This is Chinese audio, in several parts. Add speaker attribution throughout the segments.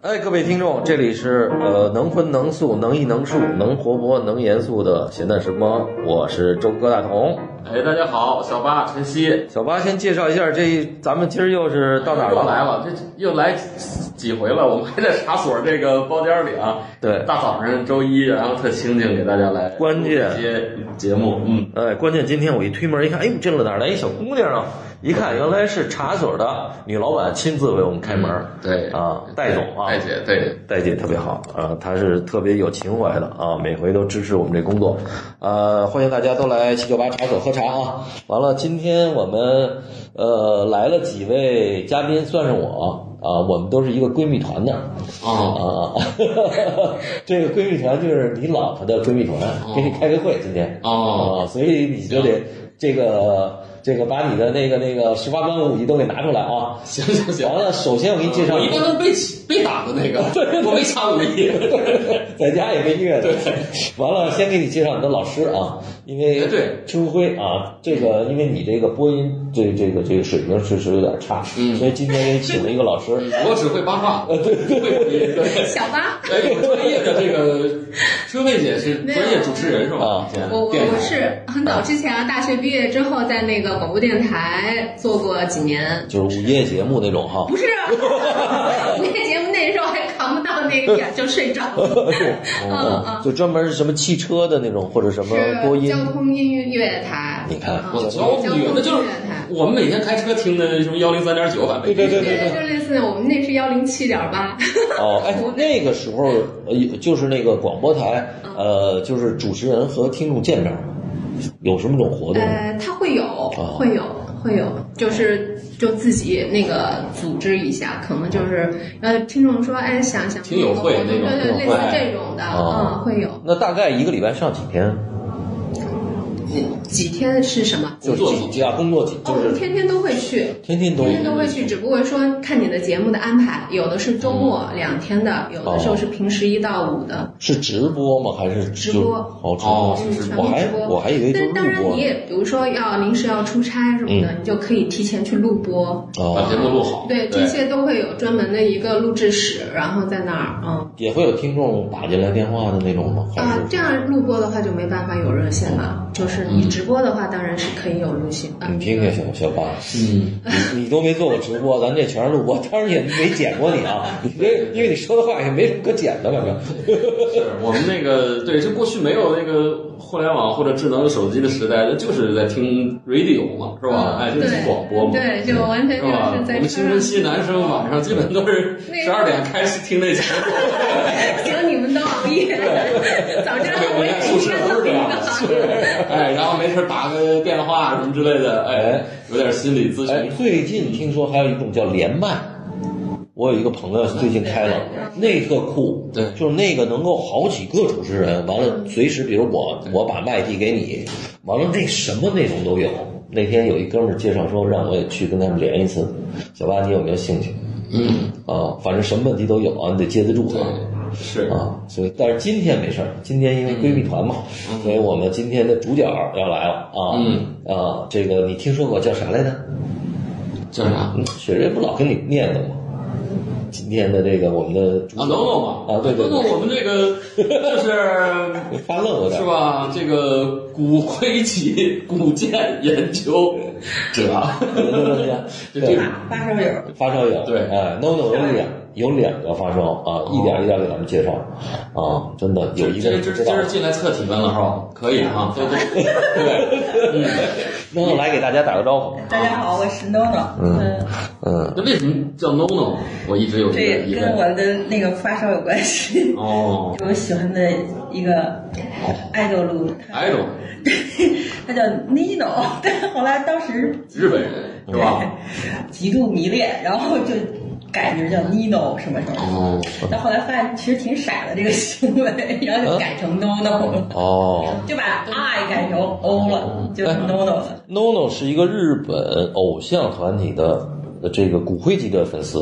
Speaker 1: 哎，各位听众，这里是呃能荤能素能艺能术能活泼能严肃的闲谈时光，我是周哥大同。
Speaker 2: 哎，大家好，小八晨曦，
Speaker 1: 小八先介绍一下，这咱们今儿又是到哪儿
Speaker 2: 又
Speaker 1: 了？
Speaker 2: 来了，这又来几回了，我们还在茶所这个包间里啊。
Speaker 1: 对
Speaker 2: 大早上周一，然后特清静给大家来
Speaker 1: 关键
Speaker 2: 录一些节目，嗯，
Speaker 1: 哎，关键今天我一推门一看，哎，这哪儿来一小姑娘啊？一看原来是茶所的女老板亲自为我们开门。
Speaker 2: 对
Speaker 1: 啊，戴总啊，
Speaker 2: 戴姐，对，
Speaker 1: 戴姐特别好啊，她是特别有情怀的啊，每回都支持我们这工作，呃，欢迎大家都来七九八茶所喝茶啊。完了，今天我们呃来了几位嘉宾，算上我啊，我们都是一个闺蜜团的
Speaker 2: 哦，
Speaker 1: 啊， 这个闺蜜团就是你老婆的闺蜜团，给你开个会今天
Speaker 2: 哦
Speaker 1: 啊，所以你就得这个这个把你的那个那个十八般武艺都给拿出来啊。
Speaker 2: 行行行，
Speaker 1: 完了，首先我给你介绍
Speaker 2: 我
Speaker 1: 一
Speaker 2: 一
Speaker 1: 个
Speaker 2: 般都被起被打的那个，我没掐武艺，
Speaker 1: 在家也被虐的。 完了，先给你介绍你的老师啊，因为
Speaker 2: 哎对
Speaker 1: 春晖啊，这个因为你这个播音这这个这个水平确实有点差，
Speaker 2: 嗯
Speaker 1: 所以今天给你请了一个老 师。
Speaker 2: 我只会八卦，对对对对。
Speaker 3: 小八，
Speaker 2: 哎，我专业的这个春慧姐是专业主持人是吧？
Speaker 1: 啊
Speaker 2: 以前
Speaker 3: 我我
Speaker 2: 嗯电台
Speaker 3: 我是很早之前啊，大学毕业之后在那个广播电台做过几年，
Speaker 1: 就是午夜节目那种哈，
Speaker 3: 不是啊那节目那时候还扛不到那个眼就睡着 了，嗯嗯，
Speaker 1: 哎就专门是什么汽车的那种，或者什么播
Speaker 3: 是
Speaker 1: 音
Speaker 3: 交通音乐台，
Speaker 1: 你看
Speaker 3: 嗯
Speaker 2: 我
Speaker 1: 交
Speaker 2: 教
Speaker 3: 交通
Speaker 2: 女的，那就
Speaker 3: 音
Speaker 2: 是
Speaker 3: 乐台。
Speaker 2: 我们每天开车听的什么幺零三点九版本地区，
Speaker 1: 对对
Speaker 3: 对，就类似我们那是幺零七点八，
Speaker 1: 哦，哎，那个时候呃就是那个广播台，
Speaker 3: 嗯
Speaker 1: 呃，就是主持人和听众见面吗，有什么种活动吗？
Speaker 3: 呃，它会有，
Speaker 2: 哦
Speaker 3: 会有，会有，就是就自己那个组织一下，可能就是呃，听众说，哎，想想
Speaker 2: 听友会那种
Speaker 3: 对对，类似这种的，
Speaker 1: 哦
Speaker 3: 嗯，会有。
Speaker 1: 那大概一个礼拜上几天？
Speaker 3: 几天是什么？
Speaker 1: 就
Speaker 2: 工
Speaker 1: 是
Speaker 2: 作
Speaker 1: 几天啊？工作几
Speaker 3: 哦，
Speaker 1: 就
Speaker 3: 我们
Speaker 1: 是
Speaker 3: 天天都会去，
Speaker 1: 天天都
Speaker 3: 天天都会去，只不过说看你的节目的安排，有的是周末两天的，有的时候是平时一到五的。
Speaker 1: 是直播吗？还是
Speaker 3: 直
Speaker 1: 就
Speaker 3: 播
Speaker 1: 哦，
Speaker 2: 哦
Speaker 1: 直
Speaker 3: 嗯
Speaker 2: 是直
Speaker 3: 全
Speaker 1: 播。
Speaker 3: 部
Speaker 1: 我还
Speaker 3: 直播
Speaker 1: 我还以为就
Speaker 3: 但
Speaker 1: 是
Speaker 3: 是当然
Speaker 1: 录播
Speaker 3: 你也，比如说要临时要出差什么的，你就可以提前去录播。
Speaker 2: 把
Speaker 1: 哦，
Speaker 2: 节目录好。
Speaker 3: 对，这些都会有专门的一个录制室，然后在那儿，嗯，
Speaker 1: 也会有听众打进来电话哦的那种吗？还
Speaker 3: 啊
Speaker 1: 是，
Speaker 3: 这样录播的话就没办法有热线了。就是你直播的话，当然是可以有录线。啊
Speaker 1: 你听听小小八，
Speaker 2: 嗯，
Speaker 1: 你你都没做过直播，咱这全是录播，当然也没剪过你啊，你这因为你说的话也没什么可剪的，反正。
Speaker 2: 是我们那个对，这过去没有那个互联网或者智能手机的时代，那就是在听 radio 嘛，是吧？
Speaker 3: 嗯
Speaker 2: 哎，就是听
Speaker 3: 对
Speaker 2: 广播嘛，
Speaker 3: 对，就完全
Speaker 2: 是
Speaker 3: 就
Speaker 2: 吧？
Speaker 3: 是
Speaker 2: 我
Speaker 3: 在
Speaker 2: 们青春期男生晚上基本都是
Speaker 3: 那个
Speaker 2: 十二点开始听那节目，
Speaker 3: 行，你们都熬夜，早知道
Speaker 2: 对，我
Speaker 3: 我
Speaker 2: 们
Speaker 3: 也
Speaker 2: 家宿舍都是这样的，是
Speaker 3: 一个。
Speaker 2: 哎，然后没事打个电话什么之类的，哎，有点心理咨
Speaker 1: 哎
Speaker 2: 询，，
Speaker 1: 最近听说还有一种叫连麦，我有一个朋友最近开了，那特酷，
Speaker 2: 对
Speaker 1: 就是那个能够好几个主持人，完了随时，比如我我把麦递给你，完了那什么内容都有。那天有一哥们儿介绍说让我也去跟他们连一次，小八你有没有兴趣？
Speaker 2: 嗯，
Speaker 1: 啊，反正什么问题都有啊，你得接得住
Speaker 2: 对
Speaker 1: 啊。，
Speaker 2: 是，
Speaker 1: 啊，所以但是今天没事儿，今天因为闺蜜团嘛，所以我们今天的主角要来了啊，
Speaker 2: 嗯
Speaker 1: 啊，这个你听说过叫啥来着？
Speaker 2: 叫啥？
Speaker 1: 嗯雪瑞不老跟你念叨吗？今天的这个我们的主
Speaker 2: 啊，能弄吗？
Speaker 1: 啊对对对
Speaker 2: 弄弄我们这个就是
Speaker 1: 发愣有点
Speaker 2: 是？吧？这个骨灰级古建研究者，
Speaker 1: 对对对
Speaker 2: 就这种
Speaker 3: 八十友，
Speaker 1: 发烧友
Speaker 2: 对哦
Speaker 1: 哎，no no 有两有两个发烧啊，一点一点给咱们介绍啊，真的有一个
Speaker 2: 这
Speaker 1: 人不
Speaker 2: 这
Speaker 1: 知道
Speaker 2: 这，是进来测体温了是吧？可以啊，对对对。嗯
Speaker 1: 那来给大家打个招呼，
Speaker 4: 大家好，我是 NONO。
Speaker 1: 嗯
Speaker 4: 嗯，
Speaker 1: 嗯，
Speaker 2: 那为什么叫 no no？我一直有
Speaker 4: 这
Speaker 2: 这个疑
Speaker 4: 也跟
Speaker 2: 问。
Speaker 4: 我的那个发烧有关系。
Speaker 2: 哦，
Speaker 4: 我喜欢的一个爱豆路，他
Speaker 2: 哎呦，
Speaker 4: 他叫 Nino，但是后来当时
Speaker 2: 日本人是吧？
Speaker 4: 极度迷恋，然后就改名叫 Nino 什么什么。
Speaker 2: 哦，
Speaker 4: 但后来发现其实挺傻的这个行为，然后就改成 NONO 了，
Speaker 1: 哦
Speaker 4: 就把 I 改成 O 了，就是 NONO 了。
Speaker 1: ，no no 是一个日本偶像团体的呃这个骨灰级的粉丝，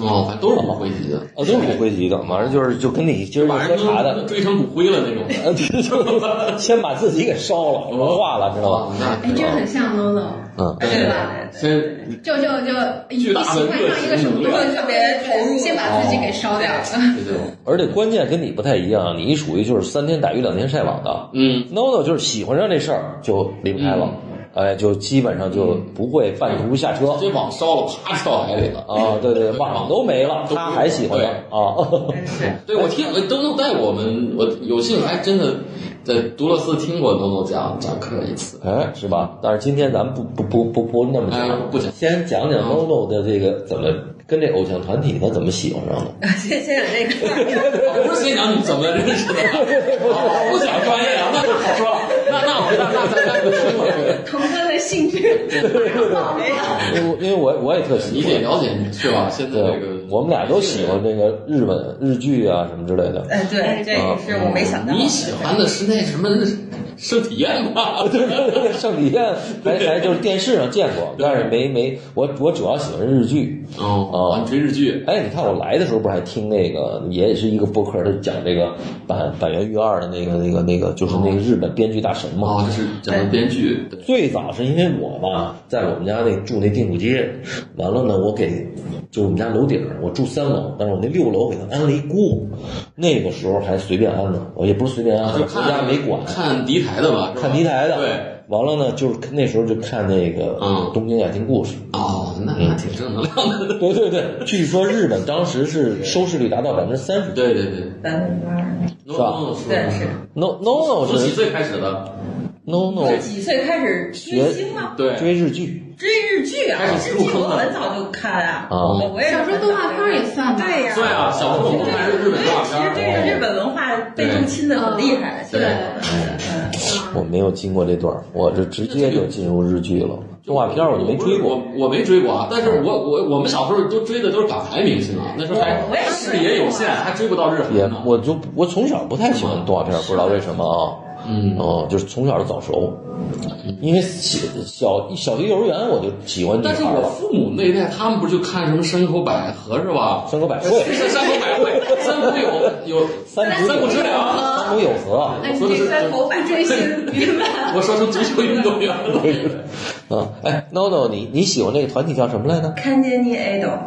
Speaker 2: 哦，反正都是骨灰级的，
Speaker 1: 啊，都是骨灰级的，反正就是就跟你今儿要
Speaker 2: 把
Speaker 1: 喝
Speaker 2: 人
Speaker 1: 茶的
Speaker 2: 都，追成骨灰了那种。
Speaker 1: 呃，对，就 先把自己给烧了，融化了，知道吧？
Speaker 2: 那
Speaker 3: 哎，这很像 Lolo，
Speaker 1: 嗯，
Speaker 4: 对
Speaker 3: 对
Speaker 4: 吧
Speaker 3: 吧？
Speaker 2: 先
Speaker 3: 就就就一喜
Speaker 2: 巨大
Speaker 3: 欢
Speaker 2: 的
Speaker 3: 上一个什么东西，特别投入，先把自己给烧掉了。
Speaker 2: 对对，对
Speaker 1: 而且关键跟你不太一样，你属于就是三天打鱼两天晒网的
Speaker 2: 嗯，
Speaker 1: ，no no 就是喜欢上这事儿就离不开了，哎，就基本上就不会半途下车
Speaker 2: 直接网烧了，啪跳海里了。
Speaker 1: 啊，对对，网都没了，他还喜欢上啊，
Speaker 4: 真是
Speaker 2: 对，我听我东东带我们，我有幸还真的在读勒斯听过东东讲讲课一次。
Speaker 1: 哎，是吧？但是今天咱们不不不不不那么
Speaker 2: 哎
Speaker 1: 讲，嗯
Speaker 2: 不讲
Speaker 1: 先讲讲 no no 的这个怎么跟这偶像团体他怎么喜欢上的。
Speaker 4: 先先有这 个，
Speaker 2: 我哦不是先讲你怎么认识的，我不讲专业啊，那就好说了。那那我那那咱咱听我这个，
Speaker 3: 童哥的兴致暴露了。
Speaker 1: 因为因为我我也特喜
Speaker 2: 你得
Speaker 1: 欢，
Speaker 2: 了解你是吧？现在这
Speaker 1: 对
Speaker 2: 个，
Speaker 1: 我们俩都喜欢这个日本日剧啊什么之类的。
Speaker 4: 哎，对，这也是我没想到的。啊
Speaker 2: 哦你喜欢的是那什么身体验吧？
Speaker 1: 对对对，圣体宴还还就是电视上见过，但是没没我我主要喜欢日剧。
Speaker 2: 哦，你追日剧，
Speaker 1: 哎，你看我来的时候不是还听那个，也是一个播客，他讲这个板板垣裕二的那个那个那个，就是那个日本编剧大神嘛。
Speaker 2: 哦，就是讲的编剧，对，
Speaker 1: 最早是因为我吧，在我们家那住那定古街，完了呢，我给就是我们家楼顶儿，我住三楼，但是我那六楼给他安了一锅，那个时候还随便安的，我也不是随便安，
Speaker 2: 就
Speaker 1: 我
Speaker 2: 看
Speaker 1: 家没管，
Speaker 2: 看敌台的吧，是吧
Speaker 1: 看敌台的，
Speaker 2: 对。
Speaker 1: 完了呢，就是那时候就看那个
Speaker 2: 嗯
Speaker 1: 《东京爱情故事》
Speaker 2: 哦，那
Speaker 1: 嗯
Speaker 2: 那挺正能量 的。
Speaker 1: 对对对，据说日本当时是收视率达到百分之三十。
Speaker 2: 对对对，
Speaker 4: 咱们
Speaker 1: 是吧
Speaker 2: 嗯
Speaker 4: 对是
Speaker 1: No No No
Speaker 2: 从几
Speaker 1: 是
Speaker 2: 岁开始的？
Speaker 1: No
Speaker 4: 是
Speaker 2: 哦
Speaker 1: No
Speaker 4: 几岁开始追星吗？
Speaker 2: 对，
Speaker 1: 追日剧，
Speaker 4: 追日剧啊，
Speaker 2: 开始
Speaker 4: 日
Speaker 2: 入
Speaker 4: 剧
Speaker 2: 坑
Speaker 4: 我
Speaker 2: 了
Speaker 4: 很早就看啊，
Speaker 1: 啊
Speaker 4: 我我也是
Speaker 3: 小时候动画片儿也算吧
Speaker 4: 对呀，
Speaker 2: 对啊，小时候我们看日本动画
Speaker 4: 其实这
Speaker 2: 片，哦
Speaker 4: 个日本文化被入侵的很厉
Speaker 3: 嗯
Speaker 4: 害，现
Speaker 2: 对
Speaker 4: 在
Speaker 1: 我没有经过这段儿，我这直接就进入日剧了。动画片儿我就没追过，嗯
Speaker 2: 我我没追过啊。但是我我我们小时候都追的都是港台明星啊，那时候还
Speaker 4: 我也是
Speaker 2: 视野有限，还追不到日韩
Speaker 1: 也
Speaker 2: 呢。
Speaker 1: 我就我从小不太喜欢动画片儿，不知道为什么啊。
Speaker 2: 嗯
Speaker 1: 哦、就是从小就早熟，因为小小小学幼儿园我就喜欢女
Speaker 2: 但是
Speaker 1: 孩
Speaker 2: 我
Speaker 1: 了。
Speaker 2: 父母那一代，他们不就看什么山口百合是吧？
Speaker 1: 山口百惠
Speaker 2: 是山口百惠，三浦有有
Speaker 1: 三浦
Speaker 2: 三浦知啊良，
Speaker 1: 三浦友和，
Speaker 3: 哎，你这个头发追星，明白 了？
Speaker 2: 我说成足球运动员了。
Speaker 1: 啊，哎，no no，你你喜欢那个团体叫什么来着
Speaker 4: 看见你 idol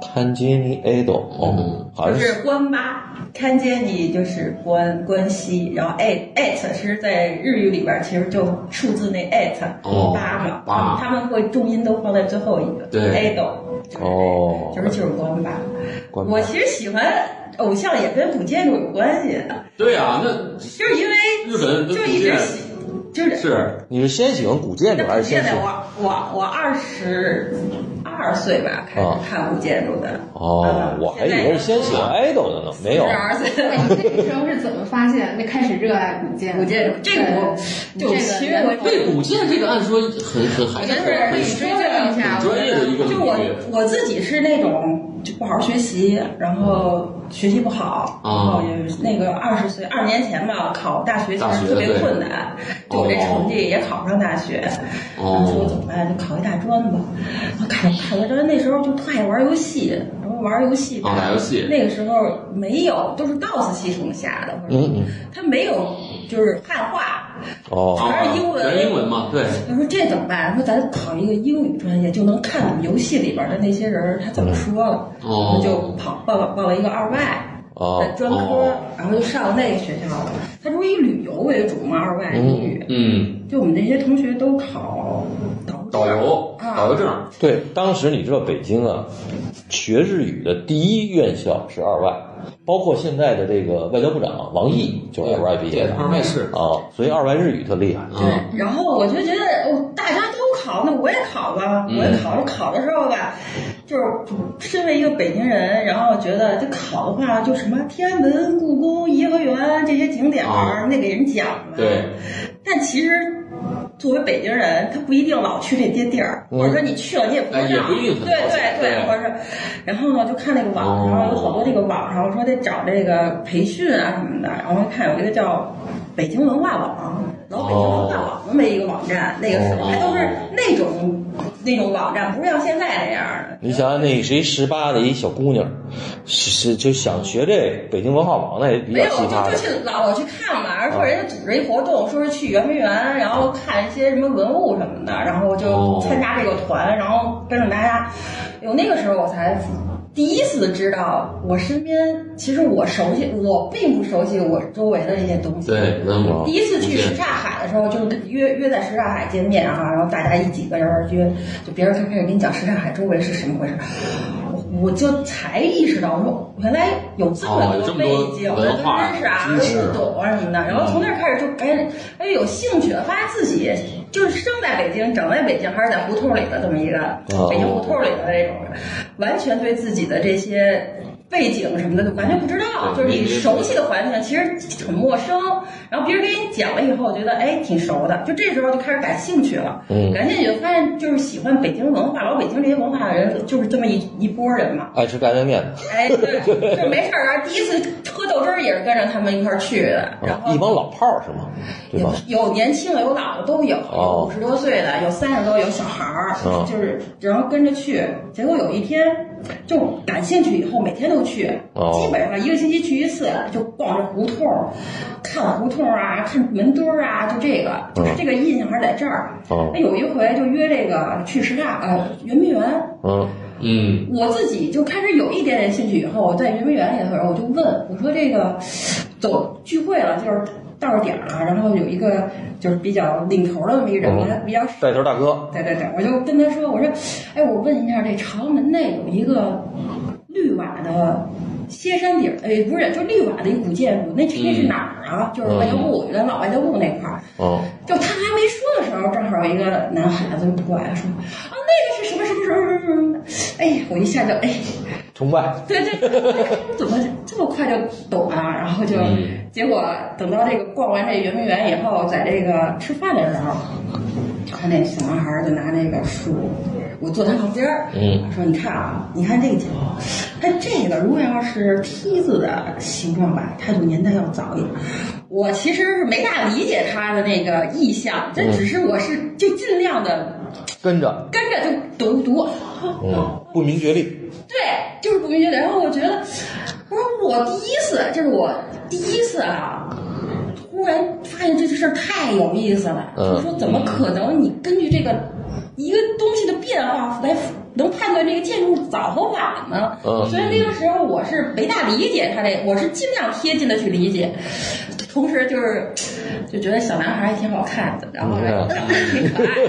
Speaker 1: ？Tanjini Ado，哦，好
Speaker 4: 就
Speaker 1: 像是
Speaker 4: 是关八。看见你就是关关西，然后 at at 其实，在日语里边其实就数字那 at
Speaker 2: 哦
Speaker 4: 八嘛，
Speaker 2: 八
Speaker 4: 他们会重音都放在最后一个，
Speaker 2: 对
Speaker 4: idol 就是
Speaker 1: 哦
Speaker 4: 就是就是关八。
Speaker 1: 关八
Speaker 4: 我其实喜欢偶像也跟古建筑有关系，
Speaker 2: 对啊，那
Speaker 4: 就是因为
Speaker 2: 日本
Speaker 4: 就
Speaker 2: 跟
Speaker 4: 一
Speaker 2: 古
Speaker 4: 直
Speaker 2: 建
Speaker 4: 喜，就是
Speaker 2: 是
Speaker 1: 你是先喜欢古建筑还
Speaker 4: 那古
Speaker 1: 是先
Speaker 4: 建
Speaker 1: 喜
Speaker 4: 筑，
Speaker 1: 欢？
Speaker 4: 我我我二十二岁吧开始
Speaker 1: 啊
Speaker 4: 看古建筑的。嗯
Speaker 1: 哦，我还以为是先喜欢 idol 的呢，没有哦
Speaker 4: 二十。二岁。
Speaker 3: 哎，你那个时候是怎么发现那开始热爱古建？
Speaker 4: 古建筑这个我，就
Speaker 3: 对
Speaker 4: 其实
Speaker 3: 这个
Speaker 4: 我
Speaker 2: 对古建这个按说很很还
Speaker 4: 我
Speaker 2: 是
Speaker 4: 觉得
Speaker 2: 很
Speaker 4: 可以
Speaker 3: 追
Speaker 4: 追
Speaker 3: 究一
Speaker 4: 一
Speaker 3: 下
Speaker 4: 下，
Speaker 2: 专业的一个领域
Speaker 4: 就我。我自己是那种就不好好学习，然后学习不好，
Speaker 2: 啊
Speaker 4: 然后也那个二十岁二十年前吧，考大学其
Speaker 2: 大学
Speaker 4: 实特别
Speaker 2: 对
Speaker 4: 困难，就我这成绩也考不上大学，
Speaker 2: 哦
Speaker 4: 然后说怎么办？就考一大专吧。然后考考大专那时候就特爱玩游戏，然后玩游戏吧
Speaker 2: 哦打游戏
Speaker 4: 那个时候没有都是 DOS 系统下的，或者
Speaker 1: 嗯嗯
Speaker 4: 它没有就是汉化。
Speaker 1: 哦，
Speaker 4: 还是英文
Speaker 2: 啊全是英文嘛，对，
Speaker 4: 他说这怎么办？说咱考一个英语专业，就能看我们游戏里边的那些人儿他怎么说了。
Speaker 2: 哦
Speaker 4: 我就跑报了报了一个二外。
Speaker 1: 哦
Speaker 4: 呃专科
Speaker 2: 哦，
Speaker 4: 然后就上那个学校了。他不是以旅游为主嘛，二外英语。
Speaker 2: 嗯，
Speaker 4: 就我们这些同学都考导游
Speaker 2: 导游，
Speaker 4: 啊
Speaker 2: 导游证，
Speaker 1: 对，当时你知道北京啊，学日语的第一院校是二外，包括现在的这个外交部长王毅就是二外毕业
Speaker 2: 对，
Speaker 1: 的
Speaker 2: 二外是，
Speaker 1: 啊，所以二外日语特厉害。
Speaker 2: 嗯，
Speaker 4: 然后我就觉得，哦，大家都考，那我也考吧，
Speaker 2: 嗯
Speaker 4: 我也考。考的时候吧，就是身为一个北京人，然后觉得这考的话，就什么天安门、故宫、颐和园这些景点儿，
Speaker 2: 啊
Speaker 4: 那给人讲了。
Speaker 2: 对。
Speaker 4: 但其实。作为北京人，他不一定老去这些地儿，或者说你去了你也不知道，
Speaker 2: 哎也不一定很
Speaker 4: 对
Speaker 2: 了解
Speaker 4: 对对，
Speaker 2: 对
Speaker 4: 或者是，然后呢就看那个网上、
Speaker 2: 哦
Speaker 4: 有好多这个网上说得找这个培训啊什么的，然后看有一个叫北京
Speaker 2: 哦
Speaker 4: 文化网，老北京文化网那么一个网站，那个时候还都是那种那种网站，不是像现在这样的。
Speaker 1: 你想想那谁十八的一小姑娘，是是就想学这北京文化网，那也比
Speaker 4: 没
Speaker 1: 较
Speaker 4: 有，
Speaker 1: 奇葩
Speaker 4: 就就
Speaker 1: 的。啊
Speaker 4: 去老去看嘛，而说人家组织一活动，说是去圆明园，然后看一些什么文物什么的，然后
Speaker 1: 哦
Speaker 4: 就参加这个团，然后跟着大家。有那个时候我才第一次知道，我身边其实我熟悉，我并不熟悉我周围的这些东西。
Speaker 2: 对，那么
Speaker 4: 嗯第一次去什刹海的时候，就是跟约约在什刹海见面啊，然后大家一几个人约，就别人刚开始跟你讲什刹海周围是什么回事，我我就才意识到，我说原来有这
Speaker 2: 哦
Speaker 4: 么
Speaker 2: 有这么
Speaker 4: 背
Speaker 2: 多
Speaker 4: 景，我
Speaker 2: 文化
Speaker 4: 真是啊，
Speaker 2: 知识嗯
Speaker 4: 不懂啊什么的。然后从那儿开始就赶紧，哎，有兴趣了，发现自己就是生在北京，长在北京，还是在胡同里的这么一个
Speaker 1: 哦
Speaker 4: 北京胡同里的那种，完全对自己的这些。背景什么的就完全不知道，
Speaker 2: 对
Speaker 4: 就是你
Speaker 2: 没接触
Speaker 4: 熟悉的环境其实很陌生，然后别人给你讲了以后，觉得哎挺熟的，就这时候就开始感兴趣了。
Speaker 1: 嗯
Speaker 4: 感兴趣就发现就是喜欢北京文化、老北京这些文化的人，就是这么一一波人嘛。
Speaker 1: 爱吃干煸面，
Speaker 4: 哎，对，就没事儿。然后第一次喝豆汁儿也是跟着他们一块儿去的，
Speaker 2: 哦
Speaker 4: 然
Speaker 1: 啊
Speaker 4: 后
Speaker 1: 一帮老炮儿是吗？对吧？
Speaker 4: 有有年轻的，有老的都有，有
Speaker 1: 哦
Speaker 4: 五十多岁的，有三十多，有小孩儿，
Speaker 1: 嗯
Speaker 4: 就是然后跟着去。结果有一天就感兴趣，以后每天都去，
Speaker 1: 哦
Speaker 4: 基本上一个星期去一次，就逛这胡同儿，看胡同儿啊，看门墩儿啊，就这个，就是这个印象还是在这儿。
Speaker 1: 嗯哦
Speaker 4: 那有一回就约这个去什刹呃圆明园，
Speaker 1: 嗯，
Speaker 2: 嗯，
Speaker 4: 我自己就开始有一点点兴趣，以后我在圆明园里头，我就问我说这个走聚会了，就是到了点儿了，然后有一个就是比较领头的那么一个人，
Speaker 1: 嗯
Speaker 4: 我还比较
Speaker 1: 带头大哥，
Speaker 4: 对对对，我就跟他说，我说，哎，我问一下，这朝阳门内有一个绿瓦的歇山顶儿，哎，不是，就绿瓦的一古建筑，那那是哪儿啊？就是外交部，原老外交部那块儿。
Speaker 1: 嗯，
Speaker 4: 就他还没说的时候，正好有一个男孩子就过来了，说啊，那个是什么什么什么什么什么？哎呀，我一下就哎，
Speaker 1: 崇拜，
Speaker 4: 对对对，怎么这 么快就懂啊？然后就、
Speaker 2: 嗯
Speaker 4: 结果等到这个逛完这圆明园以后，在这个吃饭的时候，看那小男孩儿就拿那个书，我坐他旁边儿，
Speaker 1: 嗯
Speaker 4: 说你看啊，你看这个，它这个如果要是梯子的形状吧，它就年代要早一点。我其实是没大理解他的那个意向，这只是我是就尽量的
Speaker 1: 跟着，
Speaker 4: 跟着就读一读，
Speaker 1: 嗯，不明觉厉，
Speaker 4: 对，就是不明觉厉。然后我觉得，我说我第一次，这是我第一次啊，突然发现这件事儿太有意思了。
Speaker 1: 嗯
Speaker 4: 就是说怎么可能你根据这个一个东西的变化来能判断这个建筑早和晚呢？
Speaker 1: 嗯
Speaker 4: 所以那个时候我是没大理解他这，我是尽量贴近的去理解。同时就是，就觉得小男孩儿也挺好看的，然后 还
Speaker 1: 嗯
Speaker 4: 挺可爱，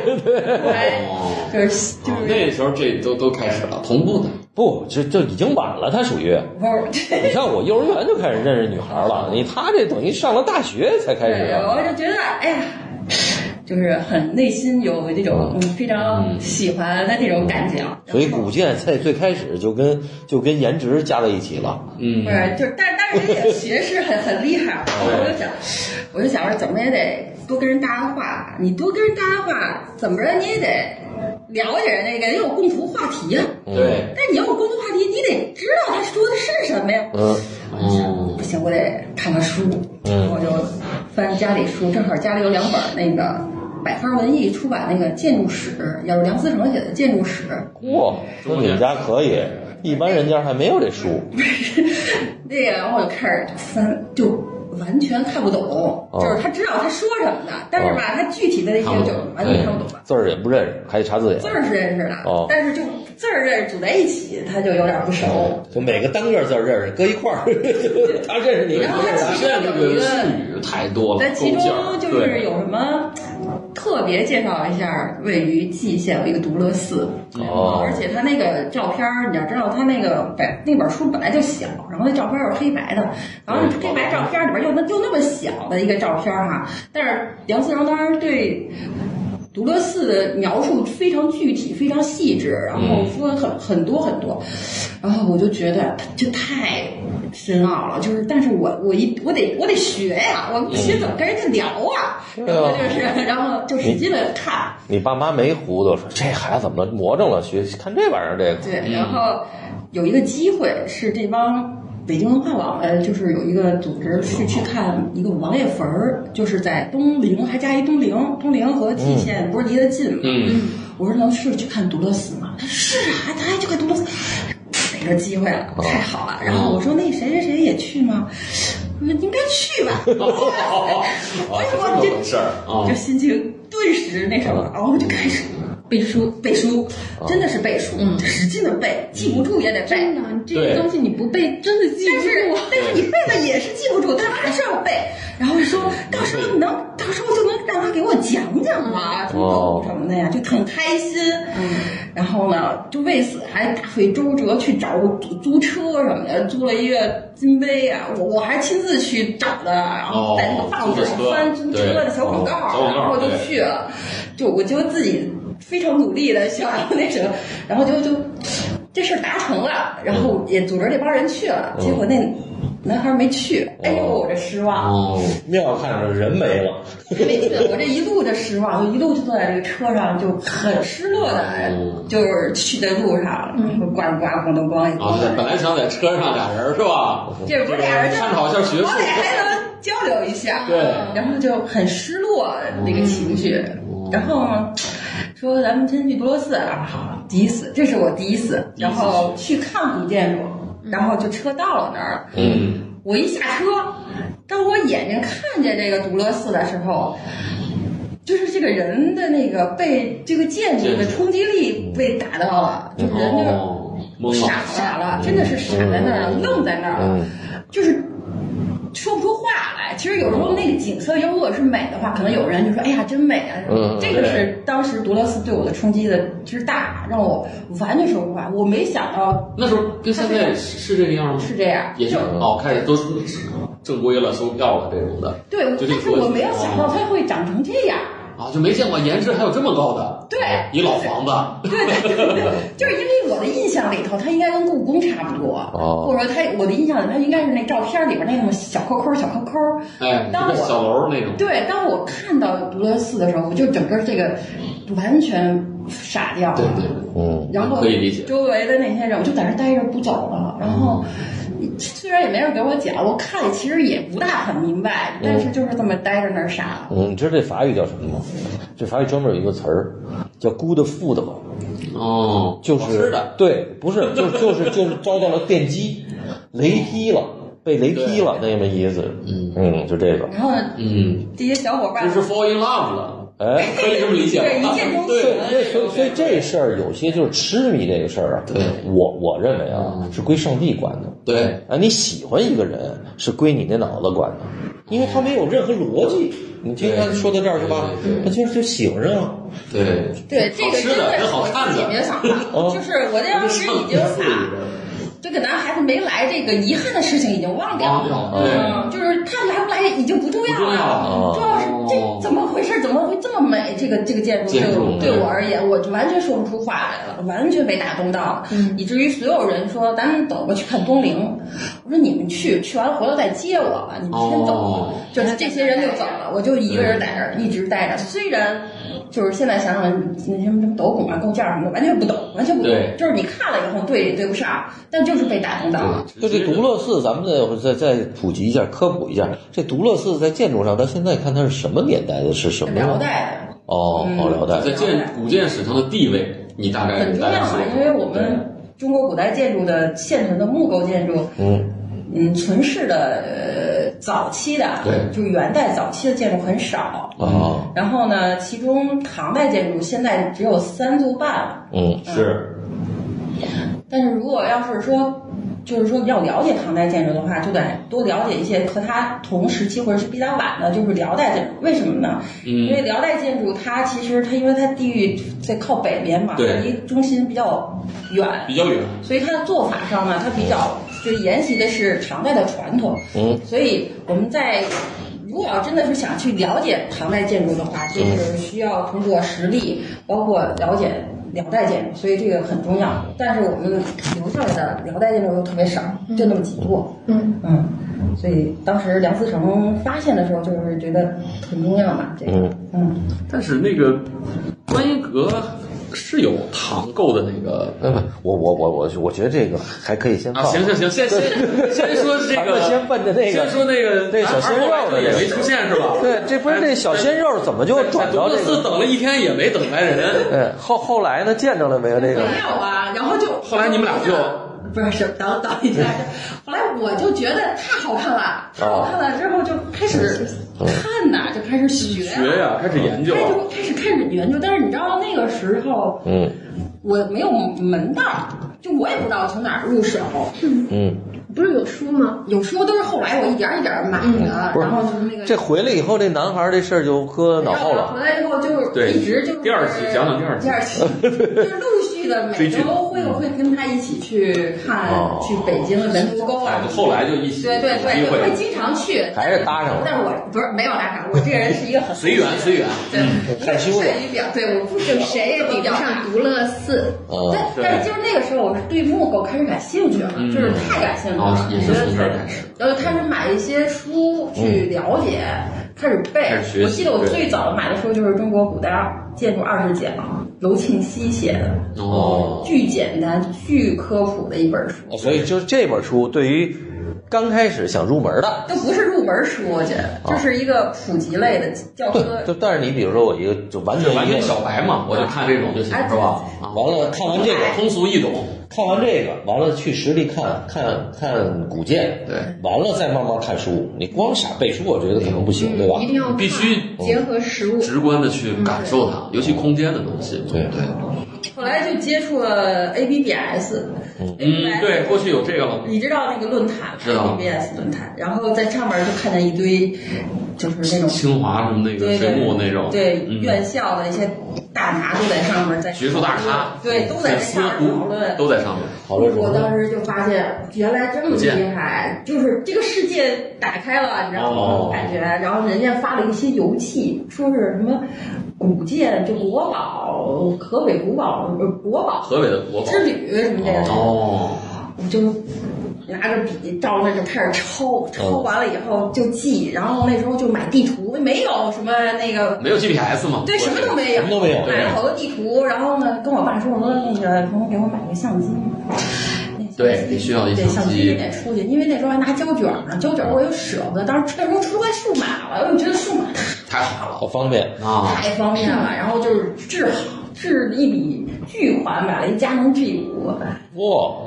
Speaker 4: 后来
Speaker 2: 哦，
Speaker 4: 就是就
Speaker 2: 哦
Speaker 4: 是
Speaker 2: 那时候这都都开始了，同步的。
Speaker 1: 不，这这已经晚了，他属于。
Speaker 4: 不是。
Speaker 1: 你像我幼儿园就开始认识女孩了，你他这等于上了大学才开
Speaker 4: 对，我
Speaker 1: 始。啊
Speaker 4: 就觉得哎呀，就是很内心有这种嗯非常喜欢的那种感觉。啊
Speaker 1: 所以古建在最开始就跟就跟颜值加在一起了，
Speaker 2: 嗯
Speaker 4: 不，是，就是，但但是人也学识很很厉害，啊我就想，我就想着怎么也得多跟人搭搭话，你多跟人搭搭话，怎么着你也得了解人家，得有共同话题呀、
Speaker 1: 嗯
Speaker 4: 啊。
Speaker 2: 对，
Speaker 4: 但你要有共同话题，你得知道他说的是什么呀。
Speaker 1: 嗯，
Speaker 2: 哦
Speaker 4: 不，行，我得看看书，
Speaker 1: 嗯
Speaker 4: 我就翻家里书，正好家里有两本那个百花文艺出版那个建筑史，也是梁思成写的建筑史。
Speaker 1: 嚯，那你们家可以，一般人家还没有这书。
Speaker 4: 那个，然后我就开始翻，就完全看不懂，就是他知道他说什么的，但是吧，他具体的那些就完全哦看不懂了。
Speaker 1: 字儿也不认识，还得查字
Speaker 4: 字
Speaker 1: 典，
Speaker 4: 儿是认识的，
Speaker 1: 哦
Speaker 4: 但是就字儿认识组在一起，他就有点不熟。
Speaker 1: 就每个单个字儿 认识，搁一块儿，他认识你
Speaker 4: 然后他其实
Speaker 2: 现在这
Speaker 4: 有一
Speaker 2: 个
Speaker 4: 个
Speaker 2: 术语太多了，
Speaker 4: 那其
Speaker 2: 够劲儿
Speaker 4: 中就是
Speaker 2: 对
Speaker 4: 有什么特别介绍一下，位于蓟县有一个独乐寺，
Speaker 1: 哦
Speaker 4: 而且他那个照片儿，你要知道他那个本那本书本来就小，然后那照片又是黑白的，然后黑白照片里边又那就那么小的一个照片儿哈，但是梁思成当时对。独乐寺的描述非常具体，非常细致，然后说很很多很多，然后我就觉得这太深奥了，就是，但是我我一我得我得学呀、我学怎么跟人家聊啊，然后就是，然后就使劲的看，
Speaker 1: 你爸妈没糊涂，说这孩子怎么了，魔怔了，学看这玩意儿这个，
Speaker 4: 对，然后有一个机会是这帮北京文化网呃，就是有一个组织是去看一个王爷坟儿，就是在东陵，还加一东陵，东陵和蓟县不是离得近嘛，
Speaker 2: 嗯
Speaker 4: 我说能试着去看杜勒斯吗？他说是啊，他还去看杜勒斯，逮着机会了，太好了。然后我说那谁谁谁也去吗？我说应该去吧。
Speaker 2: 啊，是这么回事儿啊
Speaker 4: 哎就。心情顿时那什么，然后我就开始
Speaker 3: 背书。
Speaker 4: 背书，真的是背书，使劲的背，记不住也得背
Speaker 3: 真。的，这些东西你不背，真的记
Speaker 4: 但是
Speaker 3: 不住。
Speaker 4: 但是你背了也是记不住，但还是要背。然后说到时候能，到时候就能让他给我讲讲嘛，什
Speaker 3: 哦
Speaker 4: 么什么的呀，就很开心。
Speaker 3: 嗯
Speaker 4: 然后呢，就为此还大费周折去找租租车什么的，租了一个金杯啊，我我还亲自去找的，然后在那个报纸上翻哦租车的小广告，然后就去了。就我就自己非常努力的想那什么，然后就就这事儿达成了，然后
Speaker 2: 嗯
Speaker 4: 也组织这帮人去了，结果那男孩没去，哎
Speaker 2: 嗯
Speaker 4: 呦我这失望，
Speaker 2: 哦，
Speaker 1: 庙看着人没了，
Speaker 4: 没去，我这一路的失望，就一路就坐在这个车上就很失落的
Speaker 2: 嗯，
Speaker 4: 就是去的路上，呱呱咣咚咣一
Speaker 2: 啊，本
Speaker 4: 咣，
Speaker 2: 来想在车上俩人是吧？
Speaker 4: 这不是俩人就
Speaker 2: 探讨一下学
Speaker 4: 我得
Speaker 2: 术，
Speaker 4: 还能交流一下，
Speaker 2: 对
Speaker 4: 然后就很失落那个情绪，然后呢说咱们先去多罗寺啊，好，第一次，这是我第一次，然后去看古建筑，然后就车到了那儿了，
Speaker 2: 嗯，
Speaker 4: 我一下车，当我眼睛看见这个独乐寺的时候，就是这个人的那个被这个建筑的冲击力被打到了，就人就
Speaker 2: 哦，懵
Speaker 4: 傻
Speaker 2: 了，
Speaker 4: 傻了，真的是傻在那儿，愣在那儿了，
Speaker 1: 嗯
Speaker 4: 就是。说不出话来。其实有时候那个景色，如果是美的话，可能有人就说：“哎呀，真美啊！”
Speaker 1: 嗯
Speaker 4: 这个是当时独乐寺对我的冲击的之大，让我完全说不出来。我没想到
Speaker 2: 那时候跟现在是是这个样吗？
Speaker 4: 是这样，
Speaker 2: 也就
Speaker 4: 就
Speaker 2: 哦，开始都是正规了，收票了这种的
Speaker 4: 对，
Speaker 2: 就这
Speaker 4: 但是
Speaker 2: 个哦
Speaker 4: 我没有想到它会长成这样。
Speaker 2: 啊，就没见过颜值还有这么高的。啊
Speaker 4: 对
Speaker 2: 一老房子，
Speaker 4: 对对 对对，就是因为我的印象里头，它应该跟故宫差不多，
Speaker 1: 哦
Speaker 4: 或者说它我的印象里，它应该是那照片里边那种小扣扣、小扣扣。
Speaker 2: 哎，
Speaker 4: 当
Speaker 2: 一个
Speaker 4: 我
Speaker 2: 小楼那种。
Speaker 4: 对，当我看到独乐寺的时候，我就整个这个完全傻掉了。
Speaker 2: 对对对，
Speaker 1: 嗯，
Speaker 4: 然后
Speaker 2: 可以理解嗯
Speaker 4: 周围的那些人，我就在那儿待着不走了。然后虽然也没人给我讲，我看了其实也不大很明
Speaker 2: 嗯
Speaker 4: 白，但是就是这么待着那儿傻了。
Speaker 1: 嗯，你知道这法语叫什么吗？这法语专门有一个词儿叫 “good food”，
Speaker 2: 哦，
Speaker 1: 就
Speaker 2: 好
Speaker 1: 是
Speaker 2: 吃的，
Speaker 1: 对，不是，就是就是就是遭到了电击，雷劈了，被雷劈了那么意思。
Speaker 2: 嗯
Speaker 1: 嗯，就这个，
Speaker 4: 然后
Speaker 2: 嗯，
Speaker 4: 这些小伙伴
Speaker 2: 就是 fall in love 了，
Speaker 1: 哎。
Speaker 2: 可以这么理解吧？
Speaker 4: 对一见钟情
Speaker 2: 对
Speaker 1: 对，对，所以所以这事儿有些就是痴迷这个事儿啊，对我我认为啊是归上帝管的，
Speaker 2: 嗯对，
Speaker 1: 啊，你喜欢一个人是归你那脑子管的，因为他没有任何逻辑。你听他说到这儿是吧
Speaker 2: 对对？对
Speaker 1: 他就是啊就喜欢上了。
Speaker 2: 对，
Speaker 4: 对，这
Speaker 2: 好
Speaker 4: 个
Speaker 2: 吃
Speaker 4: 真
Speaker 2: 的
Speaker 4: 的是
Speaker 2: 跟好
Speaker 4: 我
Speaker 2: 看
Speaker 4: 自己
Speaker 2: 的哦
Speaker 4: 没有 想法，就是我当时已经把这个男孩子没来这个遗憾的事情已经忘掉
Speaker 2: 忘
Speaker 4: 了。
Speaker 2: 掉了，
Speaker 4: 嗯，就是他来不来已经不重要
Speaker 2: 不重要
Speaker 4: 了
Speaker 2: 了，
Speaker 4: 重要是
Speaker 2: 哦
Speaker 4: 这怎么回事？怎么会这么美？这个这个建筑
Speaker 2: 建
Speaker 4: 对
Speaker 2: 筑
Speaker 4: 我
Speaker 2: 对
Speaker 4: 对我而言，我就完全说不出话来了，完全被打动到了，以至于所有人说咱们走吧，去看东陵。我说你们去，去完回来再接我吧，你们先走。
Speaker 2: 哦
Speaker 4: 就是这些人就走了，我就一个人在这儿一直待着。虽然就是现在想想，那什么什么斗拱啊、构件儿什么的，完全不懂，完全不懂
Speaker 2: 对。
Speaker 4: 就是你看了以后对也对不上，但就是被打动到
Speaker 2: 啊
Speaker 4: 了。
Speaker 1: 就这独乐寺，咱们再再再普及一下、科普一下。这独乐寺在建筑上，它现在看它是什么年代的，是什么
Speaker 4: 辽代嗯
Speaker 1: 哦，哦，辽代
Speaker 2: 在建古建史上的地位，你哎大概
Speaker 4: 很重要
Speaker 2: 来
Speaker 4: 啊
Speaker 2: 说，，
Speaker 4: 因为我们中国古代建筑的现存的木构建筑，
Speaker 1: 嗯
Speaker 4: 嗯，存世的呃早期的，
Speaker 2: 对
Speaker 4: 就是元代早期的建筑很少。
Speaker 1: 啊，
Speaker 4: 然后呢，其中唐代建筑现在只有三座半了。
Speaker 1: 嗯
Speaker 2: 是
Speaker 4: 但是如果要是说，就是说要了解唐代建筑的话，就得多了解一些和它同时期或者是比它晚的，就是辽代建筑。为什么呢？因为辽代建筑它其实它因为它地域在靠北边嘛，它
Speaker 2: 对
Speaker 4: 离中心比较远，
Speaker 2: 比较远，
Speaker 4: 所以它的做法上呢，它比较就是沿袭的是唐代的传统。
Speaker 1: 嗯，
Speaker 4: 所以我们在如果要真的是想去了解唐代建筑的话，这是需要通过实力，包括了解辽代建筑，所以这个很重要。但是我们留下来的辽代建筑又特别少，就那么几座。
Speaker 3: 嗯，
Speaker 4: 嗯，所以当时梁思成发现的时候，就是觉得很重要嘛。这个，
Speaker 1: 嗯，
Speaker 4: 嗯，
Speaker 2: 但是那个观音阁是有糖构的那个
Speaker 1: 哎不，我我我我我觉得这个还可以先
Speaker 2: 啊，
Speaker 1: 放。
Speaker 2: 行行行，先 先先说这
Speaker 1: 咱
Speaker 2: 个
Speaker 1: 们，先奔着那个
Speaker 2: 先说那个
Speaker 1: 那小鲜肉的
Speaker 2: 也
Speaker 1: 这
Speaker 2: 没
Speaker 1: 个
Speaker 2: 出现是吧？哎
Speaker 1: 对，这不是这小鲜肉怎么就转到
Speaker 2: 在
Speaker 1: 这
Speaker 2: 在
Speaker 1: 个
Speaker 2: 斯？等了一天也没等来人，
Speaker 1: 哎，后后来呢？见着了没有？这
Speaker 4: 没
Speaker 1: 个
Speaker 4: 有啊，然后就
Speaker 2: 后来你们俩就
Speaker 4: 不是是等等一下，后来我就觉得太好看
Speaker 2: 啊
Speaker 4: 了，太好看了之后就开始
Speaker 2: 嗯
Speaker 4: 看呐，就开始学
Speaker 2: 学呀，开始研究
Speaker 4: 开
Speaker 2: 啊，
Speaker 4: 始开始开始研究，但是你知道那个时候
Speaker 1: 嗯
Speaker 4: 我没有门道儿，就我也不知道从哪儿入手。
Speaker 1: 嗯，
Speaker 4: 不是有书吗？有书都是后来我一点儿一点儿买
Speaker 2: 嗯
Speaker 4: 的，
Speaker 1: 不是
Speaker 4: 然后就是那个
Speaker 1: 这回来以后，这男孩这事儿就搁脑后了。
Speaker 4: 回来之后就
Speaker 2: 对
Speaker 4: 一直就是
Speaker 2: 第二期讲讲第二期
Speaker 4: 第 二期，就是陆续的每周会会跟他一起去看
Speaker 1: 哦
Speaker 4: 去北京的门头沟啊
Speaker 2: 哎，后来就一起
Speaker 4: 对对
Speaker 2: 有机
Speaker 4: 对，
Speaker 2: 会
Speaker 4: 会经常去，
Speaker 1: 还是搭上了
Speaker 4: 但是我不是没有搭上，我这个人是一个很
Speaker 2: 随嗯缘随缘，
Speaker 4: 对，
Speaker 1: 害羞了
Speaker 4: 善于表对，我不是谁也比不上独乐
Speaker 1: 嗯
Speaker 4: 寺。对，
Speaker 2: 哦对
Speaker 4: 但是就是那个时候，我是对木狗开始感兴趣了，
Speaker 2: 嗯
Speaker 4: 就是太感兴趣
Speaker 2: 哦
Speaker 4: 了，
Speaker 2: 也是
Speaker 4: 觉得
Speaker 2: 从这
Speaker 4: 太
Speaker 2: 儿开始。嗯
Speaker 4: 然后就开始买一些书去了解，开始背
Speaker 2: 开始学习。
Speaker 4: 我记得我
Speaker 2: 对
Speaker 4: 最早买的书就是《中国古代建筑二十讲》，娄庆熙写的，
Speaker 2: 哦，
Speaker 4: 巨简单、巨科普的一本书，
Speaker 1: 所以就这本书对于刚开始想入门的，
Speaker 4: 都不是入门书，我觉得
Speaker 2: 哦
Speaker 4: 就是一个普及类的教科
Speaker 1: 对，。就但是你比如说我一个就完全
Speaker 2: 就完
Speaker 1: 一
Speaker 2: 全
Speaker 1: 个
Speaker 2: 小白嘛，我就看这种就行
Speaker 4: 哎
Speaker 2: 是吧？啊，
Speaker 1: 完了，看完这个，
Speaker 2: 通俗易懂，
Speaker 1: 看完这个，完了去实地看看看古建，
Speaker 2: 对，
Speaker 1: 完了再慢慢看书。你光傻背书，我觉得可能不行，对吧？
Speaker 3: 嗯一定要看
Speaker 2: 必须
Speaker 3: 结合实物。
Speaker 2: 直观的去感受它，尤其空间的东西。
Speaker 1: 对
Speaker 2: 对，
Speaker 4: 后来就接触了 ABBS，
Speaker 2: 嗯，对，过去有这个了。
Speaker 5: 你知道那个论坛
Speaker 2: 知道
Speaker 5: b s 论坛，然后在上面就看见一堆，就是那种
Speaker 2: 清华什么那个
Speaker 5: 对
Speaker 2: 水
Speaker 5: 对
Speaker 2: 木那种，
Speaker 5: 对
Speaker 2: 嗯
Speaker 5: 院校的一些大拿都在上面在
Speaker 2: 学术大咖，嗯
Speaker 5: 对都在这
Speaker 2: 思
Speaker 5: 上面讨
Speaker 2: 湖
Speaker 5: 论。
Speaker 2: 嗯都在上面。
Speaker 1: 好了，
Speaker 4: 我当时就发现，原来这么厉害，就是这个世界打开了，你知道
Speaker 2: 哦
Speaker 4: 吗？感觉，然后人家发了一些游记，说是什么古建，就国宝，河北古宝，呃国宝
Speaker 2: 河北的国宝
Speaker 4: 之旅什么这个，
Speaker 2: 哦，
Speaker 4: 我就拿着笔照那就开始抄，抄完了以后就记，然后那时候就买地图，没有什么那个。
Speaker 2: 没有 GPS 嘛？
Speaker 4: 对，什么都没有，
Speaker 1: 什么都没有
Speaker 4: 买了好多地图，然后呢，跟我爸说，我说那个，可能给我买个相机。
Speaker 2: 对得需要一
Speaker 4: 对
Speaker 2: 相
Speaker 4: 相
Speaker 2: 机
Speaker 4: 机得出去，因为那时候还拿胶卷呢，胶卷我又舍不得，当时那时候出来数码了，我就觉得数码
Speaker 2: 太好了
Speaker 1: 好方便。
Speaker 2: 啊！
Speaker 4: 太方便了，然后就是治治一笔巨款，买了一佳能 G 五，
Speaker 1: 哇，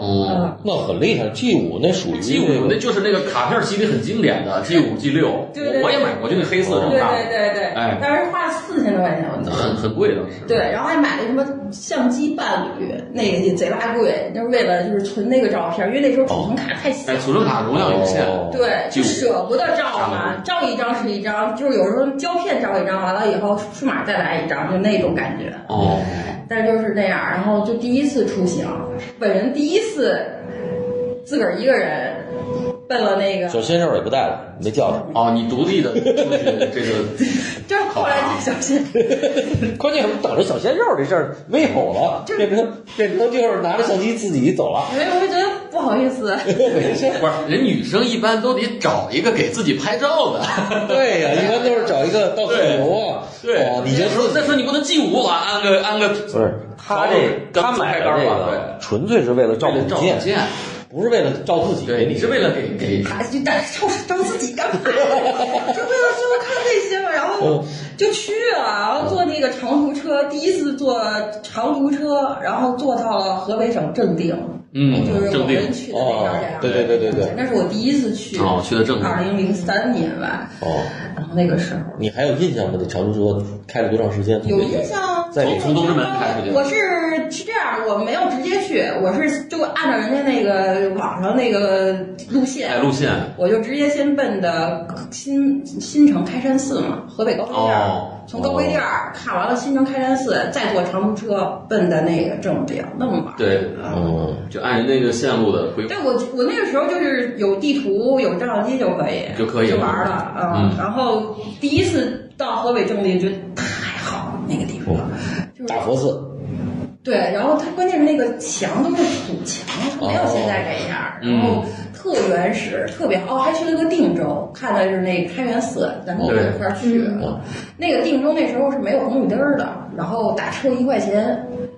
Speaker 2: 嗯
Speaker 4: 嗯
Speaker 1: 那很厉害，G 五那属于
Speaker 2: ，G 五那就是那个卡片机里很经典的 G 五 G 六，
Speaker 4: 对对对
Speaker 2: 我也买过，就那黑色这么
Speaker 4: 对
Speaker 2: 大
Speaker 4: 对，对对，
Speaker 2: 哎
Speaker 4: 当时花了四千多块钱，我记得。
Speaker 2: 很很贵当时。
Speaker 4: 对，然后还买了什么相机伴侣，那个也贼拉贵，就是为了就是存那个照片，因为那时候储存卡哦太小
Speaker 2: 哎，
Speaker 4: 了。
Speaker 2: 储存卡容量有限，
Speaker 1: 哦
Speaker 4: 对，
Speaker 2: 就
Speaker 4: 就舍不得照
Speaker 2: 差
Speaker 4: 嘛，照一张是一张，就是有时候胶片照一张，完了以后数码再来一张，就那种感觉。
Speaker 2: 哦，
Speaker 4: 但是就是那样，然后就第一次出行，本人第一次自个儿一个人奔了那个，
Speaker 1: 小鲜肉也不带了，没叫他。
Speaker 2: 哦，你独立的就是这 个，
Speaker 4: 就是后来就小心，
Speaker 1: 关键我们等着小鲜肉这事儿没有了，变成变成就是拿着相机自己走了。
Speaker 4: 因为我就觉得不好意 思。
Speaker 1: 没事儿。
Speaker 2: 不是人女生一般都得找一个给自己拍照的。
Speaker 1: 对呀、一般都是找一个到手游啊。
Speaker 2: 对
Speaker 1: 哦，你就
Speaker 2: 那时候那时候你不能 G 五啊，安个安个
Speaker 1: 不是他这他买的这个，纯粹是为了照
Speaker 2: 照
Speaker 1: 古
Speaker 2: 照
Speaker 1: 建，
Speaker 2: 件，
Speaker 1: 不是为了照自己。
Speaker 2: 对你是为了给给
Speaker 4: 啊，就当时就是当自己干嘛？ 就为了就看这些嘛，然
Speaker 2: 嗯
Speaker 4: 后就去了，然后坐那个长途车，第一次坐长途车，然后坐到了河北省正定，
Speaker 2: 嗯
Speaker 4: 就是我
Speaker 2: 正定
Speaker 4: 们去的那张这
Speaker 1: 哦
Speaker 4: 样，。
Speaker 1: 对对对对对。
Speaker 4: 那是我第一次去，
Speaker 2: 哦，去的正
Speaker 4: 二
Speaker 2: 定，
Speaker 4: 零零三年吧，
Speaker 1: 哦，
Speaker 4: 然后那个时候
Speaker 1: 你还有印象吗？那长途车开了多长时间？
Speaker 4: 有印象。
Speaker 1: 在
Speaker 2: 从从东直门开出去，
Speaker 4: 我是是这样，我没有直接去，我是就按照人家那个网上那个路线
Speaker 2: 哎，路线
Speaker 4: 我就直接先奔的新新城开山寺嘛，河北高碑店儿，
Speaker 2: 哦
Speaker 4: 从高碑店儿看完了新城开山寺，再坐长途车奔的那个正定，那么玩。
Speaker 2: 对，
Speaker 1: 嗯，
Speaker 2: 就按人那个线路的规划
Speaker 4: 对，我我那个时候就是有地图有照相机就可以
Speaker 2: 就可以了
Speaker 4: 玩儿了，
Speaker 2: 嗯
Speaker 4: 然后第一次到河北正定，觉得太好了那个地方，
Speaker 1: 大佛寺
Speaker 4: 对，然后它关键是那个墙都是土墙，它没有现在这
Speaker 1: 哦
Speaker 4: 样儿，然
Speaker 1: 嗯
Speaker 4: 后特原始，特别好哦，还去了个定州，看的是那开元寺，咱们
Speaker 2: 对
Speaker 4: 一块儿去
Speaker 1: 嗯。
Speaker 4: 那个定州那时候是没有红绿灯儿的，然后打车一块钱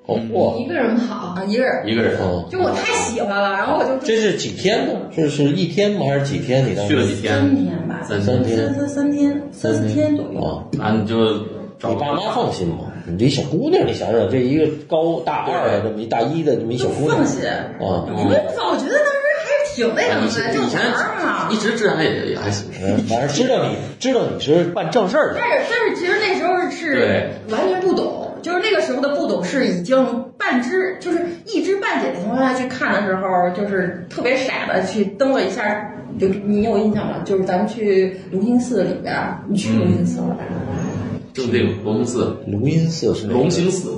Speaker 1: 哦，
Speaker 4: 嗯
Speaker 1: 哇，
Speaker 3: 一个人跑，
Speaker 4: 啊一个人，
Speaker 2: 一个人
Speaker 1: 哦，
Speaker 4: 就我太喜欢了，然后我就
Speaker 1: 这是几天呢？是是一天吗？还是几天？你当
Speaker 2: 去了
Speaker 1: 时
Speaker 2: 几
Speaker 4: 三
Speaker 2: 天，
Speaker 4: 天吧，
Speaker 2: 三
Speaker 1: 三天
Speaker 4: 三三三天三四天左右。
Speaker 1: 啊？
Speaker 2: 那你就找
Speaker 1: 你爸妈放心吗？你这小姑娘，你想想，这一个高大二的这么一大一的这么一小
Speaker 4: 就
Speaker 1: 姑娘
Speaker 4: 放心，
Speaker 1: 啊，
Speaker 4: 你们放，我觉得当时还是挺那什
Speaker 2: 以
Speaker 4: 么
Speaker 2: 前
Speaker 4: 的，
Speaker 2: 以
Speaker 4: 就玩
Speaker 2: 前
Speaker 4: 儿嘛
Speaker 2: 一。直治安也也还行，
Speaker 1: 嗯反正知道你知道你是办正事儿的
Speaker 4: 但是但是其实那时候是
Speaker 2: 对
Speaker 4: 完全不懂，就是那个时候的不懂是已经半知就是一知半解的情况下去看的时候，就是特别傻的去登了一下。就你有印象吗？就是咱们去龙兴寺里边儿，你去龙兴寺了吧？
Speaker 2: 嗯就那个龙兴寺，
Speaker 1: 龙音寺是哪个
Speaker 2: 龙兴寺，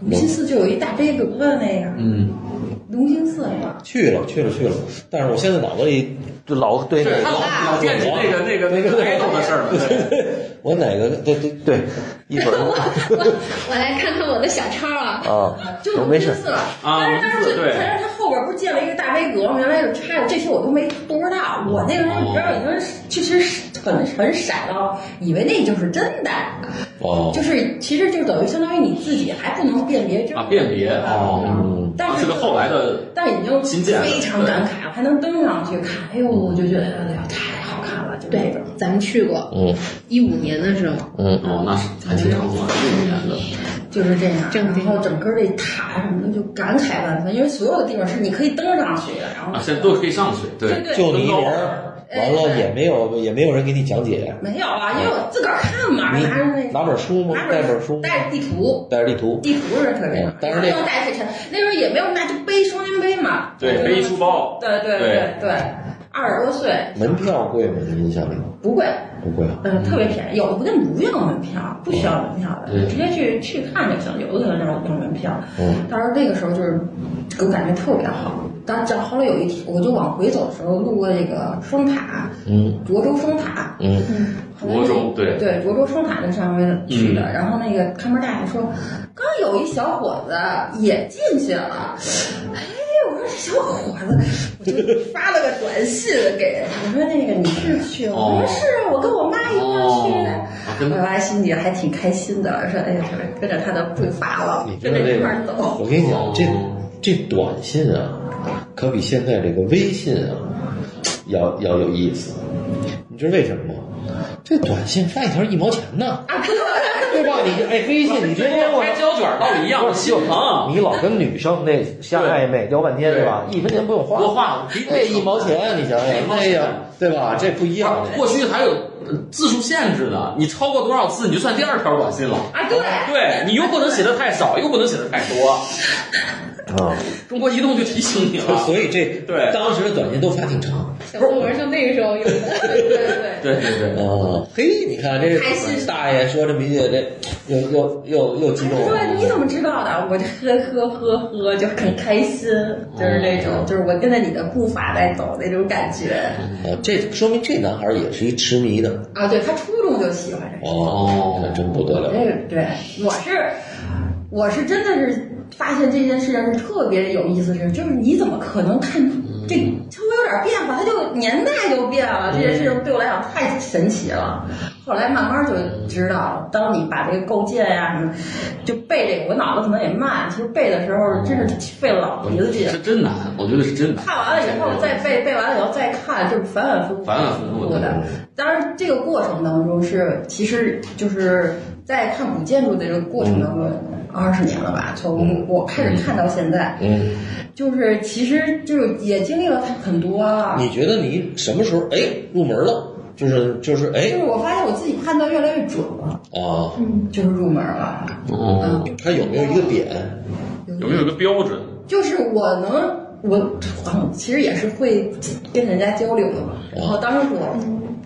Speaker 4: 龙兴寺就有一大碑怎么问那个
Speaker 2: 嗯，
Speaker 4: 龙兴寺嘛，
Speaker 1: 去了去了去了，但是我现在脑子里就老对那
Speaker 2: 对
Speaker 1: 个
Speaker 2: 他老
Speaker 4: 啊
Speaker 2: 老惦记那个那个那个爱豆的事儿嘛，对
Speaker 1: 我哪个对对对，一会 儿
Speaker 3: 我我来看看我的小抄啊，
Speaker 1: 啊，
Speaker 4: 就是
Speaker 1: 我
Speaker 4: 龙
Speaker 1: 没
Speaker 4: 兴
Speaker 1: 事，
Speaker 4: 寺了。
Speaker 2: 啊
Speaker 4: 但是但是
Speaker 2: 龙兴寺对
Speaker 4: 但是它后边不是建了一个大碑阁吗？原来有拆了，这些我都没不知道。我那个时候你知道已经是其实是很很傻了，以为那就是真的。
Speaker 1: 哦
Speaker 4: 就是其实就等于相当于你自己还不能辨别真
Speaker 2: 啊，辨别哦，
Speaker 1: 嗯，
Speaker 4: 但
Speaker 2: 是
Speaker 4: 是
Speaker 2: 个后来的
Speaker 4: 但已经
Speaker 2: 新建的
Speaker 4: 非常感慨了，还能登上去看，哎呦，我就觉得哎呀太好看了，就那
Speaker 3: 对
Speaker 4: 种。，
Speaker 3: 咱们去过，
Speaker 1: 嗯
Speaker 3: 一五年的时候，
Speaker 1: 嗯
Speaker 2: 哦，那是还挺长的，六年的，
Speaker 4: 就是这样，
Speaker 3: 正
Speaker 4: 然后整个这塔什么的就感慨万分，因为所有的地方是你可以登上去的，然后
Speaker 2: 啊，现在都可以上去，对
Speaker 4: 对对
Speaker 1: 就你一人儿，完了也没有也没有人给你讲解，
Speaker 4: 没有啊，因为我自个儿看嘛，
Speaker 2: 哎
Speaker 1: 你
Speaker 4: 拿着那个
Speaker 1: 拿本书吗？
Speaker 4: 拿
Speaker 1: 带本
Speaker 4: 本
Speaker 1: 书吗，
Speaker 4: 带着地图，
Speaker 1: 带着地图，
Speaker 4: 地图是特别
Speaker 1: 嗯，但是那
Speaker 4: 不能带太沉，那时候也没有，那就背双肩背嘛，
Speaker 2: 对，背一书包，
Speaker 4: 对对对对，二十多岁
Speaker 1: 门票贵吗？你印象里
Speaker 4: 不贵，
Speaker 1: 不贵啊，
Speaker 4: 嗯，特别便宜，有的不但不要门票，不需要门票的，
Speaker 2: 嗯
Speaker 4: 你直接去去看就行，有的可能要要门票，
Speaker 1: 嗯
Speaker 4: 当时那个时候就是给我感觉特别好。但这后来有一天，我就往回走的时候路过这个双塔，
Speaker 1: 嗯
Speaker 4: 涿州双塔，
Speaker 1: 嗯
Speaker 2: 涿州对
Speaker 4: 对，涿州双塔那上面去的。然后那个看门大爷说，刚有一小伙子也进去了。哎，我说这小伙子，我就发了个短信给人，我说那个你是去吗？我
Speaker 2: 哦
Speaker 4: 说是啊，我跟我妈一块儿去的
Speaker 2: 哦。啊跟
Speaker 4: 我妈心里还挺开心的，说哎呀，跟着他的步伐了
Speaker 1: 你，知
Speaker 4: 啊跟
Speaker 1: 道
Speaker 4: 着
Speaker 1: 这
Speaker 4: 一
Speaker 1: 个
Speaker 4: 块儿走。？
Speaker 1: 我跟你讲，这
Speaker 2: 哦
Speaker 1: 这短信啊，可比现在这个微信啊要要有意思。你知道为什么吗？这短信发一条一毛钱呢，
Speaker 4: 啊
Speaker 1: 对吧？你这哎，微信你别给我
Speaker 2: 拍胶卷儿道理一样，心疼，
Speaker 1: 你老跟女生那瞎暧昧聊半天，对吧？一分钱不用花，
Speaker 2: 多花
Speaker 1: 那一毛钱，你想想
Speaker 2: 一，毛
Speaker 1: 哎
Speaker 2: 钱啊
Speaker 1: 呀，对吧？这不一样。
Speaker 2: 过去还有呃字数限制呢，你超过多少字你就算第二条短信了。
Speaker 4: 啊，对，
Speaker 2: 对你又不能写的太少，又不能写的太多。
Speaker 1: 啊，
Speaker 2: 中国移动就提醒你了。
Speaker 1: 所以这
Speaker 2: 对
Speaker 1: 当时的短信都发挺长。
Speaker 3: 小作文就那个时候有 的，
Speaker 4: 对对对。
Speaker 2: 对对对，
Speaker 1: 啊，嘿，你看这
Speaker 4: 开心
Speaker 1: 大爷说这么一句，这又又又又激
Speaker 4: 他
Speaker 1: 动
Speaker 4: 说你
Speaker 1: 了。
Speaker 4: 怎么知道的？我就呵呵呵呵，就很开心，就是那种，就是我跟着你的步伐在走那种感觉。
Speaker 1: 啊，这说明这男孩儿也是一痴迷的
Speaker 4: 啊，对他初中就喜欢这个，
Speaker 1: 哦
Speaker 2: 哦，
Speaker 1: 那真不得
Speaker 4: 我
Speaker 1: 了。
Speaker 4: 这个对我是我是真的是发现这件事情是特别有意思的事，就是你怎么可能看这稍微有点变化，它就年代就变了，这件事情对我来讲太神奇了。后来慢慢就知道了，当你把这个构建呀、什么，就背这个，我脑子可能也慢，其实背的时候真是费老鼻子劲。
Speaker 2: 是真难，我觉得是真难。
Speaker 4: 看完了以后再背，背完了以后再看，就是反反复复、
Speaker 2: 反反复复
Speaker 4: 的。当然，这个过程当中是，其实就是在看古建筑的这个过程当中，
Speaker 2: 嗯
Speaker 4: 二十年了吧，从我开始看到现在，
Speaker 1: 嗯，
Speaker 4: 就是其实就是也经历了很多啊了。
Speaker 1: 你觉得你什么时候哎入门了？就是就是
Speaker 4: 就
Speaker 1: 哎
Speaker 4: 是我发现我自己判断越来越准了，
Speaker 1: 啊，
Speaker 4: 就是入门了。
Speaker 2: 哦，
Speaker 4: 嗯，
Speaker 1: 他有没有一个点？
Speaker 2: 有没有一个标准？
Speaker 4: 就是我能，我嗯其实也是会跟人家交流的嘛。然后当时我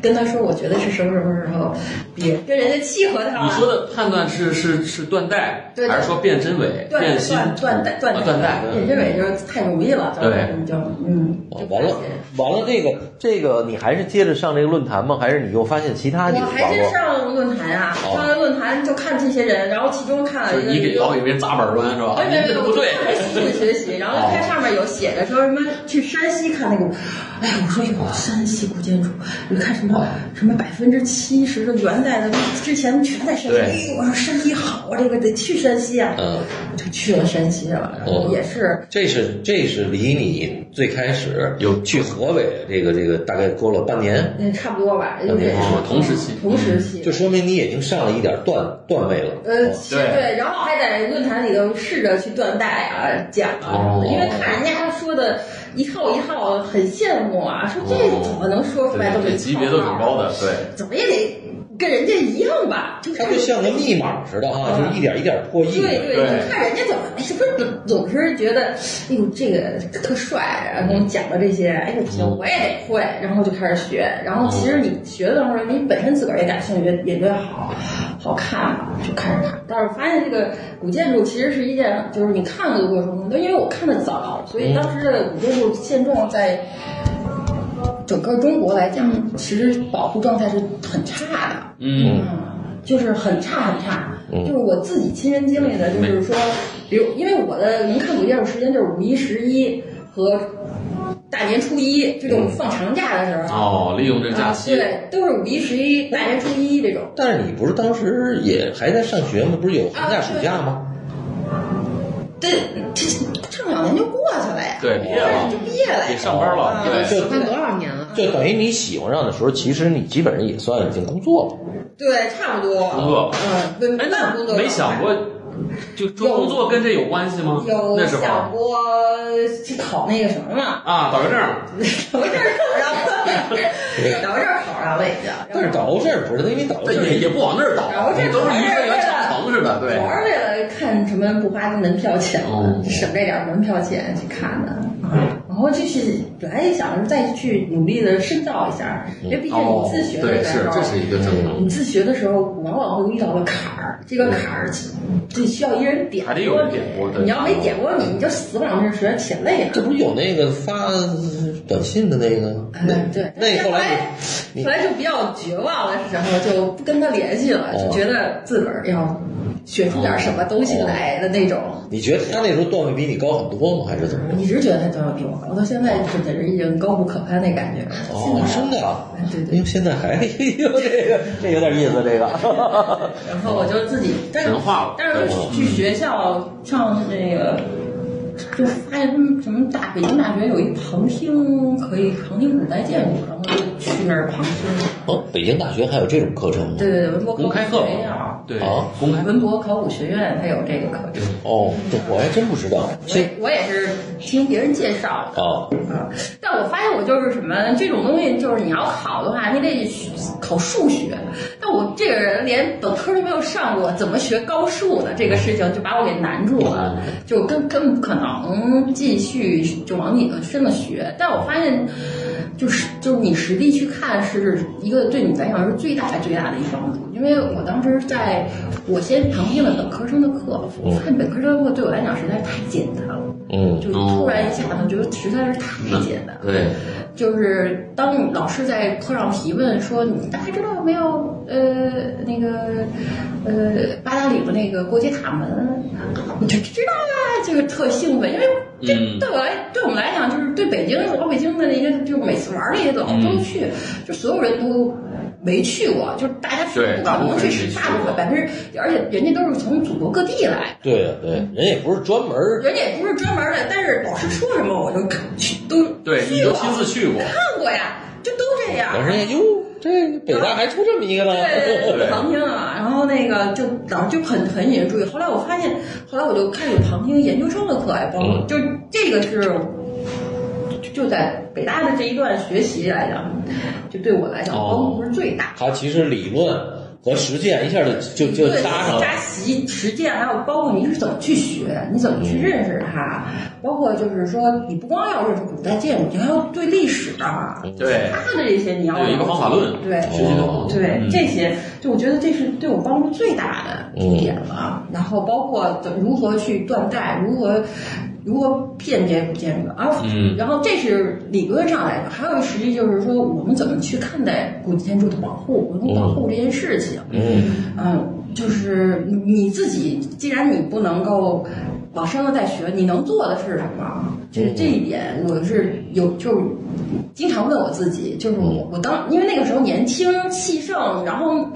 Speaker 4: 跟他说，我觉得是什么什么时候，别跟人家契合他
Speaker 2: 你说
Speaker 4: 了。
Speaker 2: 的判断是是是断代，
Speaker 4: 对对
Speaker 2: 还是说变真伪、
Speaker 4: 对
Speaker 2: 变心、
Speaker 4: 断断代断
Speaker 2: 啊
Speaker 4: 代
Speaker 2: 断代？
Speaker 4: 你认为就是太容易了，就
Speaker 2: 对
Speaker 4: 是你就嗯，就
Speaker 1: 哦完了
Speaker 4: 发现，
Speaker 1: 完了，这个这个，你还是接着上这个论坛吗？还是你又发现其他几个
Speaker 4: 我还
Speaker 1: 网
Speaker 4: 真
Speaker 1: 络？
Speaker 4: 上论坛啊，
Speaker 1: 哦
Speaker 4: 上了论坛就看这些人，然后其中看
Speaker 2: 就
Speaker 4: 了
Speaker 2: 是
Speaker 4: 一个，
Speaker 2: 你给老给别人砸板砖是吧？
Speaker 4: 没没
Speaker 2: 这
Speaker 4: 没，
Speaker 2: 个啊
Speaker 4: 我
Speaker 2: 不对，
Speaker 4: 特别吸取学习，然后就看上面有写着说什么去山西看那个，哎，我说有山西古建筑，你看什么
Speaker 2: 哦
Speaker 4: 什么百分之七十的原在的，之前全在山西，哎
Speaker 1: 对
Speaker 4: 我说山西好啊，这个得去山西啊，
Speaker 1: 嗯，
Speaker 4: 我就去了山西了，然
Speaker 2: 哦
Speaker 4: 后也是
Speaker 1: 这是这是离你最开始有去河北这个这个大概过了半年，
Speaker 4: 嗯差不多吧，因
Speaker 1: 那
Speaker 4: 为
Speaker 1: 没
Speaker 2: 哦同时期，
Speaker 4: 同时期
Speaker 1: 就。说明你已经上了一点段段位了。
Speaker 4: 呃，
Speaker 1: 哦
Speaker 4: 是
Speaker 2: 对
Speaker 4: 对，然后还在论坛里头试着去断代啊、讲啊什么的，
Speaker 2: 哦
Speaker 4: 因为看人家说的一套一套，很羡慕啊，说这
Speaker 2: 哦
Speaker 4: 怎么能说出来这
Speaker 2: 对
Speaker 4: 么
Speaker 2: 对，
Speaker 4: 一套啊
Speaker 2: 级别都挺高的，对。
Speaker 4: 怎么也得跟人家一样吧？就
Speaker 1: 它
Speaker 4: 看
Speaker 1: 就像个密码似的啊，就是一点一点破译。
Speaker 4: 对
Speaker 2: 对
Speaker 4: 对，就看人家怎么，是不是总总是觉得，哎呦这个特帅，然后讲的这些，哎呦不行，我也得会，然后就开始学。然后其实你学的时候，你本身自个儿也感兴趣，也觉得好好看嘛，就开始看。但是发现这个古建筑其实是一件，就是你看的过程中，因为我看的早，所以当时的古建筑现状在。整个中国来讲，其实保护状态是很差的。
Speaker 2: 嗯，
Speaker 4: 嗯，就是很差很差。
Speaker 1: 嗯
Speaker 4: 就是我自己亲身经历的，就是说，
Speaker 2: 嗯
Speaker 4: 比如因为我的能看古建筑时间就是五一、十一和大年初一这种放长假的时候，
Speaker 2: 嗯
Speaker 4: 啊
Speaker 2: 哦，利用这假期，
Speaker 4: 对，都是五一、十一、大年初一这种。
Speaker 1: 但是你不是当时也还在上学吗？不是有寒假暑假吗？
Speaker 4: 对，这上两年就过去了呀，
Speaker 2: 对，毕业了
Speaker 4: 就，毕业了
Speaker 2: 也
Speaker 4: 呀。
Speaker 2: 上班了，
Speaker 4: 啊
Speaker 2: 对，
Speaker 3: 喜欢多少年了？
Speaker 1: 就等于你喜欢上的时候，其实你基本上也算已经工作了。
Speaker 4: 对，差不
Speaker 2: 工
Speaker 4: 多。
Speaker 2: 作。
Speaker 4: 嗯，对，
Speaker 2: 哎，
Speaker 4: 慢
Speaker 2: 那
Speaker 4: 工作
Speaker 2: 没
Speaker 4: 状态
Speaker 2: 想过，就说工作跟这有关系吗？
Speaker 4: 有
Speaker 2: 那时候
Speaker 4: 想过去考那个什么 嘛，
Speaker 2: 啊，导游证，
Speaker 4: 导证考上了， 导证考上了已经。
Speaker 1: 但是导游证不是，因为导游
Speaker 2: 但也
Speaker 1: 证
Speaker 2: 也不往那儿导，
Speaker 4: 导游证
Speaker 2: 都是一个个教程似的，对
Speaker 4: 我。是为了看什么不花门票钱
Speaker 2: 哦
Speaker 4: 嘛，省这点门票钱去看的。
Speaker 2: 嗯
Speaker 4: 然后就是本来也想着再去努力的深造一下，因为毕竟
Speaker 2: 哦
Speaker 4: 你自学嗯
Speaker 2: 对，
Speaker 4: 的时
Speaker 2: 是
Speaker 4: 候，
Speaker 2: 这是一个正常，
Speaker 4: 你自学的时候往往会遇到个坎儿，这个坎儿就需要一人点拨
Speaker 2: 还得有人点拨对
Speaker 4: 你要没点拨你，你就死往这学，且累
Speaker 1: 这
Speaker 4: 了。
Speaker 1: 不是有那个发短信的那个？
Speaker 4: 哎对，哎
Speaker 1: 那后
Speaker 4: 后
Speaker 1: 来你
Speaker 4: 后来就比较绝望了，然后就不跟他联系了，
Speaker 1: 哦
Speaker 4: 就觉得自个儿要学出
Speaker 2: 哦
Speaker 4: 点什么东西来的那种。
Speaker 1: 你觉得他那时候段位比你高很多吗？还是怎么？
Speaker 4: 我一直觉得他都要比我高，到现在就简直已经高不可攀那感觉。
Speaker 1: 哦，真
Speaker 4: 现在
Speaker 1: 的啊！
Speaker 4: 对
Speaker 1: 哎
Speaker 4: 对
Speaker 1: 呦，现在还有这个，这有点意思，这个。
Speaker 4: 然后我就自己，但是
Speaker 2: 神话了
Speaker 4: 但是去学校啊上那个，就发现他们什么大北京大学有一旁听，可以旁听古代建筑，然后就去那儿旁听。
Speaker 1: 哦，北京大学还有这种课程吗？
Speaker 4: 对对对，文哦博考
Speaker 2: 公
Speaker 4: 古
Speaker 2: 开课
Speaker 4: 学院，
Speaker 2: 对
Speaker 1: 啊，
Speaker 2: 公开课
Speaker 4: 文博考古学院它有这个课程。
Speaker 1: 哦，这我还真不知道。
Speaker 4: 我也我也是听别人介绍的
Speaker 1: 哦，
Speaker 4: 啊，但我发现我就是什么这种东西，就是你要考的话，你得考数学。但我这个人连本科都没有上过，怎么学高数呢？这个事情就把我给难住了，就根根本不可能继续就往里头深了学。但我发现。就是就是你实地去看，是一个对你来讲是最大最大的一帮助。因为我当时在，我先旁听了本科生的课，我发现本科生的课对我来讲实在太简单了，
Speaker 1: 嗯，
Speaker 4: 就突然一下子觉得实在是太简单了。
Speaker 2: 对，
Speaker 4: 就是当老师在课上提问说，你大家知道没有？呃，那个呃，八达岭的那个国铁塔门，我就知道啊，就是特兴奋，因为这
Speaker 2: 嗯
Speaker 4: 对我来，对我们来讲，就是对北京老北京的那些，就是每次玩儿的也
Speaker 2: 嗯
Speaker 4: 老都去，就所有人都。没去过，就是大家是
Speaker 2: 对
Speaker 4: 不
Speaker 2: 大
Speaker 4: 可
Speaker 2: 部
Speaker 4: 能
Speaker 2: 分
Speaker 4: 去
Speaker 2: 人
Speaker 4: 是
Speaker 2: 没去
Speaker 4: 大部
Speaker 2: 过
Speaker 4: 分百分之，而且人家都是从祖国各地来，
Speaker 1: 对呀对，人也不是专门儿
Speaker 4: 人家也不是专门儿的，但是老师说什么我就看去都
Speaker 2: 对，
Speaker 4: 去
Speaker 2: 你都
Speaker 4: 过
Speaker 2: 亲自去过，
Speaker 4: 看过呀，就都这样。
Speaker 1: 老师一看，哟，这北大还出这么一个呢？
Speaker 4: 对对
Speaker 2: 对
Speaker 4: 对，旁听啊，然后那个就老就很很引人注意。后来我发现，后来我就开始旁听研究生的课，也包括
Speaker 1: 嗯
Speaker 4: 就这个是就就在北大的这一段学习来讲，就对我来讲
Speaker 2: 哦
Speaker 4: 帮助是最大。
Speaker 1: 他其实理论和实践一下就就就
Speaker 4: 对
Speaker 1: 搭上了。
Speaker 4: 扎习实践，还有包括你是怎么去学，你怎么去认识它，包括就是说，你不光要认识古代建筑，你还要对历史啊，
Speaker 2: 对，
Speaker 4: 它的这些你要
Speaker 2: 有一个方法论
Speaker 4: 对。
Speaker 2: 学习的
Speaker 1: 哦
Speaker 4: 对、
Speaker 2: 嗯
Speaker 4: 这些，就我觉得这是对我帮助最大的一点了。然后包括怎如何去断代，如何如何辨别古建筑啊，
Speaker 2: 嗯
Speaker 4: 然后这是理论上来的，还有实际就是说我们怎么去看待古建筑的保护、文物保护这件事情。
Speaker 1: 嗯
Speaker 4: 嗯，就是你自己，既然你不能够往深了再学，你能做的是什么？就是这一点，我是有就是经常问我自己，就是我我当因为那个时候年轻气盛，然后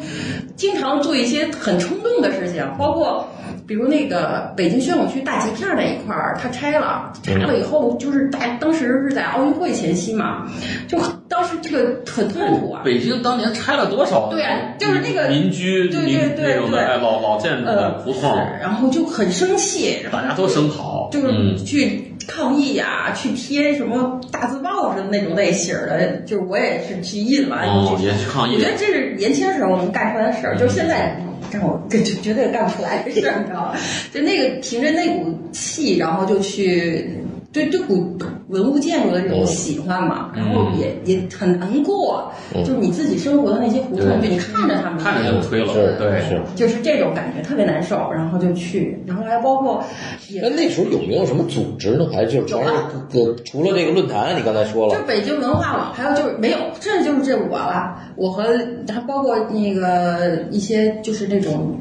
Speaker 4: 经常做一些很冲动的事情，包括。比如那个北京宣武区大集片那一块儿，它拆了，拆了以后就是大，当时是在奥运会前夕嘛，就当时这个很痛苦啊。
Speaker 2: 北京当年拆了多少？
Speaker 4: 对啊就是那个
Speaker 2: 民居
Speaker 4: 对
Speaker 2: 民
Speaker 4: 对对
Speaker 2: 那种的
Speaker 4: 对
Speaker 2: 哎老老建筑的
Speaker 4: 呃
Speaker 2: 胡同，
Speaker 4: 然后就很生气，然后
Speaker 2: 大家都声讨，
Speaker 4: 就是
Speaker 2: 嗯
Speaker 4: 去抗议呀、去贴什么大字报似的那种类型儿的，就是我也是去印完。
Speaker 2: 哦
Speaker 4: 就是
Speaker 2: 也去抗
Speaker 4: 我
Speaker 2: 议
Speaker 4: 觉，得这是年轻时候能干出来的事儿，就是现在
Speaker 2: 嗯
Speaker 4: 嗯让我这就绝对干不出来的事儿，你知道吗？就那个凭着那股气，然后就去。对对古文物建筑的这
Speaker 2: 哦
Speaker 4: 种喜欢嘛，然
Speaker 2: 嗯
Speaker 4: 后也也很难过，就是你自己生活的那些胡同，
Speaker 2: 哦对
Speaker 4: 就你看着他们，
Speaker 2: 看着就推了，
Speaker 1: 是
Speaker 2: 对，
Speaker 1: 是。
Speaker 4: 就是这种感觉特别难受，然后就去，然后还包括也
Speaker 1: 那那时候有没有什么组织呢？还是
Speaker 4: 啊
Speaker 1: 就全是呃除了这个论坛，你刚才说
Speaker 4: 就
Speaker 1: 了，
Speaker 4: 北京文化网，还有就是没有，这就是这我了，我和还包括那个一些就是那种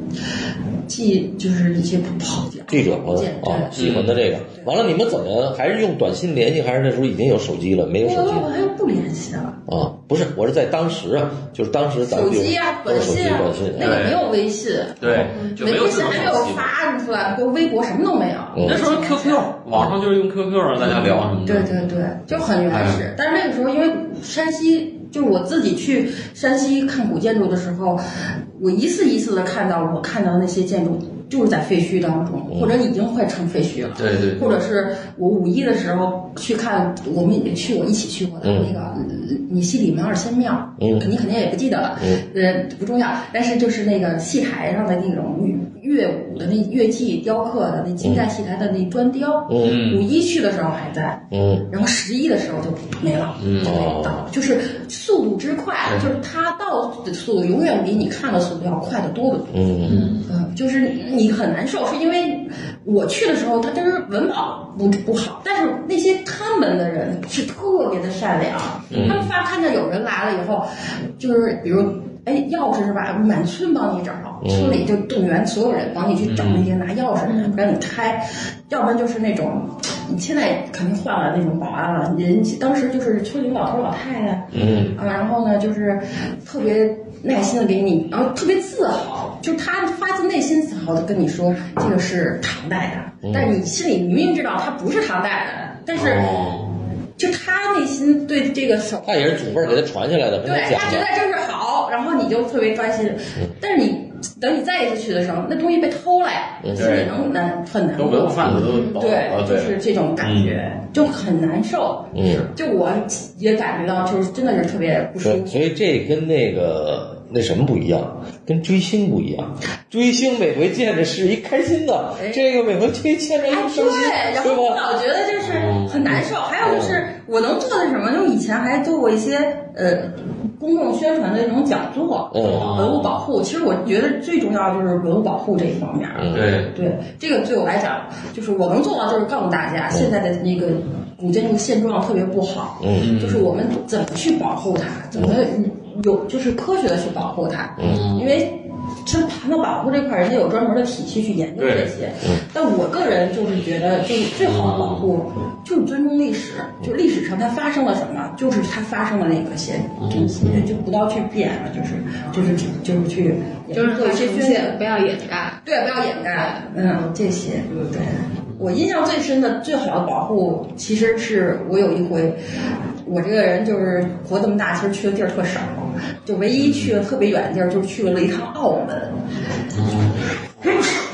Speaker 4: 记，就是一些跑
Speaker 1: 记者
Speaker 4: 跑
Speaker 1: 朋友
Speaker 4: 见对。嗯
Speaker 1: 啊，喜欢的这个。完了，你们怎么还是用短信联系？还是那时候已经有手机了？没有
Speaker 4: 我
Speaker 1: 手机
Speaker 4: 我我还不联系了，
Speaker 1: 啊？不是，我是在当时啊，就是当时咱
Speaker 4: 手
Speaker 1: 们就
Speaker 4: 机啊，
Speaker 1: 都
Speaker 4: 短
Speaker 1: 是手机
Speaker 4: 信啊
Speaker 1: 短信，
Speaker 4: 那
Speaker 1: 啊
Speaker 4: 个没有微信，
Speaker 2: 对，
Speaker 1: 嗯
Speaker 2: 就没有
Speaker 4: 微
Speaker 2: 智
Speaker 4: 信
Speaker 2: 能
Speaker 4: 还没有
Speaker 2: 手机。
Speaker 4: 发出来，或微博什么都没有。
Speaker 1: 嗯
Speaker 2: 那时候 QQ，网上就是用 QQ 让大家聊什么
Speaker 4: 对
Speaker 2: 的，
Speaker 4: 对对，就很原始。但是那个时候，因为山西，就是我自己去山西看古建筑的时候，我一次一次的看到我看到那些建筑就是在废墟当中，或者已经快成废墟了。
Speaker 2: 对对
Speaker 4: 或者是我五一的时候去看，我们也去过，一起去过的
Speaker 1: 嗯
Speaker 4: 那个呃你西里门二仙庙，
Speaker 1: 嗯
Speaker 4: 肯定肯定也不记得了，呃，不重要。但是就是那个戏台上的那种乐舞的那乐器雕刻的那金代戏台的那砖雕，
Speaker 1: 嗯
Speaker 4: 五一去的时候还在，
Speaker 1: 嗯
Speaker 4: 然后十一的时候就没了，
Speaker 2: 嗯
Speaker 4: 就没到，就是速度之快，就是它到的速度永远比你看的速度要快得多得多。
Speaker 1: 嗯
Speaker 4: 嗯，就是你很难受，是因为我去的时候，它就是文保不不好，但是那些看门的人是特别的善良，他们发看见有人来了以后，就是比如。哎，钥匙是吧？满村帮你找，村里就动员所有人帮你去找那些拿钥匙的人，让你开。要不然就是那种，你现在肯定换了那种保安了，人当时就是村里老头老太太，
Speaker 1: 嗯
Speaker 4: 啊，然后呢，就是特别耐心的给你，然后特别自豪，就他发自内心自豪的跟你说这个是唐代
Speaker 1: 嗯
Speaker 4: 的，但是你心里明明知道它不是唐代的，但是
Speaker 2: 哦，
Speaker 4: 就他内心对这个手，
Speaker 1: 他也是祖辈儿给他传下来的，跟
Speaker 4: 对
Speaker 1: 讲嗯
Speaker 4: 他觉得
Speaker 1: 的。
Speaker 4: 这是好，然后你就特别专心，但是你等你再一次去的时候，那东西被偷了呀，
Speaker 1: 嗯
Speaker 4: 心里能难很难
Speaker 2: 都文物
Speaker 4: 过。
Speaker 2: 贩子都
Speaker 4: 嗯对，
Speaker 2: 啊，
Speaker 4: 就是
Speaker 2: 对，
Speaker 4: 这种感觉，就很难受。
Speaker 1: 嗯，
Speaker 4: 就我也感觉到，就是真的是特别不舒
Speaker 1: 对，
Speaker 4: 服。
Speaker 1: 所以这跟那个那什么不一样，跟追星不一样。追星每回见着是一开心的，这个每回见见着一
Speaker 4: 哎，
Speaker 1: 伤心，
Speaker 4: 对，然后
Speaker 1: 对
Speaker 4: 我
Speaker 1: 吧？
Speaker 4: 老觉得就是很难受。还有就是我能做的是什么？就以前还做过一些呃公共宣传的那种讲座，
Speaker 1: 嗯
Speaker 4: 文物保护。其实我觉得最重要就是文物保护这一方面。
Speaker 1: 嗯
Speaker 2: 对，
Speaker 4: 对，这个对我来讲，就是我能做到，就是告诉大家，现在的那个古建筑现状特别不好，
Speaker 1: 嗯
Speaker 4: 就是我们怎么去保护它，怎么有就是科学的去保护它，
Speaker 1: 嗯
Speaker 2: 嗯
Speaker 4: 因为。像盘子保护这块儿，人家有专门的体系去研究这些。但我个人就是觉得，就是最好的保护就是尊重历史，就历史上它发生了什么，就是它发生的那个些东西，就不要去变了，就是就是就是去
Speaker 3: 就是
Speaker 4: 做一些宣
Speaker 3: 现
Speaker 4: 言，
Speaker 3: 不要掩盖。
Speaker 4: 对，不要掩盖，嗯，这些，对。我印象最深的、最好的保护，其实是我有一回，我这个人就是活这么大，其实去的地儿特少，就唯一去的特别远的地儿，就去了一趟澳门。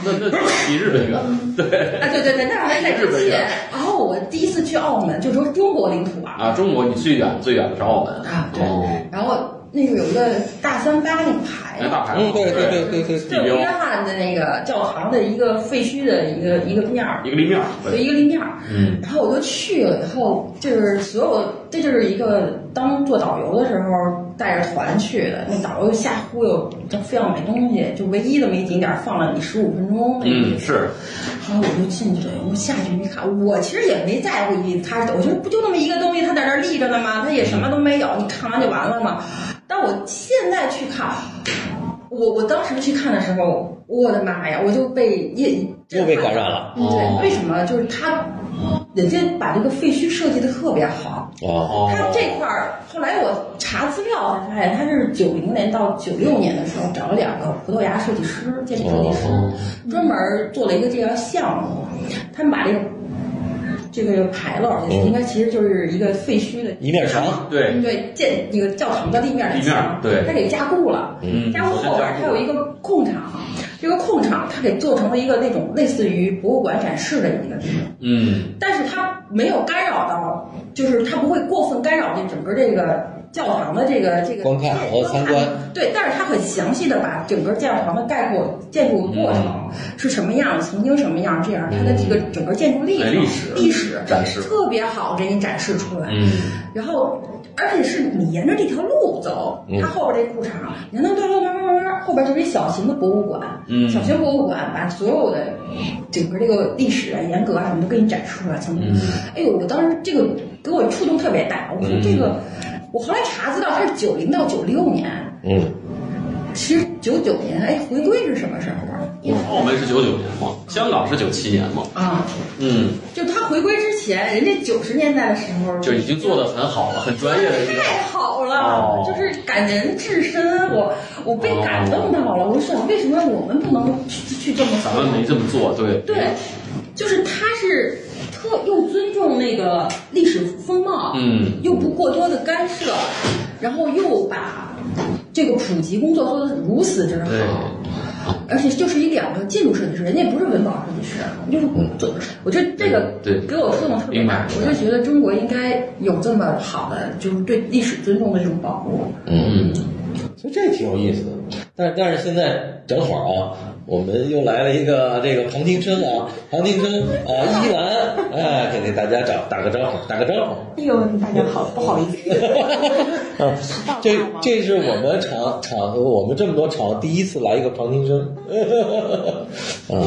Speaker 2: 那那比日本远，对
Speaker 4: 啊，对对对，那还在
Speaker 2: 日本
Speaker 4: 之
Speaker 2: 远
Speaker 4: 前。哦，我第一次去澳门，就说中国领土啊，
Speaker 2: 啊，中国你最远最远的是澳门
Speaker 4: 啊，对
Speaker 2: 哦，
Speaker 4: 然后那个有一个大三巴那个牌牌
Speaker 2: 哎，大
Speaker 4: 嘛，
Speaker 2: 牌
Speaker 1: 嗯，
Speaker 2: 子，
Speaker 1: 对对对对对，
Speaker 2: 地
Speaker 4: 这是
Speaker 2: 标
Speaker 4: 约翰的那个教堂的一个废墟的一个一个面儿，
Speaker 2: 一个立面儿，
Speaker 4: 对，一个立面儿。
Speaker 2: 嗯，
Speaker 4: 然后我就去了，以后就是所有，这就是一个当做导游的时候带着团去的，那导游瞎忽悠，就非要买东西，就唯一的没景点儿放了你十五分钟那个地
Speaker 2: 嗯
Speaker 4: 方
Speaker 2: 是，
Speaker 4: 然后我就进去了，我下去一看，我其实也没在乎一他，我觉得不就那么一个东西，他在那儿立着呢吗？他也什么都没有，你看完就完了嘛。但我现在去看，我我当时去看的时候，我的妈呀，我就被也
Speaker 1: 又被感染了。
Speaker 2: 哦
Speaker 4: 对，为什么？就是他，人家把这个废墟设计的特别好。
Speaker 1: 哦，
Speaker 2: 哦，
Speaker 4: 他这块儿，后来我查资料才发现，他是九零年到九六年的时候找了两个葡萄牙设计师、建筑设计师，
Speaker 2: 哦
Speaker 4: 专门做了一个这个项目。他们把这个这个牌
Speaker 2: 哦
Speaker 4: 楼，应该其实就是一个废墟的
Speaker 1: 一面墙，
Speaker 2: 对，
Speaker 4: 对建那个教堂的立面
Speaker 2: 立面
Speaker 4: 的墙，
Speaker 2: 对
Speaker 4: 他给加固了。
Speaker 2: 嗯，
Speaker 4: 家屋后边儿它有一个空场，这个空场它给做成了一个那种类似于博物馆展示的一个地方，
Speaker 2: 嗯，
Speaker 4: 但是它没有干扰到，就是它不会过分干扰这整个这个教堂的这个这个
Speaker 1: 观看和参观。
Speaker 4: 对，但是它很详细的把整个教堂的概括、建筑过程是什么样，曾经什么样，这样它的这个整个建筑历
Speaker 2: 哎
Speaker 4: 史、
Speaker 2: 历史
Speaker 4: 历史
Speaker 2: 展示
Speaker 4: 特别好给你展示出来。
Speaker 2: 嗯，
Speaker 4: 然后，而且是你沿着这条路走，它后边这裤衩，沿着大路慢慢慢慢，后边就是一小型的博物馆，
Speaker 2: 嗯
Speaker 4: 小型博物馆把所有的整个这个历史啊、严格啊什么都给你展示出来，从，
Speaker 2: 嗯
Speaker 4: 哎呦，我当时这个给我触动特别大，我说
Speaker 2: 嗯
Speaker 4: 这个，我后来查资料，它是九零到九六年，
Speaker 1: 嗯，
Speaker 4: 其实九九年，哎，回归是什么时候啊？
Speaker 2: 澳门是九九年嘛，香港是九七年嘛，
Speaker 4: 啊，
Speaker 2: 嗯，
Speaker 4: 就它回归之前，人家九十年代的时候
Speaker 2: 就已经做的很好了，很专业的一个，
Speaker 4: 太好了，
Speaker 2: 哦
Speaker 4: 就是感人至深，我我被感动到了。我想，为什么我们不能去去这么
Speaker 2: 咱们没这么做，对，
Speaker 4: 对，就是他是特又尊重那个历史风貌，
Speaker 2: 嗯，
Speaker 4: 又不过多的干涉，然后又把这个普及工作做得如此之好
Speaker 2: 对。
Speaker 4: 而且就是一两个建筑设计师，人家不是文保设计师，就是做。我觉得这个
Speaker 2: 嗯对
Speaker 4: 给我触动特别
Speaker 2: 明白
Speaker 4: 大，我就觉得中国应该有这么好的，就是对历史尊重的这种保护。
Speaker 2: 嗯，
Speaker 1: 所以这挺有意思的。但但是现在正好啊，我们又来了一个这个旁听生啊，旁听生啊，依兰，哎，给大家找打个招呼，打个招呼。
Speaker 6: 哎呦，大家好，不好意思，
Speaker 1: 啊
Speaker 6: 到
Speaker 1: 这
Speaker 6: 大吗
Speaker 1: 这是我们场场我们这么多场第一次来一个旁听生， 啊，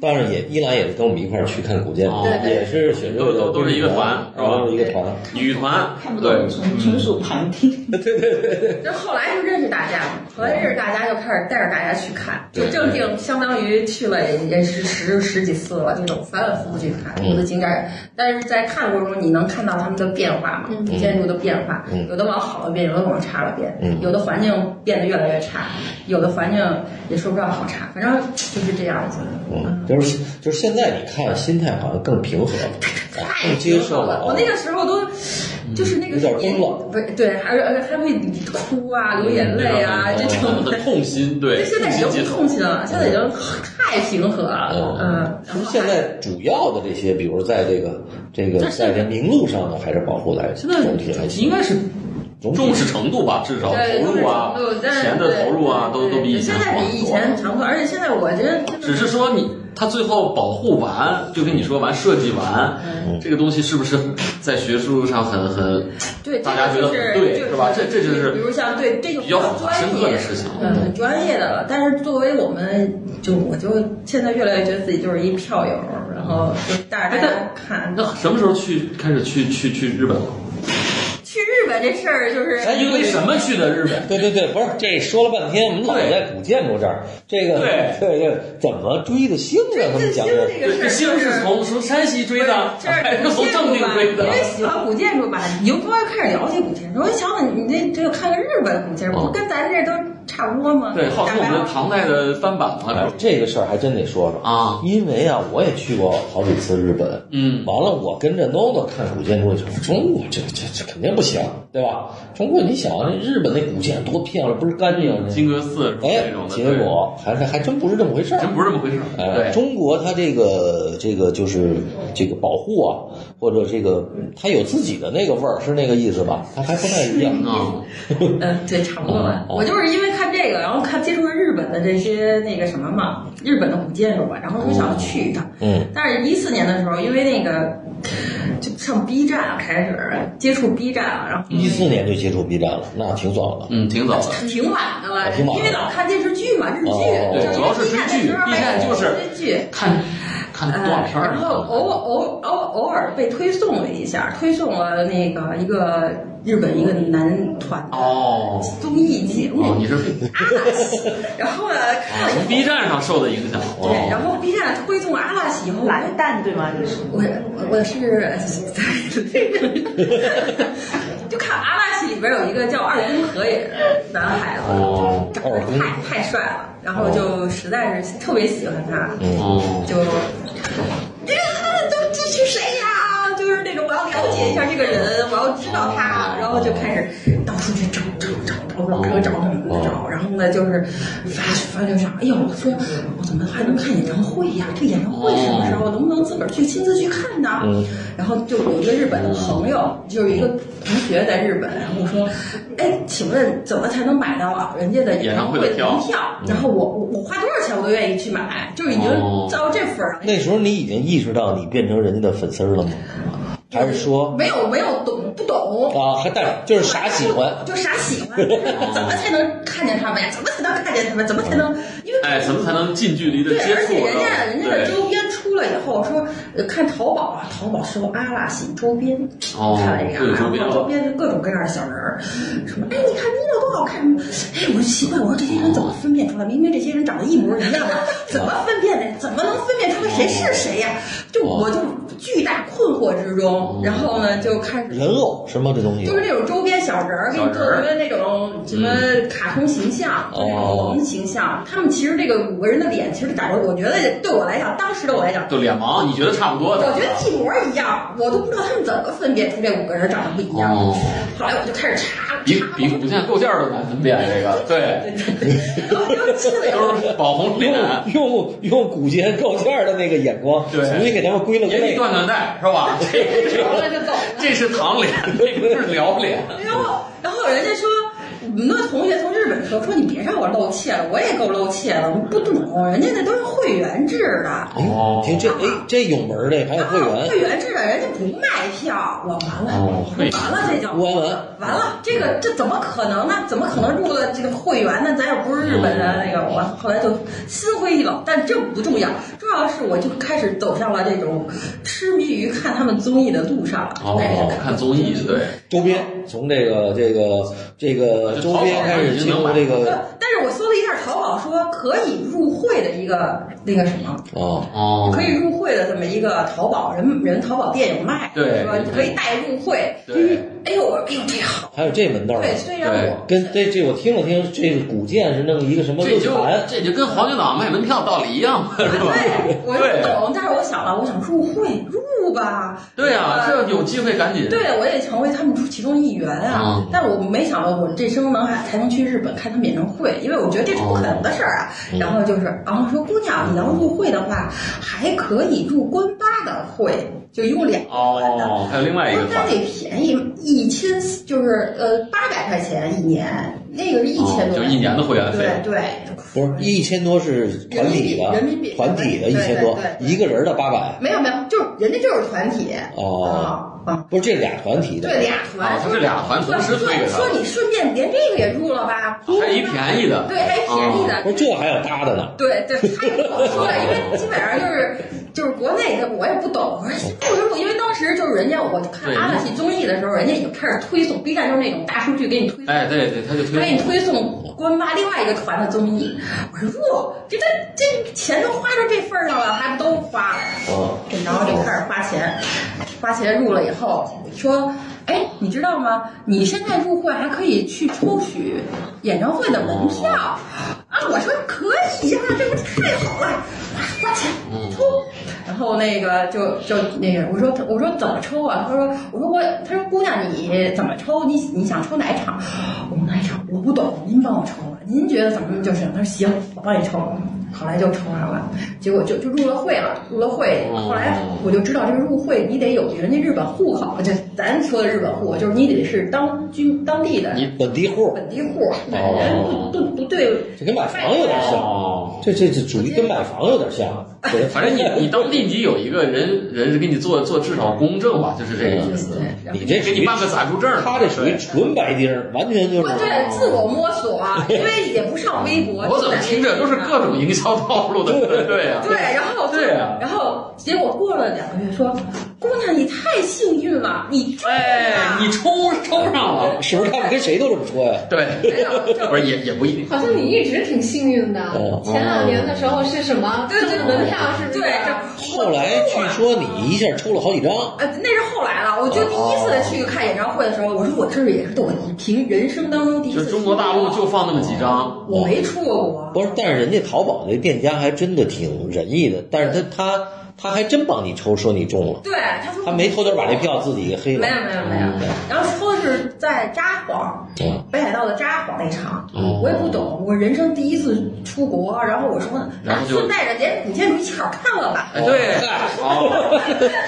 Speaker 1: 当然也依兰也是跟我们一块儿去看古建，
Speaker 2: 哦对
Speaker 7: 对
Speaker 1: 也是学生会的
Speaker 2: 都都是一个团是吧
Speaker 1: 啊都是一个团，
Speaker 2: 女团
Speaker 6: 看，不
Speaker 2: 对
Speaker 6: 懂，，
Speaker 2: 嗯
Speaker 6: 纯纯属旁听。
Speaker 4: 就后来就认识大家，后来认识大家就开始带着大家去看，就
Speaker 1: 对
Speaker 4: 正经相当于去了也也是十十几次了，这种反反复复去看
Speaker 1: 嗯
Speaker 4: 有的景点儿，但是在看过程中你能看到他们的变化嘛，建筑的变化，有的往好了变，有的往差了变，
Speaker 1: 嗯
Speaker 4: 有的环境变得越来越差，有的环境也说不上好差，反正就是这样子。
Speaker 1: 嗯，就是就是现在你看心态好像更平和了，啊
Speaker 4: 太
Speaker 1: 更接受
Speaker 4: 了，
Speaker 1: 了，嗯
Speaker 4: 我那个时候都就是那个
Speaker 1: 有点崩了，
Speaker 4: 不是对，还而且还会哭啊，流眼泪
Speaker 1: 嗯
Speaker 4: 啊，这种 的
Speaker 2: 的。痛心，对，
Speaker 4: 就现在已经不痛心了，现在已经太平和了，
Speaker 1: 哦
Speaker 4: 嗯，
Speaker 1: 其实现在主要的这些，比如在这个这个在这名录上呢，还是保护来
Speaker 2: 现在
Speaker 1: 总体来
Speaker 2: 应
Speaker 1: 行，
Speaker 2: 该是
Speaker 1: 总体
Speaker 2: 重视程度吧，至少
Speaker 4: 对
Speaker 2: 投入啊
Speaker 4: 对，对
Speaker 2: 钱的投入啊，
Speaker 4: 对
Speaker 2: 都都比以前
Speaker 4: 现
Speaker 2: 好
Speaker 4: 在比
Speaker 2: 很
Speaker 4: 以
Speaker 2: 多
Speaker 4: 前强多，而且现在我觉得真的
Speaker 2: 只是说你他最后保护完，就跟你说完设计完，
Speaker 1: 嗯
Speaker 2: 这个东西是不是在学术上很很
Speaker 4: 对
Speaker 2: 大家觉得很
Speaker 4: 这个
Speaker 2: 对
Speaker 4: 就是
Speaker 2: 吧？这这就
Speaker 4: 比
Speaker 2: 是
Speaker 4: 如像对这种
Speaker 2: 比较深刻的
Speaker 4: 专业
Speaker 2: 事情
Speaker 4: 嗯，很专业的了。但是作为我们，就我就现在越来越觉得自己就是一票友，然后就带着
Speaker 2: 哎
Speaker 4: 大家看。哦
Speaker 2: 那什么时候去开始去去去日本了？
Speaker 4: 去日本这事儿就是
Speaker 1: 哎
Speaker 2: 因为什么去的日本？
Speaker 1: 对对对，不是这说了半天，我们老
Speaker 2: 对
Speaker 1: 在古建筑这儿，这个
Speaker 2: 对
Speaker 1: 对对，怎么追的星啊？他们讲
Speaker 4: 这
Speaker 1: 的
Speaker 4: 这
Speaker 2: 对，
Speaker 4: 个
Speaker 2: 这
Speaker 4: 事儿
Speaker 2: 星
Speaker 4: 就是
Speaker 2: 从从山西追的，
Speaker 4: 这儿
Speaker 2: 还是从哎正定追的
Speaker 4: 因？为喜欢古建筑吧，你就不会开始了解古建筑。我就想想，你这只有看个日本古建筑，不跟咱这都差不多吗？
Speaker 2: 哦对，号
Speaker 4: 大
Speaker 2: 称我
Speaker 4: 白
Speaker 2: 们唐代的翻版了。
Speaker 1: 哎这个事儿还真得说说
Speaker 2: 啊
Speaker 1: 因为啊，我也去过好几次日本，
Speaker 2: 嗯
Speaker 1: 完了我跟着 NONO 看古建筑的时候，中国这这这肯定不行，对吧？中国你想啊，这日本那古建筑多漂亮，不是干净啊，
Speaker 2: 金阁寺什么
Speaker 1: 哎
Speaker 2: 那嗯种，的，
Speaker 1: 结果还是还真不是这么回事
Speaker 2: 对
Speaker 1: 儿，
Speaker 2: 真不是这么回事儿。
Speaker 1: 哎，
Speaker 2: 对，
Speaker 1: 中国它这个这个就是这个保护啊，或者这个嗯它有自己的那个味儿，是那个意思吧？它还不太一样。
Speaker 2: 嗯，
Speaker 4: 嗯，对，差不多吧。
Speaker 1: 哦
Speaker 4: 我就是因为看这这个，然后看接触了日本的这些那个什么嘛，日本的古建筑嘛，然后我就想去一
Speaker 2: 哦
Speaker 4: 趟。
Speaker 1: 嗯，
Speaker 4: 但是一四年的时候，因为那个就上 B 站啊开始接触 B 站了，然后
Speaker 1: 一四年就接触 B 站了，那挺早了。
Speaker 2: 嗯，挺早的。
Speaker 4: 挺晚的
Speaker 2: 哦
Speaker 4: 吧，
Speaker 1: 挺晚的
Speaker 4: 因为老看电视剧嘛，日剧，
Speaker 1: 哦
Speaker 2: 对
Speaker 4: 就
Speaker 2: 主要是追剧
Speaker 4: B 站那
Speaker 2: B
Speaker 4: 时候
Speaker 2: 站就是
Speaker 4: 追剧。
Speaker 2: 看看动画片
Speaker 4: 呃
Speaker 2: 儿
Speaker 4: 然后偶偶偶偶尔被推送了一下，推送了那个一个日本一个男团的
Speaker 2: 哦
Speaker 4: 综艺节目，
Speaker 2: 哦，你是
Speaker 4: 然后呢看了以后
Speaker 2: 从 B 站上受的影响
Speaker 4: 对，然
Speaker 2: 哦。
Speaker 4: 后 B 站推送阿拉西以后，我
Speaker 3: 蓝蛋对吗？你是
Speaker 4: 我我是 就看阿拉西里边有一个叫二宫和也的男孩子，
Speaker 2: 哦
Speaker 4: 长得太太帅了，然后就实在是特别喜欢他，
Speaker 2: 哦，
Speaker 4: 就。哎这这这是谁呀？就是那种我要了解一下这个人，我要知道
Speaker 2: 哦
Speaker 4: 他，然后就开始到处去找找找找老哥找找找，然后呢就是发发就想，哎呦，我说我怎么还能看演唱会呀？这演唱会什么时候？能不能自个儿去亲自去看呢？
Speaker 2: 嗯
Speaker 4: 然后就有一个日本的朋友，就是一个同学在日本，然后说，哎，请问怎么才能买到啊人家的演唱会门
Speaker 2: 演唱
Speaker 4: 票
Speaker 2: 会？
Speaker 4: 然后我我我花多少钱我都愿意去买，就是已经
Speaker 2: 哦
Speaker 4: 到这份儿上了。
Speaker 1: 那时候你已经意识到你变成人家的粉丝了吗？还是说
Speaker 4: 没有没有懂不懂？
Speaker 1: 啊，还但就是傻喜欢？
Speaker 4: 就傻喜欢，就是怎么才能看见他们呀？怎么才能看见他们？怎么 才能？因为
Speaker 2: 哎，怎么才能近距离的
Speaker 4: 对，
Speaker 2: 接
Speaker 4: 而
Speaker 2: 触
Speaker 4: 且人
Speaker 2: 呢
Speaker 4: 家人家的
Speaker 2: 对，
Speaker 4: 周边出了以后，说呃看淘宝啊，淘宝收阿拉西周边，
Speaker 2: 哦
Speaker 4: 看了一下，
Speaker 2: 对周边
Speaker 4: 然后周边就哎各种各样的小人儿，什么哎，你看妮娜多好看，哎，我就奇怪，我说这些人怎么分辨出来？明明这些人长得一模一样啊，怎么分辨的？怎么能分辨出来谁是谁呀、就我就巨大困惑之中，然后呢就开始
Speaker 1: 人偶是吗？这东西
Speaker 4: 就是那种周边小人儿，给你嗯做成了那种什么卡通形象，就那种我们形象。他们其实这个五个人的脸，其实打着，我觉得对我来讲，当时的我来讲，
Speaker 2: 就脸盲，你觉得差不多？啊
Speaker 4: 我觉得一模一样，我都不知道他们怎么分辨出这五个人长得不一样。
Speaker 2: 哦
Speaker 4: 后来我就开始查，
Speaker 2: 鼻鼻孔不见够劲儿都难分辨这个，对，
Speaker 4: 然后就进了以后
Speaker 2: 都是网红脸，
Speaker 1: 用用用古剑够劲儿的那个眼光，
Speaker 2: 对
Speaker 1: 重新给他们归了个
Speaker 2: 也得
Speaker 1: 类。
Speaker 2: 断断带是吧？这
Speaker 8: 熟了就懂了。
Speaker 2: 这是糖脸，这个是撩 脸，
Speaker 4: 然后，然后人家说，我们的同学从日本说，说你别让我露怯了，我也够露怯了，我不懂，人家那都是会员制的。
Speaker 1: 哦，听这哎，这有门儿的，还有会员
Speaker 4: 啊会员制的人家不卖票，我完了，
Speaker 2: 哦
Speaker 4: 我说完了，这就
Speaker 1: 我完
Speaker 4: 完了，这个这怎么可能呢？怎么可能入了这个会员呢？咱又不是日本人，那个我后来就心灰意冷，但这不重要，重要的是我就开始走上了这种痴迷于看他们综艺的路上了，就开始
Speaker 2: 哦，看综艺对，
Speaker 1: 周边，从这个这个这个周边开始进入这个
Speaker 4: 呃但是我搜了一下淘宝，说可以入会的一个那个什么，
Speaker 1: 哦，
Speaker 2: 哦
Speaker 4: 可以入会的这么一个淘宝人人淘宝店有卖，
Speaker 2: 对
Speaker 4: 说你可以带入会。
Speaker 2: 对，
Speaker 4: 哎呦，我说哎呦这好，
Speaker 1: 还有这门道儿。啊
Speaker 4: 对，虽然我
Speaker 1: 跟这这我听了听，这个古剑是弄一个什么
Speaker 2: 这
Speaker 1: 论
Speaker 2: 就
Speaker 1: 坛？
Speaker 2: 这就跟黄金党卖门票道理一样嘛，是吧？
Speaker 4: 对，我
Speaker 2: 对
Speaker 4: 又不懂，但是我想了，我想入会入吧，
Speaker 2: 对啊，这有机会赶紧。
Speaker 4: 对我也成为他们其中一员啊
Speaker 2: 嗯。
Speaker 4: 但我没想到我这生能还才能去日本看他们演唱会，因为我觉得这是不可能的事儿
Speaker 2: 哦
Speaker 4: 啊。
Speaker 2: 嗯
Speaker 4: 然后就是，然后说姑娘，你要入会的话，还可以入关八的会，就一共两个团的。
Speaker 2: 哦，还有另外一个
Speaker 4: 那
Speaker 2: 团
Speaker 4: 那，便宜一千，就是呃八百块钱一年，那个是一千
Speaker 2: 哦
Speaker 4: 多，
Speaker 2: 就一年的会员
Speaker 4: 对
Speaker 2: 费。
Speaker 4: 对，
Speaker 1: 不是一千多是团体的，
Speaker 4: 人民币人民币
Speaker 1: 团体的一
Speaker 4: 对
Speaker 1: 千多
Speaker 4: 对对，对
Speaker 1: 一个人的八百。
Speaker 4: 没有没有，就是人家就是团体
Speaker 1: 哦，
Speaker 4: 啊啊，
Speaker 1: 不是这俩团体的。
Speaker 4: 对俩
Speaker 2: 啊
Speaker 4: 团，
Speaker 2: 他是俩团同时推给他
Speaker 4: 说说你顺便连这个也入了吧，
Speaker 2: 还有一便宜的，
Speaker 4: 对，还便宜
Speaker 2: 哦。
Speaker 4: 的
Speaker 1: 不。是这还有搭的呢。
Speaker 4: 对对，他也跟我说了，因为基本上就是就是国内的我也不懂，我说不入，因为当时就是人家我看
Speaker 2: 对
Speaker 4: 阿拉西综艺的时候，人家已经开始推送 B 站就是那种大数据给你推送
Speaker 2: 哎，对对，他就
Speaker 4: 他给你
Speaker 2: 推。
Speaker 4: 推送关八另外一个团的综艺，我说哟，这这这钱都花到这份儿上了，还都花了，
Speaker 1: 哦，
Speaker 4: 然后就开始花钱，花钱入了以后说，哎，你知道吗？你现在入会还可以去抽取演唱会的门票啊！我说可以呀、这不是太好了，花花钱
Speaker 2: 嗯
Speaker 4: 抽。然后那个就就那个，我说我说怎么抽啊？他说我说我他说姑娘你怎么抽？你你想抽哪一场？我说哪一场我不懂，您帮我抽吧。您觉得怎么就是？他说行，我帮你抽。后来就重考了，结果就就入了会了，入了会。后来我就知道，这个入会你得有人家日本户口，就咱说的日本户，就是你得是当居当地的
Speaker 1: 你本地户，
Speaker 4: 本地户，本
Speaker 1: 哦
Speaker 4: 人不不不对，
Speaker 1: 这跟买房有点像，
Speaker 2: 哦，
Speaker 1: 这这这属于跟买房有点像。对，
Speaker 2: 反正你你当地你有一个人人是给你做做至少公证吧，就是这个意思。
Speaker 4: 嗯
Speaker 1: 你这属
Speaker 2: 给
Speaker 1: 于
Speaker 2: 你办个暂住证儿，
Speaker 1: 他这属于纯白丁儿，完全就是哦
Speaker 4: 啊对，自我摸索，啊因为也不上微博。
Speaker 2: 我怎么听着都是各种营销套路的？ 对呀、
Speaker 4: 对，然后就
Speaker 2: 对啊
Speaker 4: 然后结果过了两个月说，姑娘你太幸运了，你中了
Speaker 2: 哎，你冲冲上了，
Speaker 1: 是不是他们跟谁都这么说呀？
Speaker 2: 对，
Speaker 4: 没有就
Speaker 2: 不是也也不一定。
Speaker 3: 好像你一直挺幸运的
Speaker 1: 哦。
Speaker 3: 前两年的时候是什么？
Speaker 4: 对对对
Speaker 3: 中门票是不是？
Speaker 4: 对，
Speaker 1: 后来据说你一下抽了好几张，
Speaker 4: 呃，那是后来了。我就第一
Speaker 2: 哦
Speaker 4: 次去看演唱会的时候，我说我这也是我凭人生当中第一
Speaker 2: 就
Speaker 4: 次。
Speaker 2: 中国大陆就放那么几 张，
Speaker 4: 我没出过国，
Speaker 1: 不是，但是人家淘宝那店家还真的挺仁义的，但是他他他还真帮你抽，说你中了，
Speaker 4: 对，他说
Speaker 1: 他没偷偷把这票自己给黑了。
Speaker 4: 没有没有没
Speaker 2: 嗯
Speaker 4: 有。然后说是在札幌，
Speaker 1: 嗯
Speaker 4: 北海道的札幌那场，
Speaker 2: 哦
Speaker 4: 我也不懂，我人生第一次出国，然后我说，啊
Speaker 2: 然后就
Speaker 4: 顺带着连古建筑一起好看了吧。
Speaker 2: 哎，对，哦，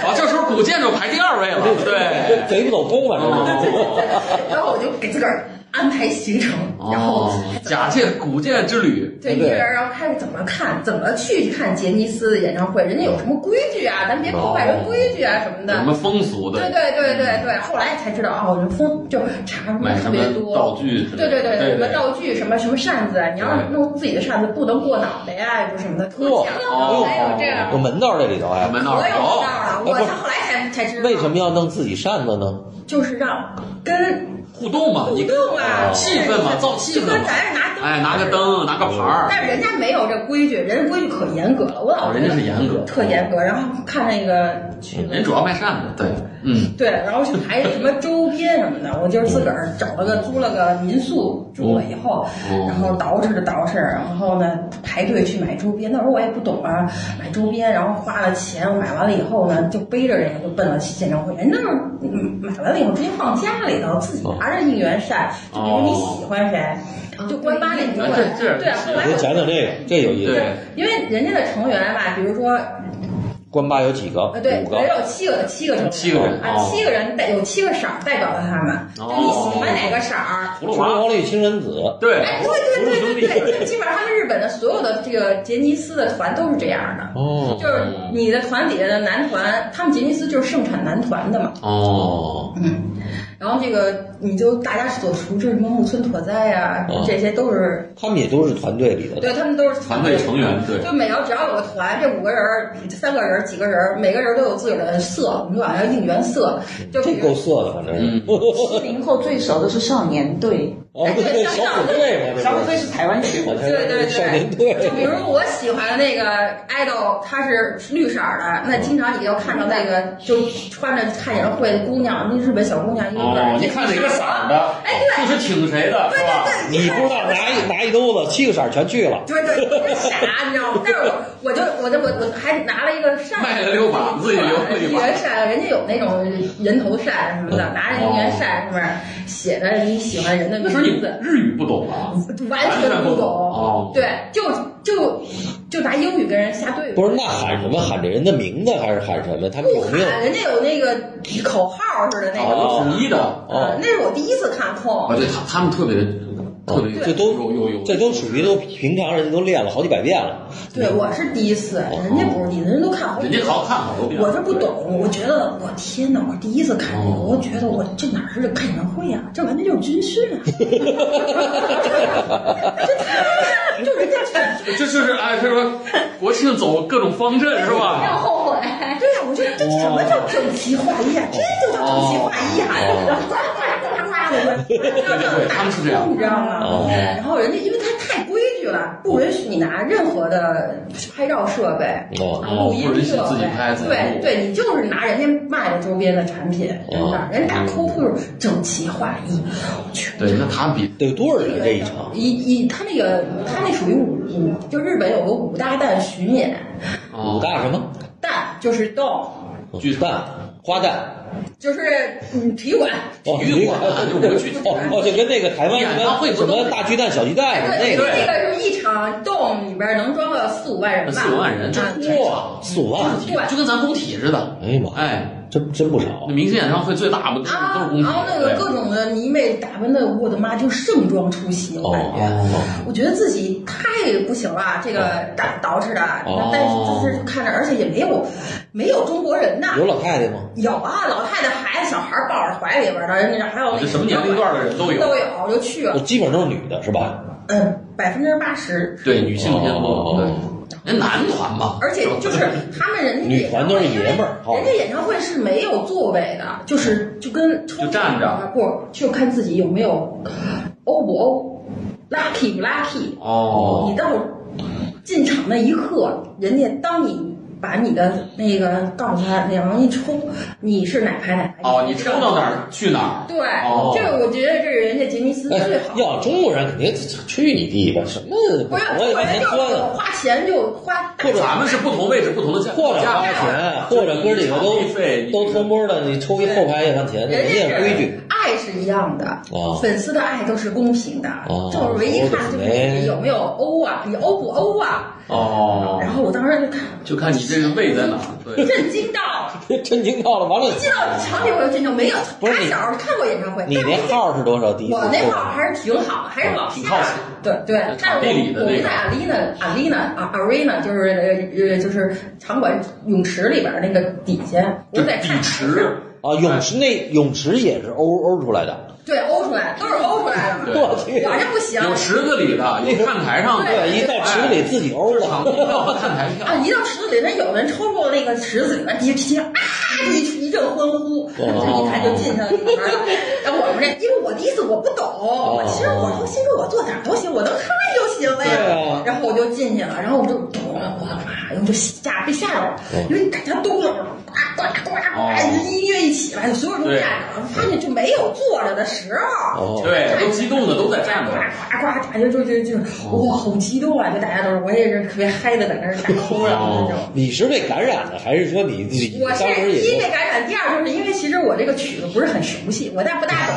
Speaker 2: 好，这时候古建筑排第二位 了，对，
Speaker 1: 贼不走空，反正
Speaker 2: 哦，
Speaker 4: 然后我就给自个儿安排行程，然后
Speaker 2: 哦假借古建之旅，
Speaker 4: 对，一个人然后开始怎么看，怎么去看杰尼斯的演唱会，人家有什么规矩啊，咱别破坏人规矩啊什么
Speaker 2: 哦有什
Speaker 4: 的。
Speaker 2: 么风俗
Speaker 4: 对
Speaker 2: 的，
Speaker 4: 对对对对，后来才知道哦，人风就查什么
Speaker 2: 买
Speaker 4: 特
Speaker 2: 什么
Speaker 4: 别多，
Speaker 2: 道具之类
Speaker 4: 对
Speaker 2: 的，
Speaker 4: 对对，什么
Speaker 2: 对，
Speaker 4: 道具，什么什么扇子啊，你要是弄自己的扇子，不能过脑袋呀，就什么的特
Speaker 1: 哇
Speaker 4: 讲究。
Speaker 2: 哦，
Speaker 3: 还有这样
Speaker 1: 有门道这里头
Speaker 2: 哎
Speaker 1: 哎。
Speaker 2: 门道
Speaker 4: 我
Speaker 2: 儿
Speaker 4: 也不知道了，
Speaker 1: 不
Speaker 4: 我
Speaker 1: 是
Speaker 4: 是后来才才知道，
Speaker 1: 为什么要弄自己扇子呢？
Speaker 4: 就是让跟
Speaker 2: 互动嘛，
Speaker 4: 互
Speaker 2: 你跟
Speaker 4: 动啊，
Speaker 2: 哦气氛嘛，造气
Speaker 4: 就
Speaker 2: 氛
Speaker 4: 跟
Speaker 2: 嘛，
Speaker 4: 咱这拿灯，
Speaker 2: 哎，拿个灯，拿个牌儿，
Speaker 4: 但是人家没有这规矩，人家规矩可严格了，我老
Speaker 2: 哦，人家是严格，
Speaker 4: 特严格。然后看那个去
Speaker 2: 人主要卖扇子，对，嗯，
Speaker 4: 对，然后还有什么周边什么的，我就是自个儿找了个租了个民宿住了以后，
Speaker 2: 哦
Speaker 4: 然后捯饬着捯饬，然后呢排队去买周边。那时候我也不懂啊，买周边，然后花了钱，买完了以后呢，就背着人家就奔了演唱会。人那时候嗯买完了以后直接放家里头，自己拿着应援扇，就比如你喜欢谁，就关八那你就
Speaker 2: 啊
Speaker 4: 管
Speaker 2: 这这
Speaker 4: 对，后来
Speaker 1: 我给
Speaker 4: 我
Speaker 1: 讲讲这个，这有意思。
Speaker 2: 对，
Speaker 4: 因为人家的成员吧，比如说
Speaker 1: 关八有几个？
Speaker 4: 呃，对，
Speaker 1: 五
Speaker 4: 人
Speaker 1: 个。
Speaker 4: 有七个，七个成员，
Speaker 2: 七个人
Speaker 4: 啊，
Speaker 2: 哦
Speaker 4: 七个人代有七个色儿代表了他们，就
Speaker 2: 哦
Speaker 4: 你喜欢哪个色儿？
Speaker 2: 葫芦
Speaker 1: 除
Speaker 2: 娃
Speaker 1: 了，王力青人子，
Speaker 2: 对，
Speaker 4: 哎，对对对对对，基本上他们日本的所有的这个杰尼斯的团都是这样的，
Speaker 1: 哦
Speaker 4: 就是你的团底下的男团，他们杰尼斯就是盛产男团的嘛，
Speaker 2: 哦，
Speaker 4: 嗯，然后这个你就大家所熟知什么木村拓哉呀
Speaker 1: 哦，
Speaker 4: 这些都是，
Speaker 1: 他们也都是团队里头的。
Speaker 4: 对他们都是
Speaker 2: 团队成员，对，
Speaker 4: 就每要只要有个团，这五个人儿、三个人儿、几个人儿，每个人都有自己的色，我们管它叫应援色。就比
Speaker 1: 这
Speaker 4: 如
Speaker 1: 够色的，反正是
Speaker 2: 嗯。
Speaker 9: 七零后最熟的是少年队，
Speaker 1: 哦，
Speaker 4: 哎
Speaker 1: 不对，小虎队嘛，
Speaker 9: 少年
Speaker 1: 这
Speaker 9: 队是台湾学
Speaker 1: 不
Speaker 9: 的，
Speaker 1: 是。
Speaker 4: 对对对
Speaker 1: 少年队。
Speaker 4: 就比如我喜欢那个 idol，她是绿色儿的，那经常你就看到那个就穿着看演唱会的姑娘，那日本小姑娘一个个
Speaker 2: 哦
Speaker 4: 儿，，
Speaker 2: 你看哪个色儿的，
Speaker 4: 哎对
Speaker 2: 就是挺谁的，是吧？
Speaker 1: 你不知道拿一拿一兜子七个色儿全去了，
Speaker 4: 对对，我就傻，你知道吗？但是我我就我就我我还拿了一个扇，
Speaker 2: 卖了六把自己留了一把
Speaker 4: 应援扇，人家有那种人头扇什么的，拿着应援扇
Speaker 2: 哦
Speaker 4: 上面写着你喜欢人的
Speaker 2: 那
Speaker 4: 名
Speaker 2: 时候你
Speaker 4: 字，
Speaker 2: 日语不懂啊，
Speaker 4: 完全不懂。
Speaker 2: 哦
Speaker 4: 对，就就就拿英语跟人瞎对付。
Speaker 1: 不是那喊什么喊着人的名字还是喊什么？他们有没有？
Speaker 4: 喊哎人家有那个口号似的那种。
Speaker 2: 统一的。
Speaker 1: 哦
Speaker 4: 嗯，那是我第一次看
Speaker 2: 啊，
Speaker 4: 空，
Speaker 2: 对他他们特别特别，
Speaker 1: 这都
Speaker 2: 有有有，
Speaker 1: 这都属于都平常人都练了好几百遍了。
Speaker 4: 对我是第一次，人家不是第一次，人都看好几
Speaker 2: 人家
Speaker 4: 遍
Speaker 2: 好看好多遍。
Speaker 4: 我这不懂，我觉得我天哪，我第一次看这个，
Speaker 2: 哦
Speaker 4: 我觉得我这哪是看演唱会啊，这完全就是军训啊！ 这太就人家全
Speaker 2: 这就是哎，他 说国庆走各种方阵是
Speaker 3: 让
Speaker 2: 吧？
Speaker 3: 后悔。
Speaker 4: 哎对呀、我觉得这什么叫整齐划一啊？这就叫整齐划一啊！然
Speaker 2: 哦
Speaker 4: 后哗哗哗哗的，
Speaker 2: 对，他们是这样。
Speaker 4: 你知道吗？
Speaker 1: 哦
Speaker 4: 然后人家因为他太规矩了，不允许你拿任何的拍照设备、
Speaker 1: 哦
Speaker 4: 啊录音
Speaker 2: 不允许
Speaker 4: 设备，
Speaker 2: 自己拍自己
Speaker 4: 对
Speaker 2: 录
Speaker 4: 对，你就是拿人家卖的周边的产品，真的
Speaker 1: 哦，
Speaker 4: 人家打 COCO 整齐划一，我去。
Speaker 2: 对，那他 比
Speaker 1: 得有多少人这一场？
Speaker 4: 一一，他那个他那属于五，五就日本有个五大蛋巡演，
Speaker 1: 五
Speaker 2: 哦，
Speaker 1: 大什么？
Speaker 4: 蛋就是豆，
Speaker 2: 剧场
Speaker 1: 蛋花蛋
Speaker 4: 就是嗯体育馆，
Speaker 1: 哦，
Speaker 2: 体育馆
Speaker 1: 哦哦，就跟那个台湾
Speaker 2: 演
Speaker 1: 什
Speaker 2: 唱
Speaker 1: 么
Speaker 2: 会不
Speaker 1: 什
Speaker 2: 都哎
Speaker 1: 么大巨蛋、小巨蛋什么那
Speaker 4: 对，
Speaker 1: 个
Speaker 4: 那个是一场洞里边能装个四五万人吧，
Speaker 2: 四五万人，这
Speaker 4: 啊
Speaker 2: 哇，
Speaker 1: 四五万，
Speaker 4: 对
Speaker 2: 就跟咱工体似的。
Speaker 1: 哎呀妈，
Speaker 2: 哎，
Speaker 1: 真真不少啊
Speaker 2: 那。明星演唱会最大嘛，都是
Speaker 4: 啊
Speaker 2: 都是，工体。
Speaker 4: 然后那个
Speaker 2: 对
Speaker 4: 各种的迷妹打扮的，我的妈，就盛装出席，我
Speaker 1: 哦
Speaker 4: 感觉。
Speaker 1: 哦，
Speaker 4: 我觉得自己太不行了，这个打捯饬的，
Speaker 1: 哦
Speaker 4: 但是就是看着，而且也没有没有中国人呐，
Speaker 1: 有老太太吗？
Speaker 4: 有啊，老太太、孩子、小孩抱着怀里边的，人家还有
Speaker 2: 我啊哦
Speaker 4: 那
Speaker 2: 这什么年龄段的人都有。哦
Speaker 4: 都有，我就去
Speaker 1: 我
Speaker 4: 了，
Speaker 1: 基本上都是女的，是吧？
Speaker 4: 嗯，百分之八十，
Speaker 2: 对，女性偏多。对
Speaker 1: 哦，
Speaker 2: 人男团嘛，
Speaker 4: 而且就是他们人家
Speaker 1: 女团都是
Speaker 4: 演唱会
Speaker 1: 爷们儿
Speaker 4: 因为人家演唱会是没有座位的，就是就跟抽
Speaker 2: 就站着
Speaker 4: 不就看自己有没有欧不欧，lucky 不 lucky，
Speaker 2: 哦
Speaker 4: 你，到进场那一刻，人家当你把你的那个告诉他，然后一抽，你是哪排哪排？
Speaker 2: 哦，你抽到哪儿去哪儿。
Speaker 4: 哎对，
Speaker 2: 哦
Speaker 4: 这个我觉得这是人家杰尼斯
Speaker 1: 哎
Speaker 4: 最好，的。
Speaker 1: 要中国人肯定去你地吧？什么
Speaker 4: 不是，
Speaker 1: 我也往前
Speaker 4: 人就
Speaker 1: 钻啊！
Speaker 4: 花钱就花，
Speaker 1: 或者
Speaker 2: 咱们是不同位置不同的价，
Speaker 1: 或者花钱，或者哥几个都
Speaker 2: 费
Speaker 1: 都偷摸的，你抽一后排也算钱，人家
Speaker 4: 人
Speaker 1: 也
Speaker 4: 家
Speaker 1: 规矩
Speaker 4: 是爱是一样的，
Speaker 1: 啊。
Speaker 4: 粉丝的爱都是公平的，
Speaker 1: 哦
Speaker 4: 就是唯一看就是你有没有欧啊，你欧不欧啊？
Speaker 2: 哦
Speaker 4: 然，后我当时就看
Speaker 2: 就看你这个位在哪儿。对，
Speaker 4: 震惊到，
Speaker 1: 真惊到了，完了，
Speaker 4: 进到场里我就震惊，没有
Speaker 1: 不是
Speaker 4: 打
Speaker 1: 你
Speaker 4: 小看过演唱会，
Speaker 1: 你
Speaker 4: 但是
Speaker 1: 那号是多少？第一次
Speaker 4: 我那
Speaker 1: 抽
Speaker 4: 号还是挺好的，还是往
Speaker 2: 挺
Speaker 4: 下
Speaker 2: 靠前。
Speaker 4: 对对，但
Speaker 2: 场
Speaker 4: 是
Speaker 2: 地里
Speaker 4: 我
Speaker 2: 的
Speaker 4: 我
Speaker 2: 那
Speaker 4: 们
Speaker 2: 个
Speaker 4: 在 arena arena 啊 arena 就是呃呃就是场馆泳池里边那个底下，我
Speaker 2: 就
Speaker 4: 们在看
Speaker 2: 底池，
Speaker 1: 啊，泳池那泳池也是欧欧出来的，
Speaker 4: 对欧出来都是欧出来 的，
Speaker 2: 对
Speaker 1: 我去，
Speaker 4: 我这不行。
Speaker 2: 有池子里 的，有看台上的，
Speaker 1: 对，一到池里自己欧
Speaker 2: 场
Speaker 1: 了，
Speaker 2: 地票和看台票
Speaker 4: 啊，。一到池子里，那有的人抽出那个池子里边，一听啊，一一阵欢呼，这
Speaker 1: 哦
Speaker 4: 一看就进去了里边了。然后我们这，因为我第一次我不懂，我其实我说新歌我坐哪儿都行，我能看就行了
Speaker 1: 哦对
Speaker 4: 呀
Speaker 1: 啊。
Speaker 4: 然后我就进去了，然后我就咚，我的妈，我就吓被吓着了，
Speaker 1: 哦
Speaker 4: 因为大家都有呱呱呱呱，音乐一起来，所有人都站着了，发现就没有坐着的时候。
Speaker 1: 哦，
Speaker 2: 对，都激动的都在站着。
Speaker 4: 呱呱呱，大家就就就
Speaker 1: 哦
Speaker 4: 哇，好激动啊！就大家都是，我也是特别嗨的，在那儿打哭了
Speaker 1: 哦
Speaker 4: 那种。
Speaker 1: 你是被感染的，还是说你你
Speaker 4: 我是
Speaker 1: 当时
Speaker 4: 第一
Speaker 1: 也
Speaker 4: 被感染，第二就是因为其实我这个曲子不是很熟悉，我大不大 懂。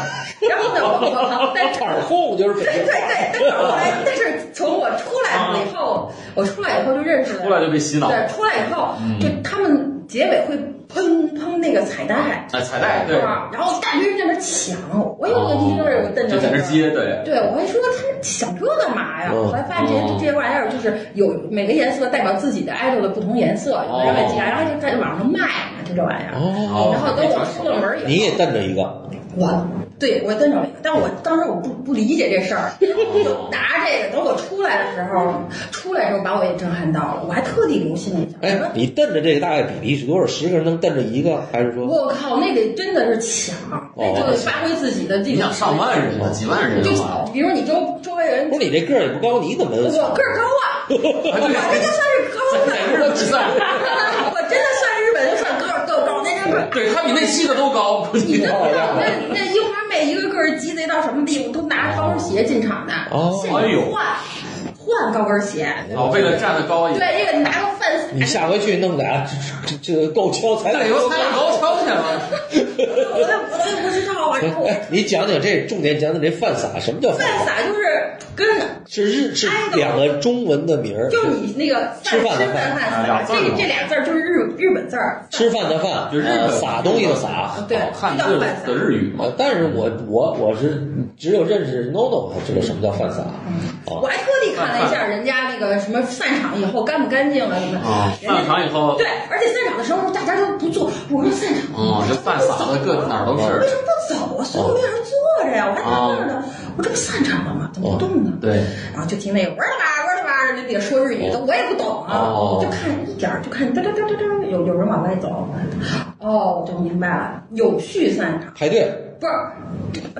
Speaker 4: 然后呢，我我在
Speaker 1: 场控就是北京
Speaker 4: 对对对，但是后来，但是从我出来了以后，我出来以后就认识了，
Speaker 2: 啊出来就被洗脑。嗯
Speaker 4: 对，出来以后就他们结尾会砰砰那个彩带，
Speaker 2: 哎，彩带对哦
Speaker 4: 是，吧？然后大堆人在那抢，我有个地方我瞪着
Speaker 2: 就在那儿
Speaker 4: 那个
Speaker 2: 接，对，
Speaker 4: 对，我还说他们想这干嘛呀？
Speaker 1: 嗯
Speaker 4: 后来发现这些这些玩意儿就是有每个颜色代表自己的 idol 的不同颜色，有
Speaker 2: 哦
Speaker 4: 的人会加，然后就在网上卖嘛，就这玩意儿。
Speaker 1: 哦，
Speaker 4: 然后等我出了门
Speaker 1: 你
Speaker 4: 以后，
Speaker 1: 也瞪着一个，
Speaker 4: 我对我瞪着了一个，但我当时我不不理解这事儿，就拿这个。等我出来的时候，出来的时候把我也震撼到了，我还特地留心了一下。
Speaker 1: 哎
Speaker 4: 我说，
Speaker 1: 你瞪着这个大概比例是多少？十个人能瞪着一个，还是说
Speaker 4: 我靠，那得真的是抢，
Speaker 1: 哦
Speaker 4: 那就得发挥自己的这个。
Speaker 2: 你想上万人呢，几万人
Speaker 4: 就
Speaker 2: 的话，
Speaker 4: 比如你周周围人
Speaker 1: 不，是你这个儿也不高，你怎么
Speaker 4: 我个儿高啊， 我
Speaker 2: 哎
Speaker 4: 这就算是高的
Speaker 2: 在。日本比赛，
Speaker 4: 我真的算日本就算个儿够高，那那 个
Speaker 2: 对他比那戏的都高，估
Speaker 4: 你
Speaker 2: 计 哎
Speaker 4: 真。不知
Speaker 1: 啊
Speaker 4: 道，那那樱花妹一个个儿鸡贼到什么地步，都拿高跟鞋进场的，
Speaker 1: 哦
Speaker 4: 现在换换高跟鞋，
Speaker 2: 哦，为了站得高一点，
Speaker 4: 对，一个拿个饭
Speaker 1: 你
Speaker 4: 撒，
Speaker 1: 下回去弄俩这这够敲彩
Speaker 2: 那
Speaker 1: 礼
Speaker 2: 哎油菜高跷去 了，
Speaker 4: 我都我都不知道啊，然后我
Speaker 1: 哎，你讲讲这重点，讲讲这饭撒，什么叫饭
Speaker 4: 饭
Speaker 1: 撒？
Speaker 4: 撒就是跟
Speaker 1: 是日是两个中文的名儿，
Speaker 4: 就你那个
Speaker 1: 吃
Speaker 4: 饭
Speaker 1: 饭的
Speaker 4: 饭
Speaker 1: 饭
Speaker 2: 哎俩
Speaker 4: 饭
Speaker 2: 字
Speaker 4: 撒，
Speaker 2: 儿
Speaker 4: 这
Speaker 2: 嘛
Speaker 4: 这俩字儿就是日日本字儿，
Speaker 1: 吃饭的饭，
Speaker 2: 就日本
Speaker 1: 呃撒东西的撒。
Speaker 4: 啊对，
Speaker 2: 汉
Speaker 4: 这叫
Speaker 2: 字
Speaker 4: 饭撒
Speaker 2: 的。日语嘛。
Speaker 1: 啊，但是我我我是只有认识 NONO 才知道什么叫饭撒。
Speaker 2: 哦
Speaker 1: 哦
Speaker 4: 我还特地看了一下人家那个什么散场以后干不干净了什么，
Speaker 2: 啊，
Speaker 4: 人
Speaker 2: 散
Speaker 4: 家
Speaker 2: 场以后，
Speaker 4: 对，而且散场的时候大家都不坐，我说散场，
Speaker 2: 嗯，这饭撒的各哪儿都
Speaker 4: 为什
Speaker 2: 是。哦
Speaker 4: 么不走啊？所以我没有人坐着呀，我还纳闷呢，我这不散场了吗？怎么不动呢？
Speaker 2: 对，
Speaker 4: 然后就听那个玩儿吧玩儿吧，人家底下说日语的，我也不懂啊，
Speaker 2: 哦
Speaker 4: 就看一点儿，就看噔噔噔噔噔，有有人往外走，哦，我就明白了，有序散场，
Speaker 1: 排队，
Speaker 4: 不是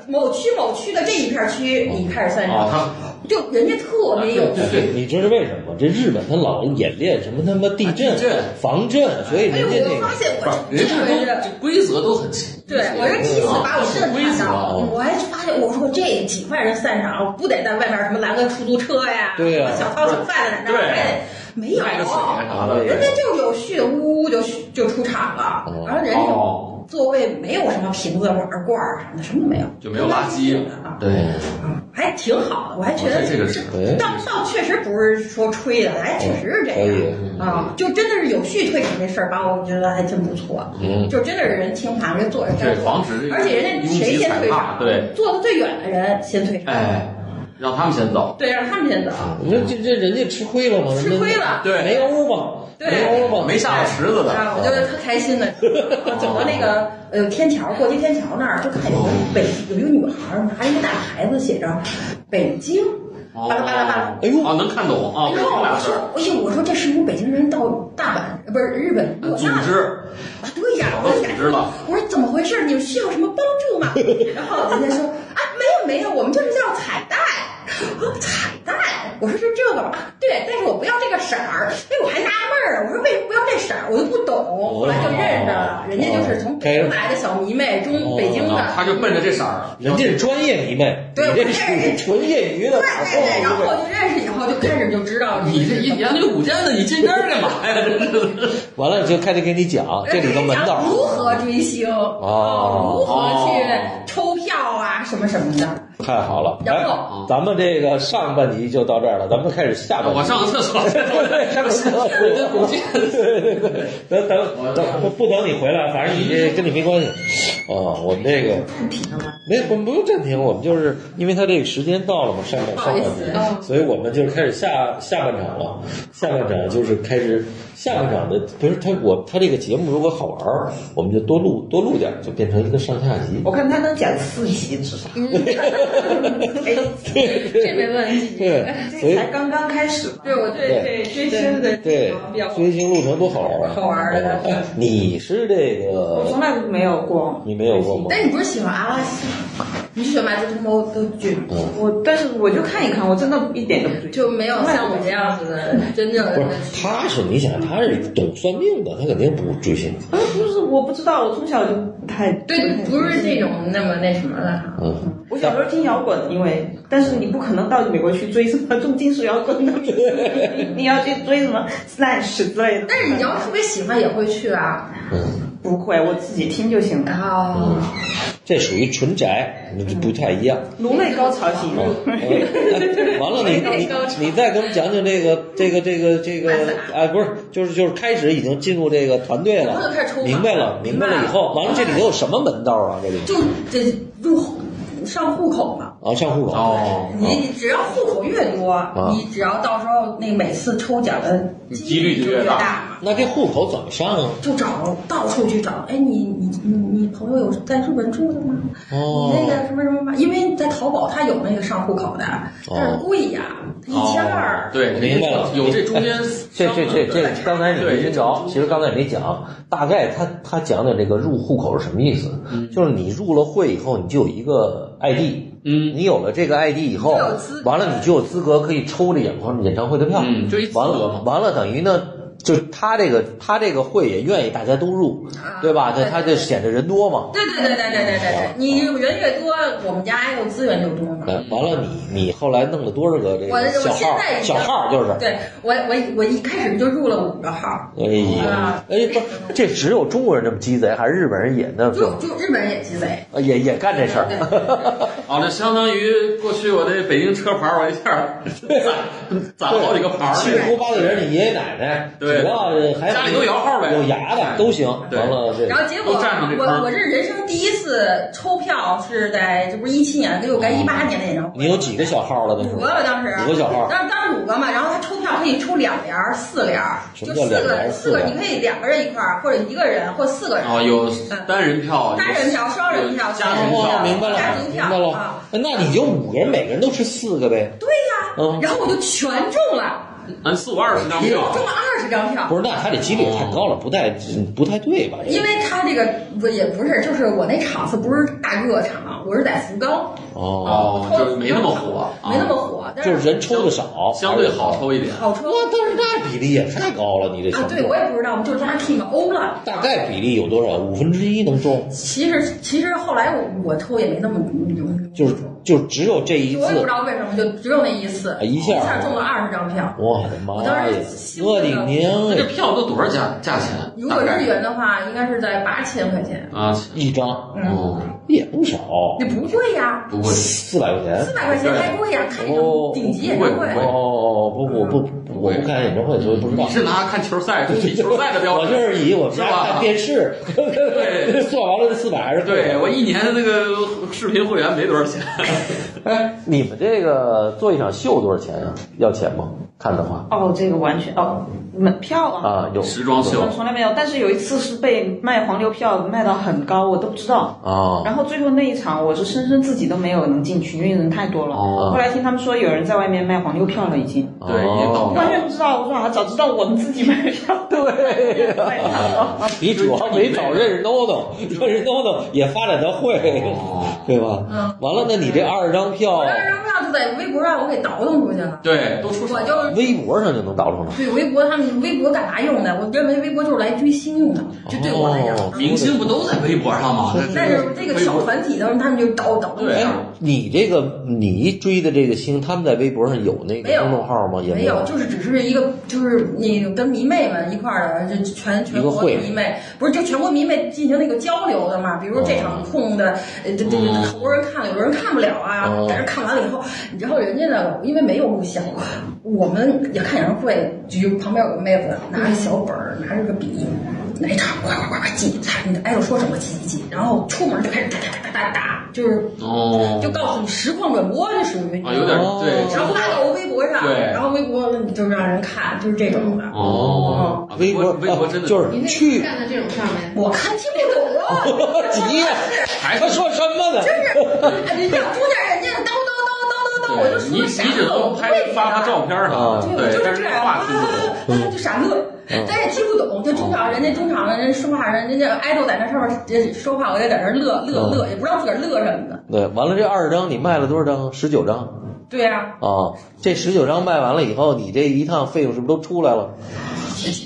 Speaker 4: 某区某区的这一片儿区你开始散场，
Speaker 2: 哦，啊
Speaker 4: 就人家特别有序。
Speaker 2: 对对
Speaker 1: 你知道为什么吗？这日本他老演练什么他妈地震
Speaker 2: 地震、
Speaker 1: 防震，所以
Speaker 4: 啊哎，
Speaker 1: 人家那
Speaker 4: 我
Speaker 1: 个
Speaker 4: 发现
Speaker 2: 他不是，
Speaker 4: 我这
Speaker 2: 人家
Speaker 4: 回是
Speaker 2: 这这规则都很清。
Speaker 4: 对，我是第一次
Speaker 2: 啊
Speaker 4: 把我震撼到，
Speaker 1: 哦
Speaker 4: 我还发现我说这几万人散场，不得在外面什么拦个出租车呀，
Speaker 1: 对呀
Speaker 4: 小掏小贩的在那儿
Speaker 2: 对
Speaker 4: 还得没有，啊
Speaker 2: 卖个水啥的，
Speaker 4: 人家就有序的，呜呜就就出场了，然后人家就
Speaker 2: 哦，
Speaker 4: 座位没有什么瓶子、碗、罐儿什么的，什么都没有，
Speaker 2: 就没有垃圾
Speaker 4: 啊，
Speaker 1: 对，
Speaker 4: 啊还挺好的，我还觉
Speaker 2: 我
Speaker 4: 得
Speaker 2: 看这个是哦
Speaker 1: 哎
Speaker 4: 倒倒确实不是说吹的，还确实是这
Speaker 1: 可以
Speaker 4: 样。，
Speaker 2: 嗯
Speaker 4: 啊，就真的是有序推行这事儿，把我觉得还真不错。
Speaker 1: 嗯，
Speaker 4: 就真的是人听话，人坐着
Speaker 2: 对
Speaker 4: 干，活，
Speaker 2: 防止这个
Speaker 4: 而且人家
Speaker 2: 拥
Speaker 4: 谁
Speaker 2: 挤
Speaker 4: 先
Speaker 2: 踩
Speaker 4: 退
Speaker 2: 踏，
Speaker 4: 场？
Speaker 2: 对，，
Speaker 4: 坐的最远的人先退场。
Speaker 2: 哎，让他们先走。嗯
Speaker 4: 对，让他们先走。
Speaker 1: 那这这人家吃亏了嘛，
Speaker 4: 吃亏了
Speaker 1: 人家
Speaker 2: 对
Speaker 1: 没欧嘛，
Speaker 4: 对
Speaker 1: 没欧嘛，
Speaker 2: 没下过池子的，
Speaker 4: 啊，我就特开心 的，走到那个呃天桥过街天桥那儿，就看有个北有一个女孩儿拿一个大牌子写着“北京”，
Speaker 2: 哦
Speaker 4: 巴拉巴拉巴拉。
Speaker 1: 哎呦
Speaker 2: 哦，能看懂啊，不
Speaker 4: 哎呦，
Speaker 2: 是
Speaker 4: 我
Speaker 2: 俩字
Speaker 4: 说
Speaker 2: 儿，，
Speaker 4: 哎呦，我说这是不是北京人到大阪不是日本
Speaker 2: 呃
Speaker 4: 落
Speaker 2: 组
Speaker 4: 难了？
Speaker 2: 织，
Speaker 4: 啊，对呀，我
Speaker 2: 组织了，
Speaker 4: 我说怎么回事？你们需要什么帮助吗？然后人家说啊，没有没有，我们就是叫彩带。我说彩带，我说是这个吧？啊对，但是我不要这个色儿。哎，我还纳闷儿，我说为什么不要这色儿？我就不懂。
Speaker 1: 哦
Speaker 4: 后来就认识了，人家就是从北京来的小迷妹，
Speaker 1: 哦
Speaker 4: 中北京
Speaker 2: 啊
Speaker 4: 的。
Speaker 2: 他就奔着这色儿，
Speaker 1: 人家是专业迷妹，
Speaker 4: 对
Speaker 1: 你这是纯业余的打
Speaker 4: 对
Speaker 1: 哦
Speaker 4: 对对，然后
Speaker 1: 工。
Speaker 4: 就认识以后就开始就知道
Speaker 2: 你这一研究古建的，你进这儿干嘛呀？ 真是，
Speaker 1: 完了就开始给你讲这里头门道
Speaker 4: 讲如何追星
Speaker 1: 哦
Speaker 4: 如何去抽票啊，什么什么的。
Speaker 1: 太好了，
Speaker 4: 然
Speaker 1: 哎
Speaker 4: 后，
Speaker 1: 咱们这个上半集就到这儿了，咱们开始下半集。
Speaker 2: 我上个厕所，
Speaker 1: 上个厕所，
Speaker 2: 我这古建，
Speaker 1: 对对对，等等等，不等你回来，反正你这跟你没关系。哦，我们这个
Speaker 9: 暂停了吗？
Speaker 1: 没不不用暂停，我们就是因为他这个时间到了嘛，上半
Speaker 4: 不
Speaker 1: 上
Speaker 4: 好
Speaker 1: 半
Speaker 4: 意思
Speaker 1: 场，
Speaker 4: 嗯
Speaker 1: 所以我们就开始下下半场了。下半场就是开始下半场的，不是他我他这个节目如果好玩儿，我们就多录多录点儿，就变成一个上下集。
Speaker 9: 我看他能讲四集至少，
Speaker 3: 这没问题。
Speaker 1: 对，所
Speaker 9: 这
Speaker 1: 以
Speaker 9: 才刚刚开始嘛。
Speaker 4: 对，我对
Speaker 1: 对
Speaker 4: 追星的
Speaker 1: 对
Speaker 4: 比较
Speaker 1: 追星路程多好玩儿，
Speaker 4: 好玩儿的
Speaker 1: 哎你是这
Speaker 9: 我
Speaker 1: 个
Speaker 9: 从来没有过，
Speaker 1: 你没有过吗？
Speaker 4: 但你不是喜欢阿拉斯吗？你是喜欢马志通都剧吗？
Speaker 1: 嗯，
Speaker 9: 我但是我就看一看，我真的一点都不对。
Speaker 4: 就没有像我这样子的真正
Speaker 1: 不是
Speaker 4: 的。，
Speaker 1: 他是你想他是懂算命的，他肯定不追星。
Speaker 9: 啊，不是，我不知道，我从小就不太
Speaker 4: 对，不是这种那么那什么的。
Speaker 1: 嗯，
Speaker 9: 我小时候听摇滚，因为但是你不可能到美国去追什么重金属摇滚的， 你你要去追什么 Slash 之类的。
Speaker 4: 但是你要特别喜欢也会去啊。
Speaker 1: 嗯
Speaker 9: 不会，我自己听就行了。
Speaker 4: 然后
Speaker 1: 这属于纯宅，那就不太一样。
Speaker 9: 颅内高潮型，
Speaker 1: 哦 哎完了，你你你再给我们讲讲这个这个这个这个，哎，不是，就是就是开始已经进入这个团队了
Speaker 4: 我就开始抽，嘛
Speaker 1: 明白了，明白了以后，完了这里头有什么门道啊？这里
Speaker 4: 就这入上户口嘛。
Speaker 1: 啊，上户口
Speaker 2: 哦啊
Speaker 4: 你你只要户口越多，你只要到时候那每次抽奖的
Speaker 2: 几率就
Speaker 4: 就
Speaker 2: 越
Speaker 4: 越
Speaker 2: 大
Speaker 4: 嘛。
Speaker 1: 那这户口怎么上啊？
Speaker 4: 就找到处去找，哎，你你你你朋友有在日本住的吗？
Speaker 1: 哦
Speaker 4: 你那个什么什么吗？因为在淘宝它有那个上户口的，
Speaker 1: 哦
Speaker 4: 但是贵呀、它一千二。
Speaker 2: 对，
Speaker 1: 明白了
Speaker 2: 有这中间
Speaker 1: 这这这这，刚才你没
Speaker 2: 对
Speaker 1: 听着，其实刚才也没讲，大概他他讲讲这个入户口是什么意思，就是你入了会以后，你就有一个 ID。
Speaker 2: 嗯
Speaker 1: 你有了这个 ID 以后
Speaker 4: 你就有资，格
Speaker 1: 完了你就有资格可以抽这演唱演唱会的票，
Speaker 2: 嗯就一资格
Speaker 1: 完
Speaker 2: 嘛
Speaker 1: 了完了等于呢，就他这个他这个会也愿意大家都入，
Speaker 4: 啊
Speaker 1: 对吧？他
Speaker 4: 对
Speaker 1: 他就哦显得人多嘛，
Speaker 4: 对对对对对对对对，你人越多，我们家有资源就多嘛。
Speaker 1: 哎，完了你你后来弄了多少个这
Speaker 4: 我
Speaker 1: 个
Speaker 4: 我
Speaker 1: 小
Speaker 4: 现
Speaker 1: 号
Speaker 4: 在已经
Speaker 1: 小号就是，
Speaker 4: 对我我我一开始就入了五个号，
Speaker 1: 哎呀
Speaker 4: 啊，
Speaker 1: 哎不，这只有中国人这么鸡贼，还是日本人也那
Speaker 4: 就
Speaker 1: 么
Speaker 4: 就日本人也鸡贼，
Speaker 1: 呃也也干这事
Speaker 4: 对
Speaker 1: 儿？
Speaker 2: 哦，这相当于过去我这北京车牌，我一下攒 攒了好几个牌儿，
Speaker 1: 七十头八的人，你爷爷奶奶，
Speaker 2: 对
Speaker 1: 只要还有
Speaker 2: 家里都摇号呗
Speaker 1: 有牙的都行。
Speaker 2: 对
Speaker 1: 完了这
Speaker 4: 然后结果
Speaker 2: 都站上这坑
Speaker 4: 我我这人生第一次抽票是在这不是一七年，得有该一八年的演唱会。
Speaker 1: 哦你有几个小号了？那时候
Speaker 4: 五个吧，当时
Speaker 1: 五个小号
Speaker 4: 当时当时五个嘛，然后他抽票可以抽两联儿、四联儿，
Speaker 1: 什么
Speaker 4: 就
Speaker 1: 叫
Speaker 4: 四
Speaker 1: 两联儿
Speaker 4: 个
Speaker 1: 四
Speaker 4: 四
Speaker 1: 联
Speaker 4: 个
Speaker 1: 儿，
Speaker 4: 你可以两个人一块儿，或者一个人或四个人，
Speaker 2: 哦，有单人票，
Speaker 4: 单人票、双人票、
Speaker 2: 家
Speaker 4: 三
Speaker 2: 庭
Speaker 4: 人
Speaker 1: 哦
Speaker 2: 票，
Speaker 1: 明白
Speaker 4: 家
Speaker 1: 了，
Speaker 4: 庭
Speaker 1: 明
Speaker 4: 票
Speaker 1: 白了哎
Speaker 4: 啊。，
Speaker 1: 那你就五个人，每个人都吃四个呗？
Speaker 4: 对呀、
Speaker 1: 嗯
Speaker 4: 然后我就全中了，
Speaker 2: 咱四五二十张票，
Speaker 4: 中了二十张票
Speaker 1: 不。是，那他这几率也太高了，不太不太对吧？
Speaker 4: 因为他这个不也不是，就是我那场次不是大热场，啊我是在福冈，
Speaker 1: 哦，
Speaker 2: 哦，就是没那么火，啊
Speaker 4: 没那么火，但
Speaker 1: 就是是人抽的少，
Speaker 2: 相对好抽一点。
Speaker 4: 好抽。
Speaker 1: 那但是那比例也太高了，你这
Speaker 4: 啊
Speaker 1: 项，
Speaker 4: 对，我也不知道，我们就抓 T 嘛，欧了。
Speaker 1: 大概比例有多少？五分之一能中，
Speaker 4: 其实其实后来我我抽也没那么嗯
Speaker 1: 就是就只有这一
Speaker 4: 我也不知
Speaker 1: 次，
Speaker 4: 道为什么，就只有那一
Speaker 2: 啊
Speaker 4: 次，
Speaker 1: 一下
Speaker 4: 中了二十张票。
Speaker 1: 我的
Speaker 4: 我
Speaker 1: 妈
Speaker 4: 当
Speaker 1: 呀
Speaker 4: 时兴！奋
Speaker 1: 我的
Speaker 4: 得
Speaker 1: 娘
Speaker 2: 那
Speaker 1: 哎
Speaker 2: 这！票都多少价价钱？
Speaker 4: 如果
Speaker 2: 大概
Speaker 4: 日元的话，应该是在八千块钱。
Speaker 2: 啊，
Speaker 1: 一张
Speaker 4: 嗯
Speaker 2: 哦，
Speaker 1: 也不少，
Speaker 4: 你不贵呀，
Speaker 2: 不过
Speaker 1: 四百块钱
Speaker 4: 四。百块钱还贵呀，看一场
Speaker 1: 哦
Speaker 4: 顶级演唱
Speaker 2: 哎不
Speaker 1: 哦
Speaker 2: 贵
Speaker 4: 会。
Speaker 1: 哦哦，不，我不，我不看演唱会，所以不知道
Speaker 2: 你。是拿看球赛、中体球赛的标
Speaker 1: 我
Speaker 2: 准，
Speaker 1: 就是以我们家看电视， 算完了这四百还是贵
Speaker 2: 对我一年的那个视频会员没多 少钱，
Speaker 1: 哎，你们这个做一场秀多少钱呀、要钱吗？看的话
Speaker 9: 哦，这个完全哦，门票啊，
Speaker 1: 啊，有
Speaker 2: 时装秀
Speaker 9: 我从来没有。但是有一次是被卖黄牛票卖到很高，我都不知道。
Speaker 1: 啊，
Speaker 9: 然后最后那一场，我是深深自己都没有能进去，因为人太多了。
Speaker 2: 哦
Speaker 9: 后来听他们说有人在外面卖黄牛票了，已经。
Speaker 2: 对也
Speaker 1: 哦
Speaker 2: 懂
Speaker 9: 完全不知道，我说啊，早知道我们自己买票。
Speaker 1: 对呀、
Speaker 9: 卖票了。
Speaker 1: 你主要没找认识 NONO，认识 NONO 也发展的会，
Speaker 2: 哦
Speaker 1: 对吧？
Speaker 4: 嗯
Speaker 1: 完了，那你这二十张票
Speaker 4: 我，二十张票就在微博上我给倒腾出去了，
Speaker 2: 对，都出手
Speaker 4: 我就。
Speaker 1: 微博上就能倒腾了。
Speaker 4: 对微博，他们微博干啥用的？我认为微博就是来追星用的，就对我来
Speaker 1: 哦
Speaker 4: 讲。
Speaker 2: 明星不都在微博上吗？
Speaker 4: 但是这个小团体的，他们就倒倒腾
Speaker 2: 对
Speaker 1: 哎
Speaker 4: 票。
Speaker 2: 啊，
Speaker 1: 你这个你追的这个星，他们在微博上有那
Speaker 4: 没
Speaker 1: 个
Speaker 4: 有
Speaker 1: 公众号吗？也
Speaker 4: 没
Speaker 1: 有。
Speaker 4: 就是只是一个，就是你跟迷妹们一块儿的，就全全
Speaker 1: 一个
Speaker 4: 国
Speaker 1: 会
Speaker 4: 迷妹，不是就全国迷妹进行那个交流的嘛？比如说这
Speaker 1: 哦
Speaker 4: 场空的，呃这这
Speaker 2: 哦
Speaker 4: 好多人看了，有人看不了啊
Speaker 1: 嗯哦。
Speaker 4: 但是看完了以后，你知道人家呢，因为没有录像，我们也看演唱会，就旁边有个妹子拿着小本儿，拿着个笔。哪一场夸夸夸夸记，他你哎呦说什么记记记，然后出门就开始哒哒哒哒哒哒，就是
Speaker 2: 哦
Speaker 4: 就告诉你实况转播，这属于
Speaker 2: 啊，有点
Speaker 1: 哦
Speaker 2: 对，
Speaker 4: 然后发到微博上，
Speaker 2: 对
Speaker 4: 然后微博你就让人看，就是这种的。
Speaker 2: 哦，啊
Speaker 1: 微博
Speaker 2: 微博真的
Speaker 1: 就
Speaker 3: 你
Speaker 1: 是
Speaker 3: 那
Speaker 1: 去
Speaker 3: 次干的这种事儿没？
Speaker 4: 我看听不懂
Speaker 2: 哦
Speaker 4: 啊，
Speaker 1: 急呀，
Speaker 2: 还
Speaker 1: 他说什么呢？
Speaker 4: 真是，哎你看中间人家叨叨叨叨叨叨，我就
Speaker 2: 对你
Speaker 4: 说
Speaker 2: 你
Speaker 4: 啥
Speaker 2: 只
Speaker 4: 都
Speaker 2: 能
Speaker 4: 不
Speaker 2: 拍
Speaker 4: 会
Speaker 2: 发发照
Speaker 4: 呀。
Speaker 2: 片儿
Speaker 1: 啊
Speaker 2: 哈，
Speaker 4: 对，
Speaker 2: 对，
Speaker 4: 我就
Speaker 2: 但是
Speaker 4: 是这
Speaker 2: 那
Speaker 4: 样，
Speaker 2: 话听 不懂。嗯
Speaker 4: 啊，就傻乐，咱也听不懂。这中场人家中场的人说话，人家爱豆在那上面说话，我也在那乐乐
Speaker 2: 嗯
Speaker 4: 乐，也不知道自个儿乐什么呢。
Speaker 1: 对，完了这二十张你卖了多少张？十九张。
Speaker 4: 对呀，
Speaker 1: 啊，这十九张卖完了以后，你这一趟费用是不是都出来了？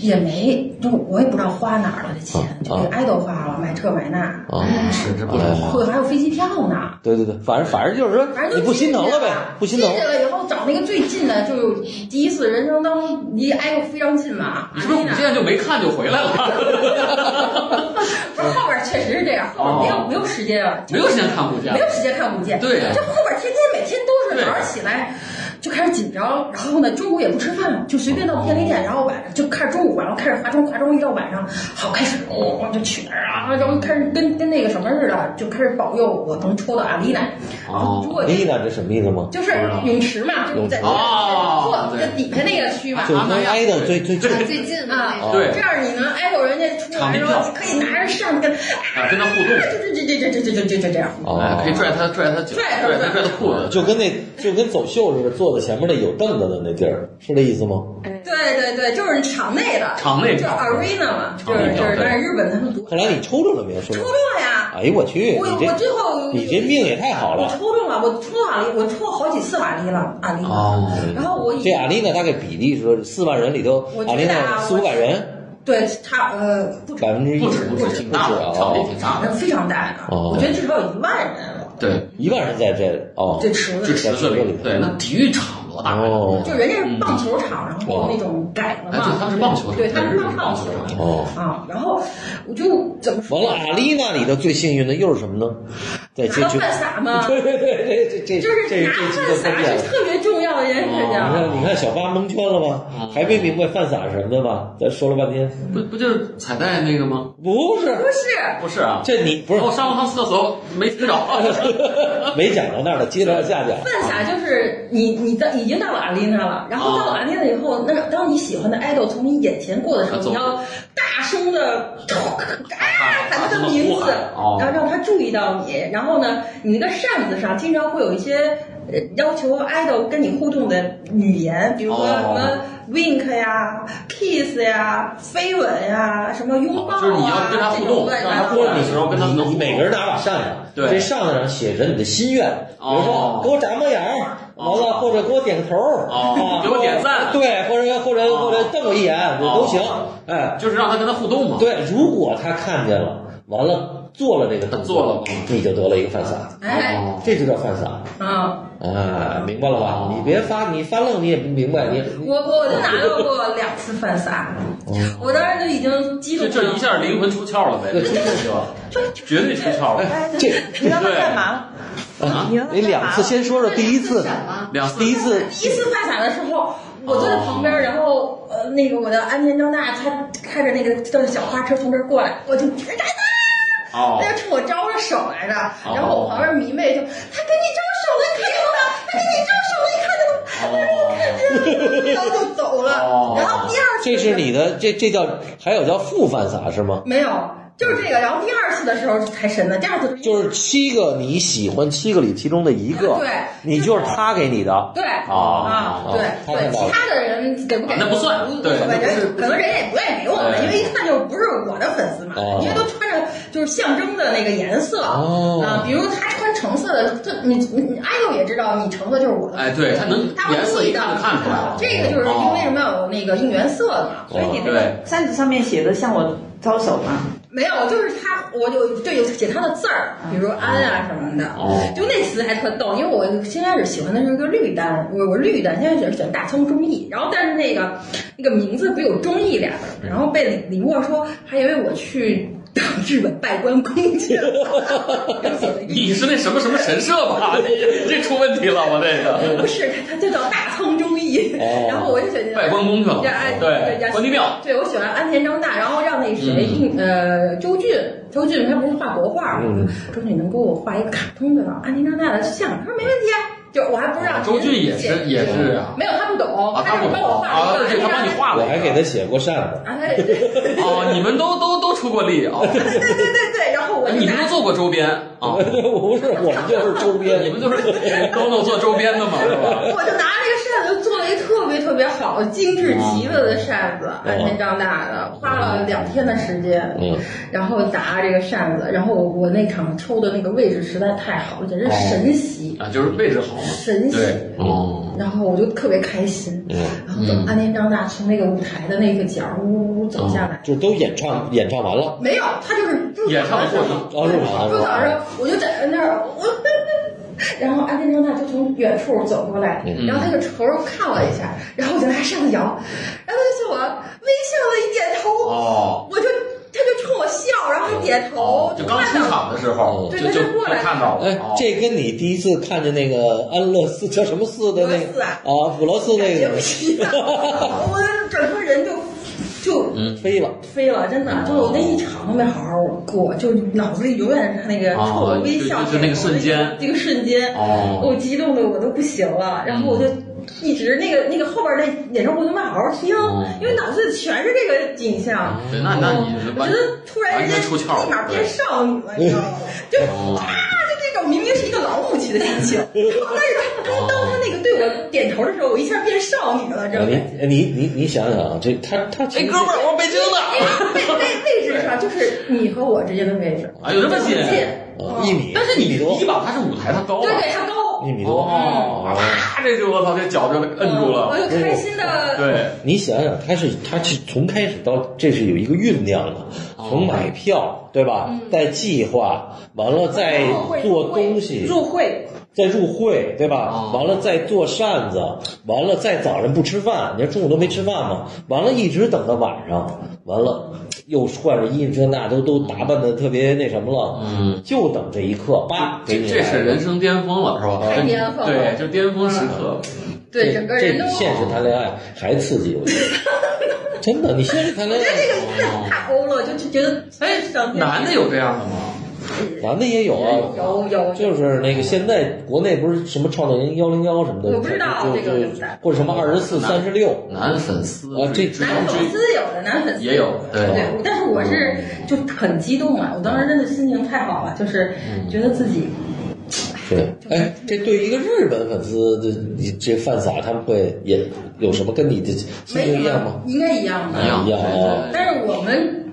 Speaker 4: 也没，就我也不知道花哪儿了这钱，
Speaker 2: 嗯
Speaker 4: 就给
Speaker 1: 啊
Speaker 4: 爱豆花了，买这买那，
Speaker 1: 啊，
Speaker 2: 是这不
Speaker 1: 哎
Speaker 2: 是
Speaker 1: 呀
Speaker 4: 会还有飞机票呢。
Speaker 1: 对对对，反正反正就是说
Speaker 4: 反正就
Speaker 1: 你不心疼了呗，不心疼
Speaker 4: 进去了以后找那个最近的，就有第一次人生当中离挨个非 常近嘛。啊
Speaker 2: 你是不是
Speaker 4: 安
Speaker 2: 你
Speaker 4: 妮
Speaker 2: 现
Speaker 4: 娜
Speaker 2: 在就没看就回来 了？
Speaker 4: 不是后边确实是这样，后边没有、
Speaker 2: 哦
Speaker 4: 没有时间啊，就
Speaker 2: 没有时间看古剑
Speaker 4: 没，有时间看古剑。
Speaker 2: 对呀
Speaker 4: 这后边天天每天都是早上起来就开始紧张，然后呢中午也不吃饭，就随便到便利店，然后晚上就开始中午，然后开始化妆，化妆一到晚上，好开始咣咣、就去那儿啊，然后开始跟跟那个什么似的，就开始保佑我能抽到阿丽娜。
Speaker 2: 哦
Speaker 4: 如果
Speaker 1: 丽娜哎这什么意思吗？
Speaker 4: 就是泳池嘛，就是在
Speaker 1: 泳池
Speaker 2: 哦
Speaker 4: 坐在底下那个区
Speaker 2: 啊
Speaker 4: 嘛。
Speaker 1: 就是跟 idol 最最
Speaker 3: 啊
Speaker 1: 最
Speaker 3: 最近的那
Speaker 4: 啊，
Speaker 3: 个，
Speaker 2: 对
Speaker 4: 这样你能挨着人家出来，然后可以拿着扇子，
Speaker 2: 啊，跟他互动，
Speaker 4: 哎就这这这这这这这这这这样。
Speaker 2: 哎，
Speaker 1: 哦
Speaker 2: 可以，拽他拽他脚，
Speaker 4: 拽他
Speaker 2: 拽他拽他裤子，
Speaker 1: 就跟那就跟走秀似的，坐在前面那有凳子的那地儿，是这意思吗？
Speaker 4: 对对对，就是场内的，
Speaker 2: 场内
Speaker 4: 就是 arena 嘛，就
Speaker 2: 场内
Speaker 4: 是
Speaker 2: 票
Speaker 4: 就是，
Speaker 2: 对
Speaker 4: 但是日本他们多
Speaker 1: 后来你抽中了没有？说
Speaker 4: 抽中了呀！
Speaker 1: 哎呦我去，
Speaker 4: 我
Speaker 1: 你
Speaker 4: 我最
Speaker 1: 这
Speaker 4: 后
Speaker 1: 你这命也太好
Speaker 4: 我
Speaker 1: 了。
Speaker 4: 抽中了，我抽阿丽，我抽好几次阿丽了，阿丽
Speaker 2: 哦
Speaker 4: 了。然后我以
Speaker 1: 这阿丽娜大概比例说四万人里头，
Speaker 4: 我
Speaker 1: 阿
Speaker 4: 觉得啊
Speaker 1: 丽娜四五百人，
Speaker 4: 对差呃不止啊
Speaker 1: 百分之一
Speaker 2: 不止不止，啊挺大的，场地
Speaker 1: 哦，
Speaker 2: 挺大的，
Speaker 4: 非常大的，
Speaker 1: 哦
Speaker 4: 我觉得至少有一万人了。
Speaker 2: 对，
Speaker 1: 一万人在这哦，
Speaker 4: 这池
Speaker 2: 这
Speaker 4: 子，
Speaker 2: 池子里，对，那体育场多大呀？
Speaker 1: 哦
Speaker 4: 就人家是棒球场，然后那种改了
Speaker 2: 哎对
Speaker 4: 嘛，
Speaker 2: 它是棒球场
Speaker 4: 对，它
Speaker 2: 日
Speaker 4: 是
Speaker 2: 本
Speaker 4: 棒
Speaker 2: 是棒
Speaker 4: 棒
Speaker 2: 球场
Speaker 1: 哦。
Speaker 4: 啊。然后我就怎么说
Speaker 1: 完
Speaker 4: 呢？
Speaker 1: 了，阿丽娜里头最幸运的又是什么呢？在
Speaker 4: 拿
Speaker 1: 这
Speaker 4: 到
Speaker 1: 就
Speaker 4: 饭撒嘛，
Speaker 1: 对 对对，这这这
Speaker 4: 就是
Speaker 1: 这
Speaker 4: 拿
Speaker 1: 这集
Speaker 4: 饭
Speaker 1: 就
Speaker 4: 撒
Speaker 1: 关键了。
Speaker 4: 是
Speaker 1: 哦
Speaker 4: 特别重要的一件事
Speaker 1: 你
Speaker 4: 情。啊
Speaker 1: 看，你看，小八蒙圈了
Speaker 4: 嗯
Speaker 1: 吧？还没明白犯傻什么的吧？咱说了半天，
Speaker 2: 不不就是彩带那个吗？
Speaker 1: 不
Speaker 4: 不
Speaker 1: 是，
Speaker 4: 是，
Speaker 2: 不是啊，
Speaker 1: 这你不是
Speaker 2: 我上过趟厕所没哦听着，
Speaker 1: 没讲到那儿了，接着往下讲。
Speaker 4: 饭撒就是你你到已经到了阿丽娜了，然后到了阿丽娜以后，那个当你喜欢的爱豆从你眼前过的时
Speaker 2: 啊
Speaker 4: 候，
Speaker 2: 走
Speaker 4: 你要大声的啊喊他的名
Speaker 2: 呼
Speaker 4: 字，
Speaker 2: 喊哦
Speaker 4: 然后让他注意到你。然后呢，你那个扇子上经常会有一些呃要求爱豆跟你互动的语言，比如说
Speaker 2: 哦
Speaker 4: 什么
Speaker 5: wink 呀、kiss 呀、飞吻呀、什么拥抱啊，
Speaker 2: 哦就是你要跟他互动，
Speaker 5: 这种
Speaker 2: 让他过来的时候跟他们能互
Speaker 1: 你
Speaker 2: 动
Speaker 1: 每个人拿把扇呀，
Speaker 2: 对
Speaker 1: 这扇子上写着你的心愿，比如说
Speaker 2: 哦
Speaker 1: 给我眨巴眼儿，完了或者给我点个头儿，
Speaker 2: 哦
Speaker 1: 啊
Speaker 2: 给我点赞
Speaker 1: 对，或者或者
Speaker 2: 哦
Speaker 1: 或者瞪我一眼，我都行
Speaker 2: 哦，
Speaker 1: 哎，
Speaker 2: 就是让他跟他互动嘛。
Speaker 1: 对，如果他看见了，完了做了这个动作
Speaker 2: 做了嗯
Speaker 1: 你就得了一个犯傻，
Speaker 4: 哎，
Speaker 2: 哦，
Speaker 1: 这就叫犯傻，
Speaker 4: 嗯，
Speaker 1: 哎，明白了吧？
Speaker 2: 哦
Speaker 1: 你别发，你发愣你也不明白，你你
Speaker 4: 我我就拿到过两次犯傻，
Speaker 1: 哦
Speaker 4: 我当时就已经激动
Speaker 2: 这
Speaker 4: 了。
Speaker 2: 这一下灵魂出窍了呗，
Speaker 1: 对
Speaker 2: 这是吧？绝对出窍了。
Speaker 9: 哎，
Speaker 1: 这
Speaker 9: 你让他干嘛？
Speaker 2: 啊
Speaker 9: 你让他
Speaker 1: 你两次先说说第一次
Speaker 3: 什，么？
Speaker 2: 两次
Speaker 1: 第一次
Speaker 4: 第一次犯傻的时候，我坐在
Speaker 1: 哦
Speaker 4: 旁边，然后呃，那个我的安全张大他开着那个叫小花车从这儿过来，我就别站那
Speaker 2: 哦
Speaker 4: 那个冲我招着手来着，
Speaker 1: 哦
Speaker 4: 然后我旁边迷妹就他跟你招手了，你看见了吗？他跟你招手了，你看见了吗？然后就走了。
Speaker 2: 哦
Speaker 4: 然后第二次
Speaker 1: 这是你的，这这叫还有叫副犯傻是吗？
Speaker 4: 没有，就是这个。然后第二次的时候才神的，第二次
Speaker 1: 就是七个你喜欢七个里其中的一个，
Speaker 4: 对
Speaker 1: 你就是他给你的，
Speaker 4: 对啊
Speaker 2: 哦，
Speaker 1: 哦
Speaker 4: 对
Speaker 1: 他看
Speaker 4: 对，
Speaker 1: 到了
Speaker 4: 其他的人给不给
Speaker 2: 啊那不算
Speaker 4: 无无所
Speaker 2: 对
Speaker 4: 谓，
Speaker 2: 那不是哎
Speaker 4: 人可能人也不愿意给我们，
Speaker 2: 对
Speaker 4: 因为一看就不是我的粉丝嘛
Speaker 1: 哦，
Speaker 4: 因为都穿着就是象征的那个颜色
Speaker 1: 哦
Speaker 4: 啊，比如他穿橙色的，这你你你哎呦也知道你橙色就是我的粉丝。
Speaker 2: 哎，对，他能
Speaker 4: 他
Speaker 2: 颜
Speaker 4: 会
Speaker 2: 色
Speaker 4: 故意
Speaker 2: 一
Speaker 4: 的啊
Speaker 2: 看就看出来了。
Speaker 4: 这个就是因
Speaker 2: 哦
Speaker 4: 为为什么要有那个应援色嘛？
Speaker 9: 所以你那
Speaker 2: 对
Speaker 9: 个扇子上面写的向我招手吗？
Speaker 4: 没有，就是他，我就对有写他的字儿，比如安啊什么的。
Speaker 2: 哦
Speaker 4: 就那词还特逗，因为我先开始喜欢的是一个绿丹，我我是绿丹，现在只是喜欢大葱忠义。然后但是那个那个名字不有忠义俩字儿，然后被李李默说，还以为我去到日本拜关公 去了，然后写了一
Speaker 2: 你是那什么什么神社吧？ 你这出问题了，我这个
Speaker 4: 不是，他他就叫大葱忠义。
Speaker 1: 哦
Speaker 4: 然后我就选择
Speaker 2: 拜关公去了
Speaker 4: 对哎，
Speaker 2: 对
Speaker 4: 对
Speaker 2: 关帝庙
Speaker 4: 对，我喜欢安田章大，然后让那谁，
Speaker 2: 嗯
Speaker 4: 应呃，周俊，周俊他不是画国画吗？
Speaker 1: 嗯
Speaker 4: 周俊，你能给我画一个卡通的吗安田章大的像？他说没问题啊，就我还不让
Speaker 2: 周俊
Speaker 4: 您
Speaker 2: 也
Speaker 4: 写
Speaker 2: 是也是啊，
Speaker 4: 没有，他不懂，
Speaker 2: 啊，
Speaker 4: 哦他
Speaker 2: 他
Speaker 4: 就
Speaker 2: 不
Speaker 4: 是帮我画
Speaker 2: 啊
Speaker 4: 了，一
Speaker 2: 对，
Speaker 4: 个，
Speaker 2: 他帮你画了
Speaker 1: 我
Speaker 2: 一个，
Speaker 1: 还给他写过扇子，
Speaker 4: 啊，他 对对对
Speaker 2: 哦，你们都都都出过力 哦，
Speaker 4: 对对，然后我
Speaker 2: 哎
Speaker 4: 就
Speaker 2: 你们
Speaker 4: 拿
Speaker 2: 都做过周边啊？
Speaker 1: 我
Speaker 2: 哦
Speaker 1: 不是，我们就是周边，
Speaker 2: 你们 都是都能做周边的嘛，是吧？
Speaker 4: 我就拿那个扇子做了一特别特别好、精致极了的扇
Speaker 2: 哦
Speaker 4: 子，安田张大的，花了两天的时间，
Speaker 1: 嗯，
Speaker 4: 然后拿这个扇子，然后我那场抽的那个位置实在太好了，简
Speaker 2: 哦
Speaker 4: 直神奇，
Speaker 2: 啊，就是位置好嘛。
Speaker 4: 神奇。
Speaker 2: 对，哦，
Speaker 4: 然后我就特别开心，
Speaker 1: 嗯
Speaker 4: 然后等安田张大从那个舞台的那个角儿呜呜走下来，
Speaker 1: 就都演唱演唱完了，
Speaker 4: 没有，他就是
Speaker 2: 嗯
Speaker 4: 入
Speaker 2: 演
Speaker 4: 场
Speaker 2: 唱的
Speaker 4: 的时
Speaker 2: 过
Speaker 4: 候，
Speaker 2: 程，
Speaker 1: 哦，入场
Speaker 4: 入
Speaker 1: 是
Speaker 4: 场的时
Speaker 1: 吧？
Speaker 4: 候我就站在那儿，我，然后安田张大就从远处走过来，
Speaker 1: 嗯
Speaker 4: 然后他就瞅着看我一下，然后我就拿扇子摇，然后他就向我微笑的一点头，
Speaker 2: 哦，
Speaker 4: 我就他就冲我笑，然后还点头，
Speaker 2: 就刚出
Speaker 4: 看到。
Speaker 2: 场的时候，
Speaker 4: 哦对
Speaker 2: 就
Speaker 4: 他
Speaker 2: 就
Speaker 4: 就过来了
Speaker 2: 看到了。
Speaker 1: 哎
Speaker 2: 哦，
Speaker 1: 这跟你第一次看见那个安乐寺叫什么寺的那
Speaker 4: 普罗寺
Speaker 1: 个
Speaker 4: 啊
Speaker 1: 啊，普罗寺
Speaker 4: 感
Speaker 1: 那
Speaker 4: 觉
Speaker 1: 个
Speaker 4: 不 一样，我整个人就就
Speaker 1: 飞了，
Speaker 4: 飞了，真
Speaker 2: 嗯
Speaker 4: 的，就是我那一场都没好好过，就脑子里永远是他那个
Speaker 2: 哦
Speaker 4: 冲我微笑，
Speaker 2: 就就那个瞬间
Speaker 4: 那个瞬间，
Speaker 2: 哦嗯
Speaker 4: 我激动的我都不行了，然后我就一直那个那个后边那演唱会都没好好听
Speaker 2: 哦，
Speaker 4: 因为脑子里全是这个景象。
Speaker 2: 对，那那你是
Speaker 4: 我
Speaker 2: 完
Speaker 4: 觉得突然
Speaker 2: 完
Speaker 4: 之间
Speaker 2: 全出窍
Speaker 4: 立马
Speaker 2: 了，
Speaker 4: 变
Speaker 2: 对。
Speaker 4: 少女了，你知道吗？就
Speaker 2: 哦
Speaker 4: 啊，就那种明明是一个老母亲的心情，但是他当当他那个对我点头的时候，我一下变少女了，知道吗？
Speaker 1: 啊你你你你想想啊，这他他其
Speaker 2: 哎，
Speaker 1: 实
Speaker 2: 哥们儿，我北京的，
Speaker 4: 位位位置上就是你和我之间的位置，
Speaker 2: 啊，有这么近
Speaker 4: 就很近，
Speaker 1: 啊一米，
Speaker 2: 但是
Speaker 1: 一
Speaker 2: 你
Speaker 1: 米多
Speaker 2: 低，吧，它是舞台，它高啊，
Speaker 4: 对对，他高，
Speaker 1: 一米多，
Speaker 2: 哦，啪，这就我操，这脚就摁住
Speaker 4: 嗯我
Speaker 2: 了，
Speaker 4: 就开心的，
Speaker 2: 对，
Speaker 1: 你想想，他是他是从开始到这是有一个酝酿的，
Speaker 4: 哦
Speaker 1: 从买票对吧，
Speaker 4: 嗯
Speaker 1: 再计划，完了再
Speaker 4: 哦
Speaker 1: 做东西，
Speaker 5: 入会，
Speaker 1: 再入会对吧
Speaker 2: 哦，
Speaker 1: 完了再做扇子，完了再早上不吃饭，你看中午都没吃饭嘛，完了一直等到晚上，完了又换着衣服这那都都打扮的特别那什么了，
Speaker 2: 嗯，
Speaker 1: 就等这一刻，叭，给
Speaker 2: 这
Speaker 1: 你
Speaker 2: 这
Speaker 1: 来
Speaker 2: 是
Speaker 1: 了
Speaker 2: 人生巅峰了，是吧？
Speaker 4: 太巅峰了
Speaker 2: 对，就巅峰时刻，
Speaker 4: 对整个
Speaker 1: 这
Speaker 4: 人
Speaker 1: 比
Speaker 4: 都。
Speaker 1: 现实谈恋爱还刺激，我觉得 真的，你现实谈恋
Speaker 4: 我觉得这
Speaker 1: 爱，
Speaker 4: 个太太欧了，就就觉得哎，上天
Speaker 2: 男的有这样的吗？
Speaker 1: 男的也有啊。
Speaker 4: 有有有，
Speaker 1: 就是那个现在国内不是什么创造营幺零幺什么的，
Speaker 4: 我不知道
Speaker 1: 就
Speaker 4: 这个
Speaker 1: 就
Speaker 4: 比赛
Speaker 1: 或者什么二十四、三十六，
Speaker 2: 男粉丝
Speaker 1: 啊这
Speaker 2: 追
Speaker 4: 男粉丝有的，男粉丝
Speaker 2: 也有对
Speaker 4: 对，但是我是就很激动啊，我当时真的心情太好了，就是觉得自己。
Speaker 1: 对，哎，这对一个日本粉丝，这你这犯傻，他们会也有什么跟你的心
Speaker 4: 没
Speaker 1: 情
Speaker 4: 什
Speaker 1: 一样
Speaker 4: 么
Speaker 1: 吗？，
Speaker 4: 应该一样吧
Speaker 2: 一。样
Speaker 1: 一样
Speaker 2: 嗯
Speaker 1: 啊
Speaker 4: 但是我们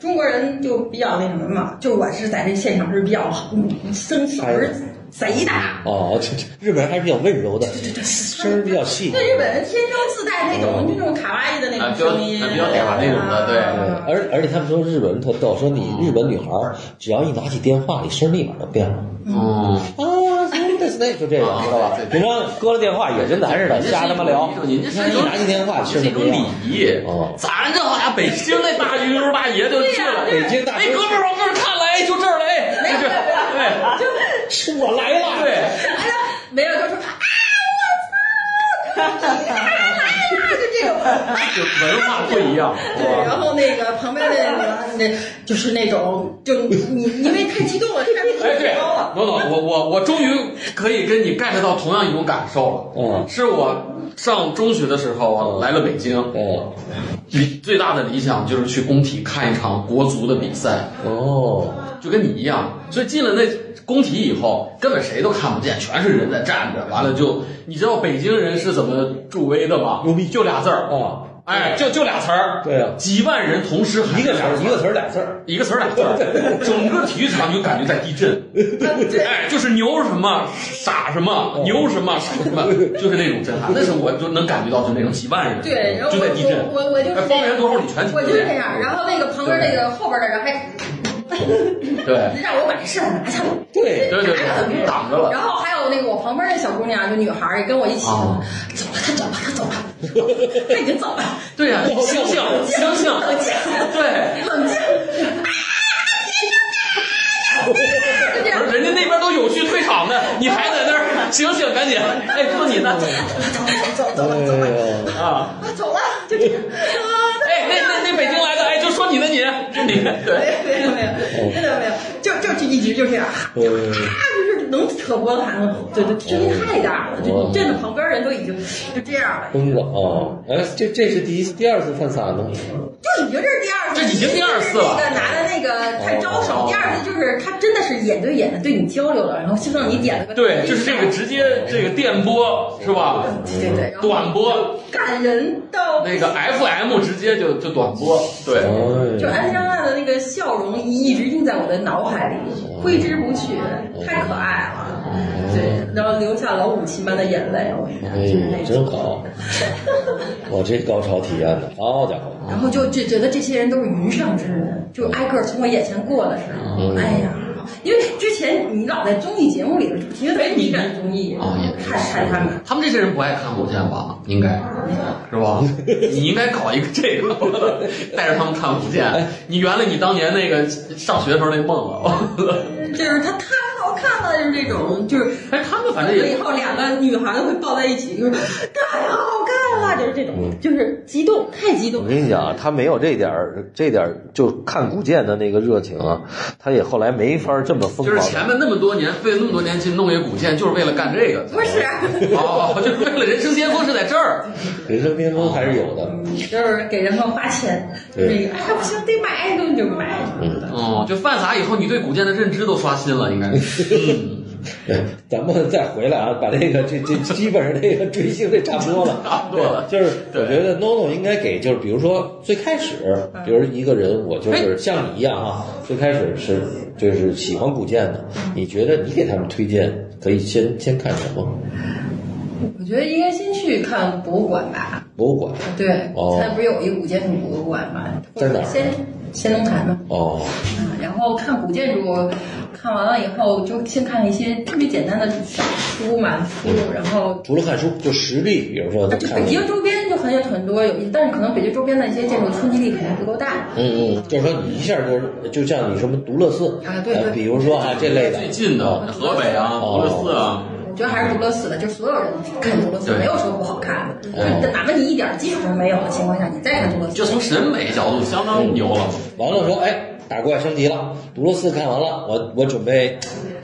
Speaker 4: 中国人就比较那什么嘛，就我是在这现场是比较嗯生手
Speaker 1: 哎
Speaker 4: 儿贼大。
Speaker 1: 哦，这这日本人还是比较温柔的，声儿比较细。
Speaker 4: 那日本人天生自带那种就那种卡哇伊的那
Speaker 2: 啊
Speaker 4: 种
Speaker 2: 比较
Speaker 4: 声音，
Speaker 2: 啊比较嗲那种的对
Speaker 1: 对
Speaker 4: 啊，
Speaker 1: 哎而而且他们说日本人特逗，说你日本女孩儿只要一拿起电话，你声儿立马就变了。
Speaker 2: 哦，
Speaker 1: 啊，真的是那就这个，
Speaker 2: 啊
Speaker 1: 知道吧
Speaker 2: 对？对
Speaker 1: 平常搁了电话也跟咱似的，哎瞎他妈聊。你
Speaker 2: 您这
Speaker 1: 看
Speaker 2: 是
Speaker 1: 一拿起电话，声
Speaker 2: 是一
Speaker 1: 儿
Speaker 2: 种
Speaker 1: 就
Speaker 2: 礼
Speaker 1: 变了。
Speaker 2: 仪。
Speaker 1: 哦
Speaker 2: 咱这好家伙，北京那大爷叔大爷就去了，
Speaker 1: 北京大
Speaker 2: 哎，哥们儿往这儿看来，哎就这儿来，哎就这儿，
Speaker 4: 就
Speaker 1: 说我来了。
Speaker 2: 哎，对。
Speaker 4: 哎呀，没有就说啊，我操，你来了来了，就这种。
Speaker 2: 就文化不一样，
Speaker 4: 对，然后那个旁边那个那就是那种，就你你因为太激动了，太
Speaker 2: 哎，对
Speaker 4: 太高了，，
Speaker 2: 罗总，我我我终于可以跟你 get 到同样一种感受了。
Speaker 1: 嗯
Speaker 2: 是我上中学的时候啊来了北京，
Speaker 1: 嗯，
Speaker 2: 理最大的理想就是去工体看一场国足的比赛，
Speaker 1: 哦，
Speaker 2: 就跟你一样。所以进了那工体以后，根本谁都看不见，全是人在站着。完了就，你知道北京人是怎么助威的吗？
Speaker 1: 牛逼
Speaker 2: 就俩字儿，
Speaker 1: 啊，
Speaker 2: 哎，就就俩词儿。
Speaker 1: 对啊
Speaker 2: 几万人同时喊
Speaker 1: 一个词
Speaker 2: 俩
Speaker 1: 儿一个词儿俩字儿。
Speaker 2: 一个词儿俩字儿，整个体育场就感觉在地震。哎，就是牛什么傻什么，
Speaker 4: 哦
Speaker 2: 牛什么傻什么，就是那种震 撼。那时候我就能感觉到，就那种几万人，
Speaker 4: 对，然后
Speaker 2: 就在地震
Speaker 4: 我。我我就是
Speaker 2: 哎，方圆多少里全听
Speaker 4: 我
Speaker 2: 见
Speaker 4: 就是这样，然后那个旁边那个后边的人还
Speaker 2: 对
Speaker 4: 让我把这事儿拿下来，
Speaker 1: 对，
Speaker 2: 对对对，挡着了。
Speaker 4: 然后还有那个我旁边那小姑娘，就女孩儿也跟我一起，
Speaker 2: 啊
Speaker 4: 走了，她走了，她走了，她已经走了，
Speaker 2: 对呀，相像相像，
Speaker 4: 冷静，
Speaker 2: 对，
Speaker 4: 冷静，啊，就这样
Speaker 2: 不，是人家那边都有序退场呢，你还在那儿， 醒醒，赶紧！哎，说你呢？
Speaker 4: 走走走
Speaker 1: 哎
Speaker 4: 了走了，
Speaker 1: 呦，
Speaker 2: 啊，
Speaker 4: 啊走了，就这样，啊，
Speaker 2: 哎，那那那北京来的，哎，就说你呢，你就你，对，
Speaker 4: 没有没有，真的没有，就就就一直就这样。
Speaker 1: 嗯，
Speaker 4: 啊，就是能扯脖子喊，对对，声音太大了，
Speaker 2: 哦
Speaker 4: 就你站在旁边人都已经就这样了，
Speaker 1: 疯了啊！哎，这这是第一次，第二次犯傻呢。
Speaker 4: 就已经这是第二次，
Speaker 2: 这已经第二次了哦
Speaker 4: 那个拿的那个太招手，第二次就是他真的是眼对眼的对你交流了，然后就让你点了个
Speaker 2: 对，就是这个直接这个电波是吧？
Speaker 4: 对对对，然后
Speaker 2: 短波，
Speaker 4: 感人到
Speaker 2: 那个 FM 直接就就短波，对
Speaker 1: 哎，
Speaker 4: 就安吉拉娜的那个笑容一直印在我的脑海里，
Speaker 2: 哦
Speaker 4: 挥之不去，太可爱了。对，然后流下老母亲般的眼泪，我跟你
Speaker 1: 哎
Speaker 4: 讲，就是那
Speaker 1: 呦，
Speaker 4: 种
Speaker 1: 真 好！我这高潮体验的，好家伙！
Speaker 4: 然后就就觉得这些人都是云上之人，就挨个儿从我眼前过的时候，哎呀，因为之前你老在综艺节目里头，因为特别敏感综艺，
Speaker 2: 哦也
Speaker 4: 看看他们。嗯
Speaker 2: 他们这些人不爱看偶像吧？应该是吧？ 你应该搞一个这个，带着他们看福建。你圆了你当年那个上学时候那梦啊 了。
Speaker 4: 就是他太好看了，就是这种，就是
Speaker 2: 哎，他们反正
Speaker 4: 以
Speaker 2: 也
Speaker 4: 后两个女孩子会抱在一起，就是太好看了，就是这种，就是激动，太激动
Speaker 1: 我。跟你讲啊，他没有这点儿，这点儿就看古剑的那个热情啊，他也后来没法这么疯
Speaker 2: 就是
Speaker 1: 狂。
Speaker 2: 前面那么多年费了那么多年劲弄一个古剑，就是为了干这个。
Speaker 4: 不是，啊
Speaker 2: 哦，就是为了人生巅峰是在这儿。
Speaker 1: 人生巅峰还是有的，
Speaker 4: 就是给人们花钱，就是那个哎呀不行得买，那就买。
Speaker 1: 嗯，
Speaker 2: 哦，就犯傻以后，你对古剑的认知都刷新了，应该是。嗯
Speaker 1: 对， 咱们再回来啊，把这个这这基本上这个追星这差不多了，
Speaker 2: 差不多了
Speaker 1: 对就是我觉得 NONO 应该给，就是比如说最开始，
Speaker 4: 嗯
Speaker 1: 比如一个人，我
Speaker 4: 哎
Speaker 1: 就是像你一样啊，最开始是就是喜欢古剑的，
Speaker 4: 嗯
Speaker 1: 你觉得你给他们推荐可以先先看什么？
Speaker 4: 我觉得应该先去看博物馆吧，
Speaker 1: 博物馆
Speaker 4: 对，
Speaker 1: 哦
Speaker 4: 现在不是有一个古建筑博物馆吗？
Speaker 1: 在哪儿
Speaker 4: 先先农坛嘛，
Speaker 1: 哦，
Speaker 4: 嗯然后看古建筑，看完了以后就先看一些特别简单的小书嘛书，然后。
Speaker 1: 除了看书，就实地，比如说
Speaker 4: 就
Speaker 1: 嗯看
Speaker 4: 啊北
Speaker 1: 看
Speaker 4: 京周边就很有很多有意思，但是可能北京周边的一些建筑冲击力可能不够大。
Speaker 1: 嗯嗯，就是说你一下就是，就像你什么独乐寺
Speaker 4: 啊对
Speaker 1: 呃
Speaker 4: 对
Speaker 1: 比如说啊这类的，
Speaker 2: 最近的河北啊，
Speaker 1: 哦
Speaker 2: 俄罗斯啊，
Speaker 4: 我觉得还是独乐寺的，就是所有人看独乐寺
Speaker 2: 对
Speaker 4: 没有说不好看的，就
Speaker 1: 哦
Speaker 4: 是哪怕你一点基础都没有的情况下，你再看独乐寺，
Speaker 2: 就从审美角度相当牛了。
Speaker 1: 完了说，哎，打怪升级了，读了四看完了，我我准备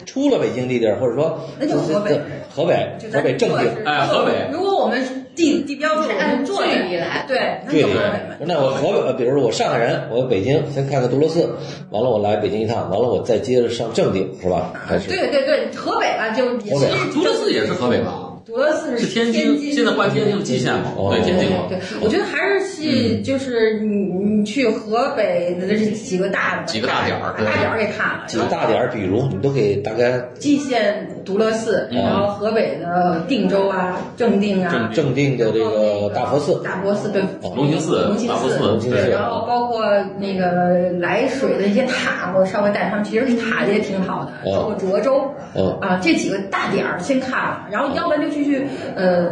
Speaker 1: 出了北京地界儿，或者说
Speaker 4: 那就河北
Speaker 1: 河北
Speaker 4: 就
Speaker 1: 河
Speaker 4: 咱
Speaker 1: 北正
Speaker 4: 坐
Speaker 1: 定
Speaker 4: 是
Speaker 2: 哎河北
Speaker 4: 如果我们是地地标注，
Speaker 3: 是
Speaker 4: 我
Speaker 3: 按
Speaker 4: 们
Speaker 3: 距
Speaker 4: 坐哪
Speaker 3: 离来
Speaker 4: 对，那
Speaker 1: 对
Speaker 4: 就
Speaker 1: 对
Speaker 4: 河
Speaker 2: 对
Speaker 4: 北嘛。
Speaker 1: 那我河北，呃比如说我上海人，我北京先看看杜罗寺，完了我来北京一趟，完了我再接着上正定，是吧？
Speaker 4: 啊
Speaker 1: 还是
Speaker 4: 对对对，河北吧，就也
Speaker 1: 河北
Speaker 4: 是
Speaker 2: 独乐寺也是河北吧？
Speaker 4: 独乐寺
Speaker 2: 是天津，
Speaker 4: 津，
Speaker 2: 现在关天津嗯蓟县嘛？
Speaker 1: 哦
Speaker 2: 对，天津嘛。
Speaker 4: 对，我觉得还是去，就是你你去河北的这几个大
Speaker 2: 几个大点儿对
Speaker 4: 大点儿给看了，
Speaker 1: 几个大点儿，比如你都给大概
Speaker 4: 蓟县独乐寺，
Speaker 2: 嗯
Speaker 4: 然后河北的定州啊、正定啊、
Speaker 2: 正
Speaker 1: 正定的这个大佛寺，
Speaker 4: 大佛寺对，
Speaker 1: 哦
Speaker 2: 龙兴寺
Speaker 4: 龙兴
Speaker 2: 大佛寺
Speaker 1: 龙兴寺
Speaker 4: 对，然后包括那个涞水的一些塔，我上回带他们，其实塔也挺好的，
Speaker 1: 哦
Speaker 4: 包括涿州，
Speaker 2: 哦
Speaker 1: 嗯
Speaker 4: 啊，这几个大点儿先看了，然后要不然就去去呃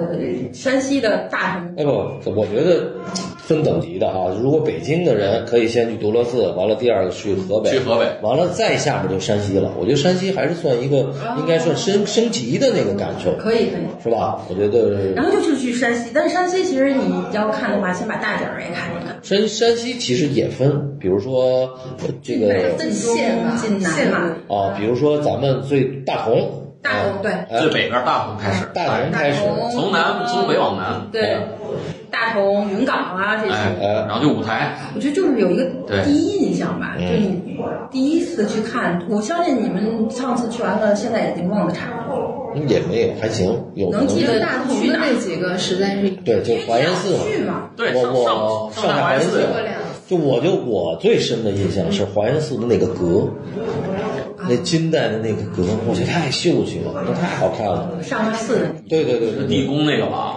Speaker 4: 山西的大什么。
Speaker 1: 哎不，我觉得分等级的啊。如果北京的人可以先去独乐寺，完了第二个去河北，
Speaker 2: 去河北
Speaker 1: 完了再下面就山西了。我觉得山西还是算一个，应该算升升级的那个感受，
Speaker 4: 哦可以可以，
Speaker 1: 是吧？我觉得
Speaker 4: 然后就是去山西，但是山西其实你要看的话，先把大点儿也看一看，
Speaker 1: 山山西其实也分，比如说呃这个
Speaker 4: 分县嘛、
Speaker 3: 晋
Speaker 4: 晋
Speaker 3: 南
Speaker 4: 南嘛
Speaker 3: 嘛、
Speaker 1: 啊，比如说咱们最大同，
Speaker 4: 大同
Speaker 1: 啊
Speaker 4: 对
Speaker 1: 哎
Speaker 2: 最北边大同开始，
Speaker 1: 大同开始，
Speaker 4: 大同
Speaker 2: 从南从北往南，哦
Speaker 4: 对
Speaker 1: 嗯，
Speaker 4: 大同、云冈啊这
Speaker 2: 哎
Speaker 4: 些，，
Speaker 2: 然后就五台，
Speaker 4: 我觉得就是有一
Speaker 2: 对
Speaker 4: 个第一印象吧，就
Speaker 1: 嗯
Speaker 4: 你第一次去看，我相信你们上次去完了，现在已经忘得差不多了。
Speaker 1: 嗯也没有，还行，有
Speaker 4: 能记
Speaker 3: 记
Speaker 1: 能
Speaker 3: 得大同的那几个实在是
Speaker 1: 对，就华严寺嘛
Speaker 4: 去嘛，
Speaker 2: 对，
Speaker 1: 我
Speaker 2: 上
Speaker 1: 我
Speaker 2: 上上
Speaker 1: 海华
Speaker 2: 海华
Speaker 1: 严
Speaker 2: 严
Speaker 1: 寺
Speaker 2: 寺
Speaker 3: 去，过两次，
Speaker 1: 就我就我最深的印象是华严寺的那个阁，
Speaker 4: 哦
Speaker 1: 那金代的那个阁，我觉得太秀气了，那太好看了。
Speaker 4: 上花寺，
Speaker 1: 对对对对，
Speaker 2: 地宫那个吧？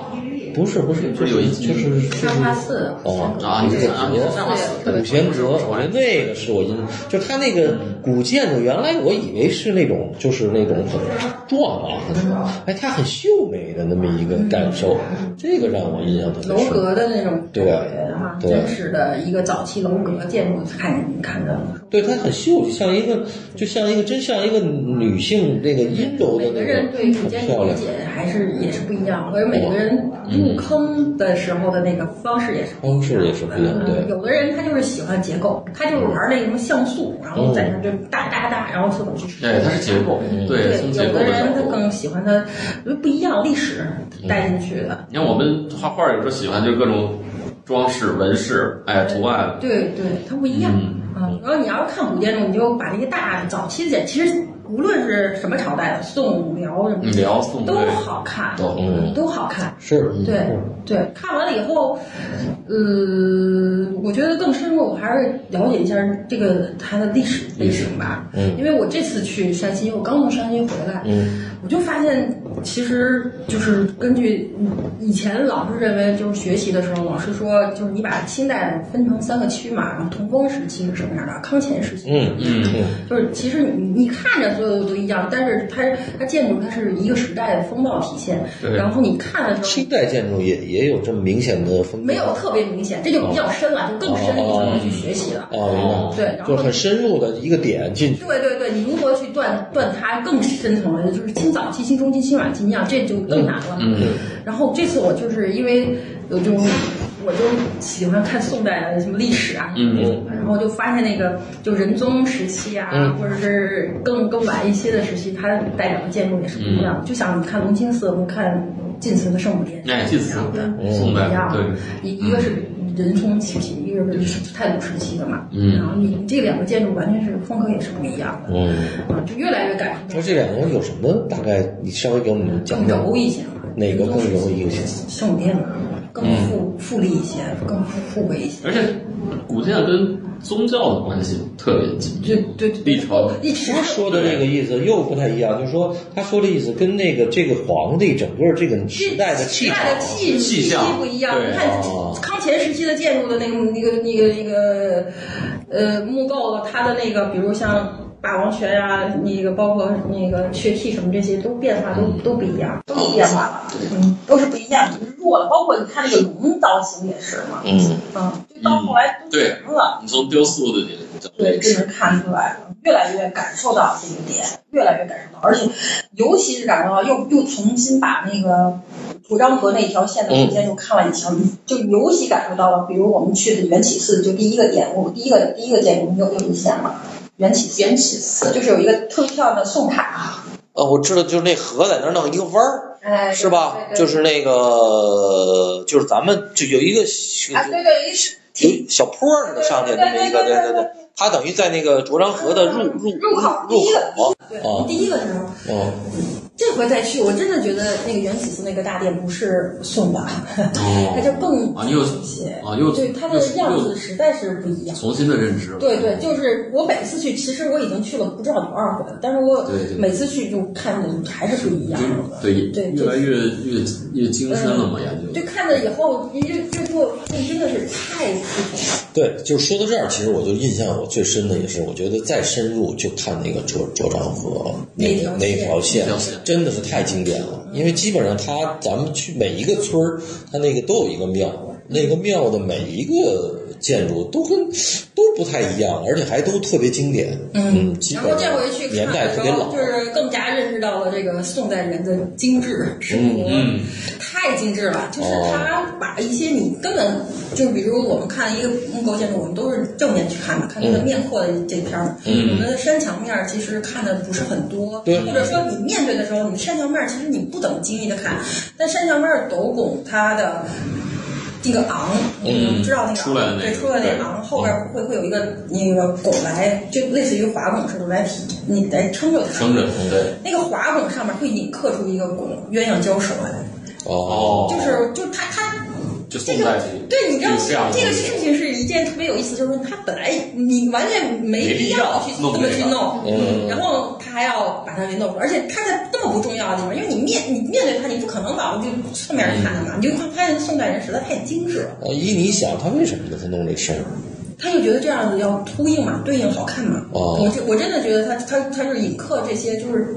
Speaker 1: 不是不是，就是
Speaker 2: 有一集
Speaker 1: 就是就是
Speaker 4: 上花寺，
Speaker 1: 哦
Speaker 2: 啊，你
Speaker 1: 这
Speaker 2: 是
Speaker 1: 个
Speaker 2: 啊，你是
Speaker 1: 阁
Speaker 2: 上海寺
Speaker 1: 古贤阁，我觉得那个是我印，就它那个
Speaker 2: 嗯
Speaker 1: 古建筑，原来我以为是那种就是那种很壮啊，很哎，它很秀美的那么一个感受，
Speaker 2: 嗯
Speaker 1: 这个让我印象特别
Speaker 4: 楼
Speaker 1: 深。
Speaker 4: 阁的那种
Speaker 1: 对
Speaker 4: 感觉哈，
Speaker 1: 对
Speaker 4: 真实的一个早期楼阁建筑，看看着
Speaker 1: 对，它很秀气，像一个就像一个真像一个女性那个阴柔的
Speaker 4: 每
Speaker 1: 那
Speaker 4: 个人
Speaker 1: 个，
Speaker 4: 对古
Speaker 1: 很
Speaker 4: 建
Speaker 1: 漂
Speaker 4: 筑理
Speaker 1: 亮。
Speaker 4: 解还是也是不一样，而每个人
Speaker 1: 嗯
Speaker 4: 入坑的时候的那个方式也是不一样
Speaker 1: 方式也是不一样，对
Speaker 4: 嗯，有的人他就是喜欢结构，他就是
Speaker 2: 嗯
Speaker 4: 玩那什么像素，然后在那就哒哒哒，然后各种去。嗯
Speaker 2: 对，嗯哎它是结构，对，从结
Speaker 4: 有
Speaker 2: 构
Speaker 4: 的
Speaker 2: 的角
Speaker 4: 人他
Speaker 2: 度。嗯
Speaker 4: 更喜欢他不一样历史带进去的。
Speaker 2: 你看我们画画有时候喜欢就是各种装饰、纹饰，哎，图案，
Speaker 4: 对对，它不一样
Speaker 2: 嗯
Speaker 4: 啊。然后你要是看古建筑，你就把那些大的早期的，其实无论是什么朝代的，宋、辽什么
Speaker 2: 嗯辽宋
Speaker 4: 都
Speaker 2: 对
Speaker 4: 好看，
Speaker 2: 都
Speaker 1: 嗯
Speaker 4: 都好看。
Speaker 1: 是，嗯
Speaker 4: 对对，看完了以后，呃，我觉得更深入，我还是了解一下这个它的历史背景吧。
Speaker 1: 嗯
Speaker 4: 因为我这次去山西，我刚从山西回来，
Speaker 1: 嗯
Speaker 4: 我就发现，其实就是根据以前老师认为，就是学习的时候，老师说，就是你把清代分成三个区嘛，然后同风时期是什么样的，康乾时期。
Speaker 1: 嗯
Speaker 2: 嗯
Speaker 4: 就是其实你你看着所有都一样，但是它它建筑它是一个时代的风貌体现，
Speaker 2: 对
Speaker 4: 然后你看的时候，
Speaker 1: 清代建筑也也有这么明显的风格，
Speaker 4: 没有特别明显，这就
Speaker 2: 哦
Speaker 4: 比较深了，就更深的一层去学习了。
Speaker 1: 哦，
Speaker 4: 对
Speaker 1: 明白，
Speaker 4: 然后
Speaker 1: 就是很深入的一个点进去，
Speaker 4: 对对对，你如何去断断它更深层的，就是清早期、清中期、清晚期，你想这就更难了。
Speaker 2: 嗯，
Speaker 4: 然后这次我就是因为我就我就喜欢看宋代的什么历史啊，
Speaker 2: 嗯
Speaker 4: 然后就发现那个就仁宗时期啊，
Speaker 1: 嗯
Speaker 4: 或者是更更晚一些的时期，它代表的建筑也是不一
Speaker 2: 嗯
Speaker 4: 样。就像你看龙兴寺，我们看晋祠的圣母殿，
Speaker 2: 哎，祭祀
Speaker 4: 一样的。
Speaker 2: 宋代
Speaker 4: 一样，
Speaker 2: 对，
Speaker 4: 一一个是仁宗时期，一个是太古时期的嘛。
Speaker 2: 嗯哦
Speaker 4: 然后你你这两个建筑完全是风格也是不一样的，
Speaker 1: 嗯，
Speaker 4: 啊，就越来越感受
Speaker 1: 那这两个有什么大概？你稍微给我们
Speaker 4: 更
Speaker 1: 讲讲
Speaker 4: 柔一些嘛，
Speaker 1: 哪个更柔一些？
Speaker 4: 圣母殿嘛，更
Speaker 2: 嗯
Speaker 4: 富富丽一些，更富富贵一些。
Speaker 2: 而且古建跟宗教的关系特别紧密，
Speaker 4: 对对，对
Speaker 2: 历朝
Speaker 4: 一直
Speaker 1: 他说的这个意思又不太一样，就是说他说的意思跟那个这个皇帝整个这个时代的气
Speaker 4: 时
Speaker 1: 场，
Speaker 4: 代的
Speaker 2: 气
Speaker 4: 气息
Speaker 2: 象
Speaker 4: 不一样。
Speaker 2: 对
Speaker 4: 你看
Speaker 1: 哦
Speaker 4: 康乾时期的建筑的那个那个那个那个呃木构，它的那个比如像
Speaker 10: 霸王拳呀、那个包括那个雀替什么这些都变化都都不一样，
Speaker 4: 都有变化了，嗯，都是不一样，弱了。包括你看那个龙造型也是嘛，
Speaker 1: 嗯，
Speaker 4: 嗯，就到后来都
Speaker 2: 对
Speaker 4: 什么了，
Speaker 2: 嗯你从雕塑的这个角度
Speaker 4: 对，
Speaker 2: 来
Speaker 4: 这
Speaker 2: 说，
Speaker 4: 能看出来了，越来越感受到这一点，越来越感受到，而且尤其是感受到又又重新把那个主张河那条线的时
Speaker 1: 嗯
Speaker 4: 间又看了一条，就尤其感受到了。比如我们去的缘起寺，就第一个点，我第一个第一个建筑有有印象吗？缘起寺，缘起寺就是有一个特别漂亮的宋塔，啊
Speaker 1: 呃，我知道，就是那河在那儿弄一个弯儿，
Speaker 4: 哎，
Speaker 1: 是吧？
Speaker 4: 对对对
Speaker 1: 就是那个，就是咱们就有一个小
Speaker 4: 啊，对对，一是
Speaker 1: 有小坡儿似的上去那么一个，
Speaker 4: 对对
Speaker 1: 对
Speaker 4: 对对
Speaker 1: 对，它等于在那个卓章河的入入
Speaker 4: 入口
Speaker 1: 入
Speaker 4: 第一个
Speaker 1: 口，
Speaker 4: 对
Speaker 1: 哦
Speaker 4: 第一个时候。
Speaker 1: 嗯，
Speaker 4: 这回再去，我真的觉得那个缘起寺那个大殿不是宋的，啊
Speaker 2: 哦
Speaker 4: 它就更
Speaker 2: 啊又
Speaker 4: 一些，
Speaker 2: 啊又
Speaker 4: 对它的样子实在是不一样。
Speaker 2: 重新的认知了。
Speaker 4: 对对，就是我每次去，其实我已经去了不知道多少回了，但是我
Speaker 2: 对对对
Speaker 4: 每次去就看着还是不一样的。
Speaker 2: 对
Speaker 4: 对嗯
Speaker 2: 越来越越越精深了嘛，研究。
Speaker 4: 就看着以后，这这座这真的是太不同了。
Speaker 1: 对，就是说到这儿，其实我就印象我最深的也是，我觉得再深入就看那个卓卓章河那个
Speaker 4: 那
Speaker 1: 那条
Speaker 4: 条
Speaker 1: 线
Speaker 2: 那条线，
Speaker 1: 真的是太经典了。因为基本上它咱们去每一个村儿，它那个都有一个庙，那个庙的每一个建筑都跟都不太一样，而且还都特别经典。嗯，基
Speaker 4: 然
Speaker 1: 本
Speaker 4: 后这
Speaker 1: 上
Speaker 4: 回去
Speaker 1: 年
Speaker 4: 看
Speaker 1: 代
Speaker 4: 的
Speaker 1: 特别
Speaker 4: 时候，
Speaker 1: 老
Speaker 4: 就。是更加认识到了这个宋代人的精致生活。
Speaker 2: 嗯，
Speaker 4: 太精致了，就是
Speaker 2: 哦
Speaker 4: 他把一些你根本就比如我们看一个木构建筑，我们都是正面去看的，
Speaker 2: 嗯
Speaker 4: 看它的面阔的这片儿。
Speaker 1: 嗯
Speaker 4: 我们的山墙面儿其实看的不是很多，
Speaker 1: 对
Speaker 4: 或者说你面对的时候，你山墙面儿其实你不怎么经意的看，但山墙面儿斗拱它的。那个昂，你们知道那
Speaker 2: 嗯
Speaker 4: 个
Speaker 2: 出来的
Speaker 4: 昂，
Speaker 2: 那个
Speaker 4: 对，出来
Speaker 2: 对嗯
Speaker 4: 那昂后边儿会会有一个那个拱来，就类似于滑拱似的来提，你来撑着它。
Speaker 2: 生着
Speaker 1: 嗯
Speaker 2: 对
Speaker 4: 那个滑拱上面会引刻出一个拱，鸳鸯交手来。
Speaker 1: 哦，
Speaker 4: 就是就他他
Speaker 2: 就宋
Speaker 4: 这
Speaker 2: 代
Speaker 4: 个
Speaker 2: 这个
Speaker 4: 对，你知道
Speaker 2: 有这样的
Speaker 4: 这个
Speaker 2: 东西
Speaker 4: 事情是一件特别有意思，就是他本来你完全没必要去
Speaker 2: 没
Speaker 4: 这
Speaker 2: 必要
Speaker 4: 么去
Speaker 2: 弄
Speaker 4: 弄，
Speaker 1: 嗯
Speaker 4: 然后他还要把它给弄出来，而且他在这么不重要的地方，因为你面你面对他，你不可能老就侧面看的嘛，你就会发现宋代人实在太精致了，
Speaker 1: 呃依你想，他为什么呢？他弄这事儿？
Speaker 4: 他就觉得这样子要呼应嘛，对应好看嘛。
Speaker 1: 哦
Speaker 4: 我这我真的觉得他他他是引刻这些就是。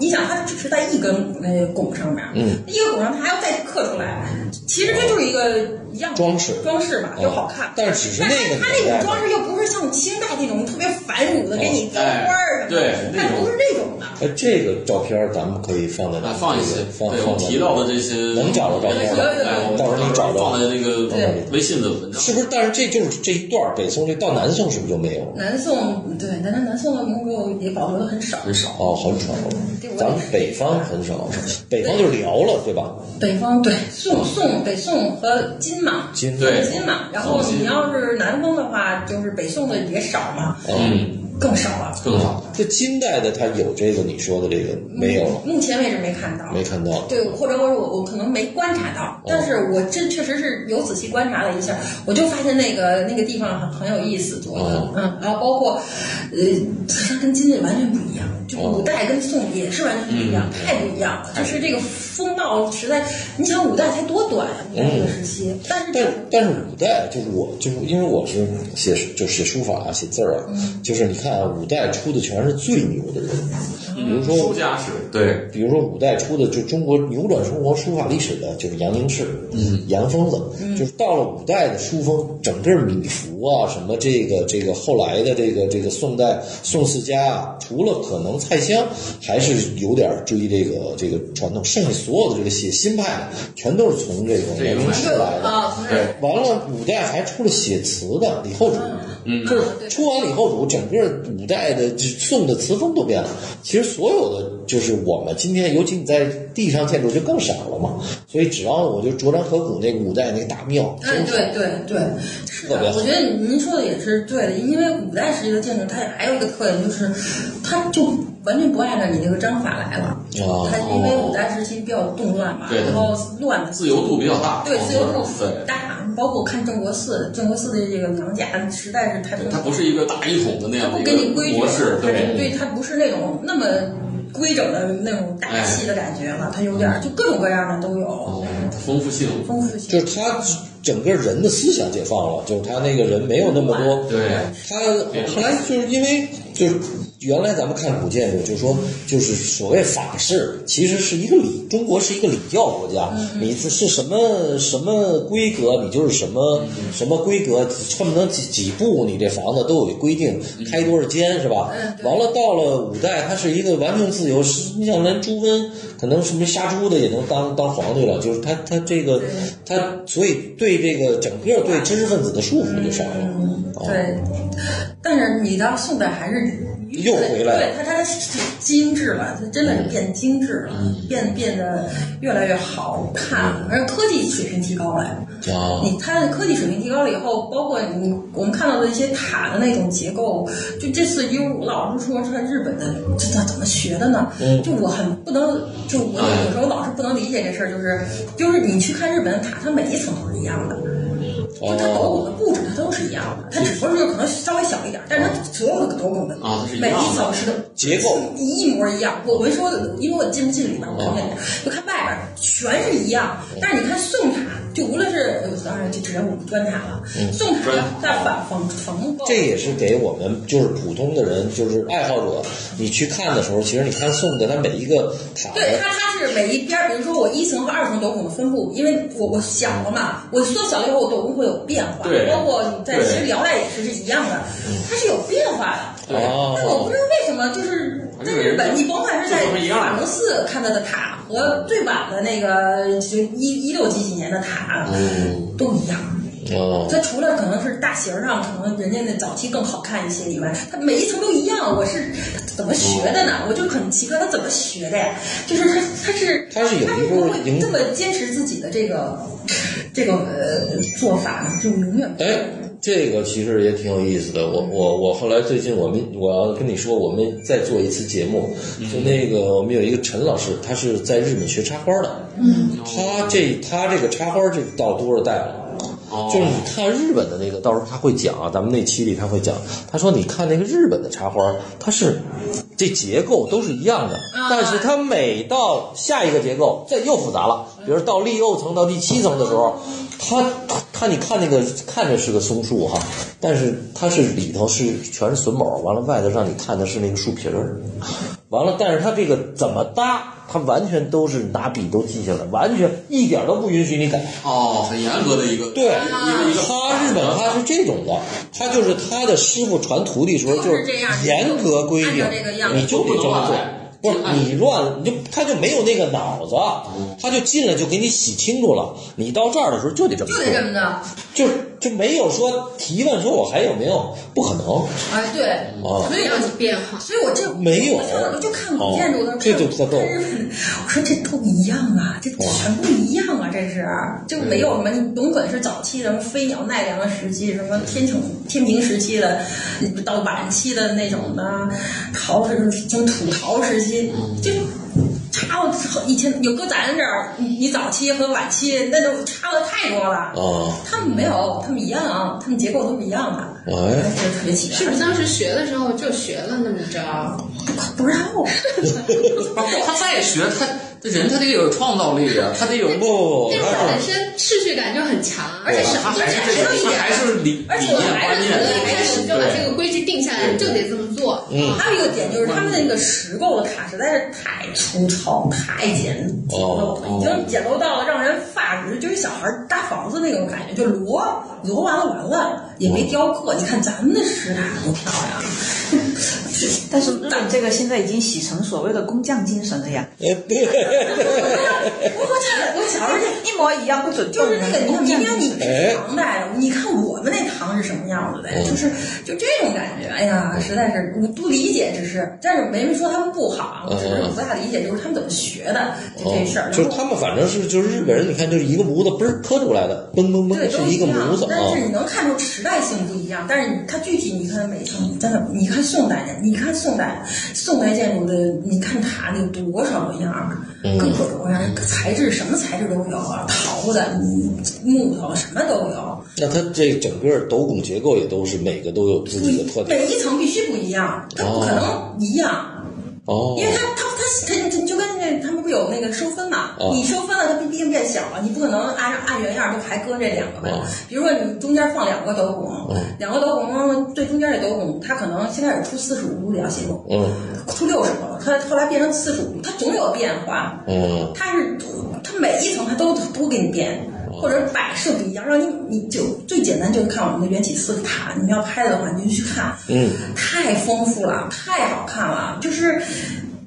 Speaker 4: 你想，他只是在一根那个拱上面，啊
Speaker 1: 嗯，
Speaker 4: 一个拱上，他还要再刻出来，啊其实这就是一个样子
Speaker 1: 装饰哦
Speaker 4: 装饰吧，就好看。
Speaker 1: 但是只是
Speaker 4: 但
Speaker 1: 那
Speaker 4: 是
Speaker 1: 个
Speaker 4: 它
Speaker 1: 年
Speaker 4: 那
Speaker 1: 代哦
Speaker 4: 种装饰又不是像清代那种特别繁缛的，给你雕花儿什么
Speaker 2: 哎
Speaker 4: 的，
Speaker 2: 对
Speaker 4: 它不是那种的。
Speaker 1: 哎，这个照片儿咱们可以放在哪
Speaker 2: 来
Speaker 1: 儿？
Speaker 2: 放一些，
Speaker 1: 放
Speaker 2: 对我
Speaker 1: 放
Speaker 2: 们
Speaker 1: 在
Speaker 2: 提到的这些
Speaker 1: 能找着照片
Speaker 4: 吗
Speaker 2: 哎，我
Speaker 1: 到时候你找着
Speaker 2: 放在那个
Speaker 4: 对
Speaker 2: 微信的文章，
Speaker 1: 是不是？但是这就是这一段儿北宋这到南宋是不是就没有了？
Speaker 4: 南宋对，但是南宋的名物也保留的很少。
Speaker 2: 很少？
Speaker 1: 哦，很少了。咱们北方很少，北方就是辽了，对吧？
Speaker 4: 北方对宋宋北宋和金嘛，
Speaker 1: 金
Speaker 2: 对
Speaker 4: 金嘛。然后你要是南方的话，就是北宋的也少嘛，
Speaker 2: 嗯，
Speaker 4: 更少了。
Speaker 2: 更少。
Speaker 1: 这金代的它有这个你说的这个没有了，
Speaker 4: 目前为止没看到。
Speaker 1: 没哦看到。
Speaker 4: 对，或者我我我可能没观察到，但是我真确实是有仔细观察了一下，我就发现那个那个地方很很有意思，我觉得
Speaker 1: 哦
Speaker 4: 嗯，然后包括呃，它跟金代完全不一样，就
Speaker 1: 哦嗯
Speaker 4: 古代跟宋也是完全不一样，太不一样了，就是这个风貌实在，你想五代才多短呀、五代这个时期，但是这
Speaker 1: 嗯但但是五代就是我就是因为我是写就写书法啊写字儿啊，就是你看啊，五代出的全是最牛的人，比如说
Speaker 2: 书家史对，
Speaker 1: 比如说五代出的，就中国扭转中国书法历史的，就是杨凝式，嗯，杨疯子，就是到了五代的书风，整个米芾啊，什么这个这个后来的这个这个宋代宋四家啊，除了可能蔡襄还是有点追这个这个传统，剩下所有的这个写新派，全都是从这个杨凝式来的。
Speaker 4: 啊，不是
Speaker 1: 完了，五代还出了写词的李后主，嗯，就是出完李后主，整个五代的这宋的词风都变了。其实所有的就是我们今天，尤其你在地上建筑就更少了嘛。所以只要我就卓然河谷那个五代那个大庙，
Speaker 4: 哎，对对对，是
Speaker 1: 特别
Speaker 4: 的，
Speaker 1: 好
Speaker 4: 我觉得您说的也是对的，因为古代时期的建筑，它还有一个特点就是，它就完全不按照你这个章法来了。
Speaker 1: 哦
Speaker 4: 它因为古代时期比较动乱嘛，
Speaker 2: 对
Speaker 4: 然后乱的
Speaker 2: 自由度比较大，
Speaker 4: 对自由度
Speaker 2: 对，
Speaker 4: 大，包括看郑国寺，郑国寺的这个娘家实在是太
Speaker 2: 它不是一个大一统的那
Speaker 4: 它
Speaker 2: 样的
Speaker 4: 不
Speaker 2: 一
Speaker 4: 给你
Speaker 2: 个
Speaker 4: 规矩
Speaker 2: 模
Speaker 4: 了，
Speaker 2: 式，
Speaker 4: 它
Speaker 2: 对
Speaker 4: 就，对它不是那种那么规整的那种
Speaker 2: 哎
Speaker 4: 大
Speaker 2: 嗯
Speaker 4: 气的感觉了，它有点儿就各种各样的都有，
Speaker 2: 哦丰富性
Speaker 4: 丰富性。
Speaker 1: 就是它整个人的思想解放了，就是他那个人没有那么多
Speaker 2: 对，
Speaker 1: 他后来就是因为就是原来咱们看古建筑，就是说就是所谓法式，其实是一个礼，中国是一个礼教国家，你是是什么什么规格，你就是什么什么规格，恨不得几几步你这房子都有规定，开多少间是吧？完了到了五代，它是一个完全自由，是你想连朱温可能什么杀猪的也能当当皇帝了，就是他他这个他所以对这个整个对知识分子的束缚就少了。啊
Speaker 4: 对，但是你到宋代还是
Speaker 1: 又回来了嗯
Speaker 4: 对它它它精致了，它真的是变精致了，变变得越来越好看
Speaker 1: 嗯
Speaker 4: 了，而且科技水平提高了呀。
Speaker 2: 哦
Speaker 1: 啊，
Speaker 4: 你它的科技水平提高了以后，包括你我们看到的一些塔的那种结构，就这次因为我老是说说日本的，这他怎么学的呢？
Speaker 1: 嗯
Speaker 4: 就我很不能，就我有时候老是不能理解这事儿，就是就是你去看日本的塔，它每一层都是一样的。
Speaker 2: 哦
Speaker 4: 就它斗拱的布置它都是一样的，它只不过是可能稍微小一点，但是它所有的斗拱的
Speaker 2: 啊它是一样
Speaker 4: 每
Speaker 2: 的
Speaker 4: 一层是的
Speaker 1: 结构
Speaker 4: 一模一样。我没说，因为我进不进里边，我看不见，就看外边全是一样。但是你看宋塔，就无论是呃当然就只能我们砖塔了，宋塔
Speaker 2: 砖
Speaker 4: 它反仿仿构，
Speaker 1: 这也是给我们就是普通的人，就是爱好者，你去看的时候，其实你看宋的，它每一个塔
Speaker 4: 对
Speaker 1: 的，
Speaker 4: 它，它是每一边儿，比如说我一层和二层斗拱的分布，因为我我小了嘛，我缩小了以后，我斗拱会有变化，
Speaker 2: 对
Speaker 4: 包括你在
Speaker 2: 对
Speaker 4: 其实辽代也是是一样的，它是有变化的。
Speaker 2: 对
Speaker 1: 哦
Speaker 4: 但我不知道为什么，就是在日本，你甭管是在法隆寺看到的塔和最晚的那个就一一六几几年的塔
Speaker 1: 嗯，
Speaker 4: 都一样。
Speaker 1: 哦，
Speaker 4: 它除了可能是大型上，可能人家那早期更好看一些以外，它每一层都一样。我是怎么学的呢？我就很奇怪，它怎么学的呀？就是它它是
Speaker 1: 它是有
Speaker 4: 它
Speaker 1: 一
Speaker 4: 为什
Speaker 1: 部
Speaker 4: 么
Speaker 1: 影
Speaker 4: 会这么坚持自己的这个这个呃做法呢？就永远不
Speaker 1: 哎，这个其实也挺有意思的。我我我后来最近我们我要跟你说，我们再做一次节目，就那个我们有一个陈老师，他是在日本学插花的，嗯，他这他这个插花这到多少代了？
Speaker 2: 哦
Speaker 1: 就是你看日本的那个，到时候他会讲啊，咱们那期里他会讲，他说你看那个日本的插花，它是这结构都是一样的，但是它每到下一个结构，这又复杂了。比如到第六层到第七层的时候，它它它你看那个看着是个松树哈，但是它是里头是全是榫卯，完了外头让你看的是那个树皮儿，完了，但是它这个怎么搭，它完全都是拿笔都记下来，完全一点都不允许你改。
Speaker 2: 哦，很严格的一个
Speaker 1: 对，
Speaker 2: 一个一个
Speaker 1: 他日本他是这种的，他就是他的师傅传徒弟时候
Speaker 4: 就是
Speaker 1: 是
Speaker 4: 这样
Speaker 1: 严格规定
Speaker 4: 按照这个样，子
Speaker 1: 你就得这么做。不是
Speaker 2: 就按
Speaker 1: 你乱，你就他就没有那个脑子，
Speaker 4: 嗯
Speaker 1: 他就进来就给你洗清楚了。你到这儿的时候就得这么
Speaker 4: 就
Speaker 1: 做
Speaker 4: 得，这么着。
Speaker 1: 就就没有说提问说我还有没有，不可能。
Speaker 4: 哎，对，
Speaker 1: 哦
Speaker 4: 所以
Speaker 3: 让你变好。
Speaker 4: 所以我这
Speaker 1: 没有
Speaker 4: 我上来就看古建筑的，
Speaker 1: 哦这就特逗
Speaker 4: 看日本的我说这都一样啊，这全不一样啊，这是就没有什么，你甭管是早期的什么飞鸟奈良的时期，什么天穹天平时期的，到晚期的那种的陶是从土陶时期，
Speaker 1: 嗯
Speaker 4: 就是。差了以前有搁咱这儿，你你早期和晚期那都差的太多了。
Speaker 1: 啊，
Speaker 4: 他们没有，他们一样，啊他们结构都是一样的，
Speaker 1: 哎
Speaker 4: 这特别奇怪。
Speaker 3: 是不是当时学的时候就学了那么着？
Speaker 4: 不让我。
Speaker 2: 不是他再学，他这人他得有创造力啊，他得有
Speaker 1: 不不不，
Speaker 3: 那会儿
Speaker 1: 他
Speaker 3: 本
Speaker 1: 是
Speaker 3: 身秩序感就很强，而
Speaker 4: 而且
Speaker 3: 且
Speaker 4: 是
Speaker 2: 他啊还是这个，他还是理理
Speaker 4: 而且我
Speaker 2: 念
Speaker 4: 还
Speaker 2: 观
Speaker 4: 是
Speaker 3: 从
Speaker 2: 念，
Speaker 3: 一开始就把这个规矩定下来，你就得这么做。啊
Speaker 1: 嗯
Speaker 4: 还有一个点就是他们的那个石构的塔实在是太粗糙、太简嗯简陋了，已经简陋到了让人发指，就是小孩搭房子那种感觉，就摞摞完了完了也没雕刻。你看咱们的石塔多漂亮，
Speaker 9: 但是日本这个现在已经洗成所谓的工匠精神了呀，
Speaker 1: 哎对，
Speaker 4: 我和这个我小时候就
Speaker 9: 一模一样，不准
Speaker 4: 就是那个，你看，明明你
Speaker 1: 哎
Speaker 4: 是唐代的，你看我们那唐是什么样子的，就是就这种感觉。
Speaker 1: 嗯
Speaker 4: 哎呀，实在是我不理解，只是，但是没人说他们不好，只是我不太理解，就是他们怎么学的，就这事儿。
Speaker 1: 嗯啊就是他们反正是就是日本人，你看就是一个模子嘣儿磕出来的，嘣嘣
Speaker 4: 对
Speaker 1: 嘣
Speaker 4: 都
Speaker 1: 是一个
Speaker 4: 样
Speaker 1: 模子啊
Speaker 4: 但。是你能看出时代性不一样。但是你看具体，你看每一层真的，你看宋代人，你看宋代宋代建筑的，你看塔有多少个样儿，
Speaker 1: 嗯
Speaker 4: 各种各样儿，材质什么材质都有啊，陶的、木头什么都有。
Speaker 1: 那它这整个斗拱结构也都是每个都有自己的特点
Speaker 4: 每一层必须不一样，它不可能一样，
Speaker 1: 哦
Speaker 4: 因为它它它它它就跟那为他们不是有那个收分嘛
Speaker 1: 啊，
Speaker 4: 你收分了，它毕竟变小了，你不可能按按原样就还搁这两个呗。
Speaker 1: 哦
Speaker 4: 比如说你中间放两个斗拱，两个斗拱最中间这斗拱，它可能先开始出四十五度两系统，
Speaker 1: 嗯
Speaker 4: 出六十度，它后来变成四十五，它总有变化。
Speaker 1: 嗯
Speaker 4: 它是它每一层它都都给你变，
Speaker 1: 哦
Speaker 4: 或者摆设不一样，让你你就最简单就是看我们的缘起四塔，你们要拍的话你就去看，
Speaker 1: 嗯，
Speaker 4: 太丰富了，太好看了，就是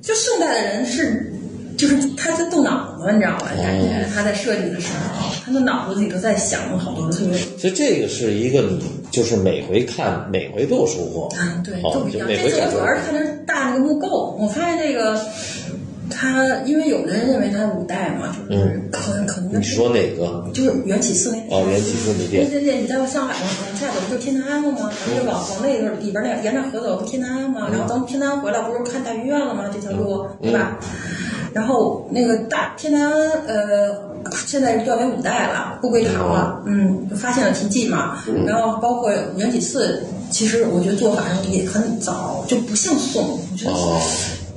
Speaker 4: 就宋代的人是。就是他在动脑子，你知道吧？感觉
Speaker 1: 哦
Speaker 4: 他在设计的时候，他的脑子里头在想好多特别
Speaker 1: 所以这个是一个你就是每回看每回都有收获，
Speaker 4: 啊，对，
Speaker 1: 好
Speaker 4: 都不一
Speaker 1: 就
Speaker 4: 样。
Speaker 1: 每
Speaker 4: 这
Speaker 1: 回
Speaker 4: 次我
Speaker 1: 感
Speaker 4: 主
Speaker 1: 受
Speaker 4: 要是看的是大那个木构，我发现这个他，因为有的人认为他五代嘛，就是可能可能
Speaker 1: 你说哪个？
Speaker 4: 就是缘起四那
Speaker 1: 哦，元气四迷
Speaker 4: 对
Speaker 1: 店，
Speaker 4: 对对，你到上海嘛，你再走不就天坛了吗？咱们就往往那个里边那沿着河走，不天坛了吗？然
Speaker 1: 嗯
Speaker 4: 后咱们天坛回来不是看大剧院了吗？这条路对吧？然后那个大天坛呃，现在是调为五代了，不归唐了，嗯，发现了题记嘛。
Speaker 1: 嗯
Speaker 4: 然后包括元启寺，其实我觉得做法上也很早，就不像宋，我觉得
Speaker 1: 哦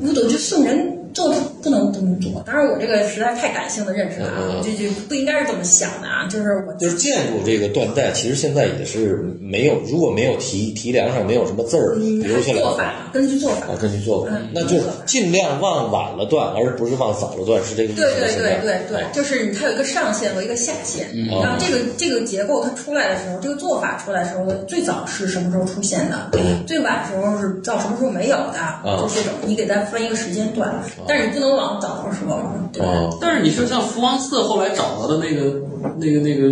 Speaker 4: 我总觉得宋人。做不能这么做，当然我这个实在太感性的认识了啊，
Speaker 1: 嗯嗯
Speaker 4: 这就不应该是这么想的啊，就是我
Speaker 1: 就是建筑这个断代，其实现在也是没有，如果没有题题梁上没有什么字儿
Speaker 4: 嗯，
Speaker 1: 留下来
Speaker 4: 做
Speaker 1: 的
Speaker 4: 法
Speaker 1: 话，
Speaker 4: 根据做法
Speaker 1: 啊，。根据做法
Speaker 4: 嗯，
Speaker 1: 那就是尽量往晚了断，而不是往早了断，是这个意思
Speaker 4: 对
Speaker 1: 吗？
Speaker 4: 对
Speaker 1: 现
Speaker 4: 对
Speaker 1: 在哦嗯
Speaker 4: 对对，就是它有一个上限和一个下限，然后这个这个结构它出来的时候，这个做法出来的时候，最早是什么时候出现的，
Speaker 1: 嗯
Speaker 4: 最晚时候是到什么时候没有的，
Speaker 1: 啊
Speaker 4: 就这种你给它分一个时间段，但是你不能往早的时候，对吧，
Speaker 1: 哦，
Speaker 2: 但是你说像福王寺后来找到的那个、那个、那个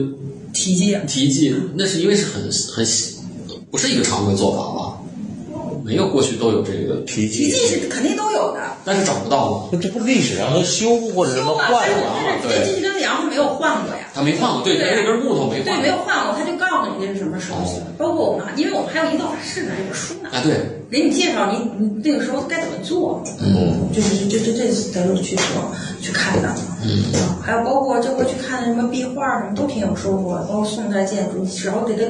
Speaker 4: 题记
Speaker 2: 题记，那是因为是很很不是一个常规做法吧？没有过去都有这个，
Speaker 1: 题记
Speaker 4: 题记，是肯定都有的，
Speaker 2: 但是找不到了。
Speaker 1: 那这不历史上都修或者什么
Speaker 4: 修啊，
Speaker 1: 换
Speaker 4: 但是
Speaker 1: 了
Speaker 4: 但是这这根梁是没有换过呀。
Speaker 2: 他啊没换过，对，
Speaker 4: 对
Speaker 2: 他这根木头没
Speaker 4: 对
Speaker 2: 换，
Speaker 4: 没有换过，他就告诉你这是什么
Speaker 1: 哦
Speaker 4: 时候学。包括我们，因为我们还有一道法式的这本书呢，
Speaker 2: 啊，对，
Speaker 4: 给你介绍你你那个时候该怎么做，
Speaker 2: 嗯，
Speaker 4: 就是就就这咱们去说去看的，嗯，还有包括这回去看什么壁画什么都挺有收获的，包括宋代建筑，只要给它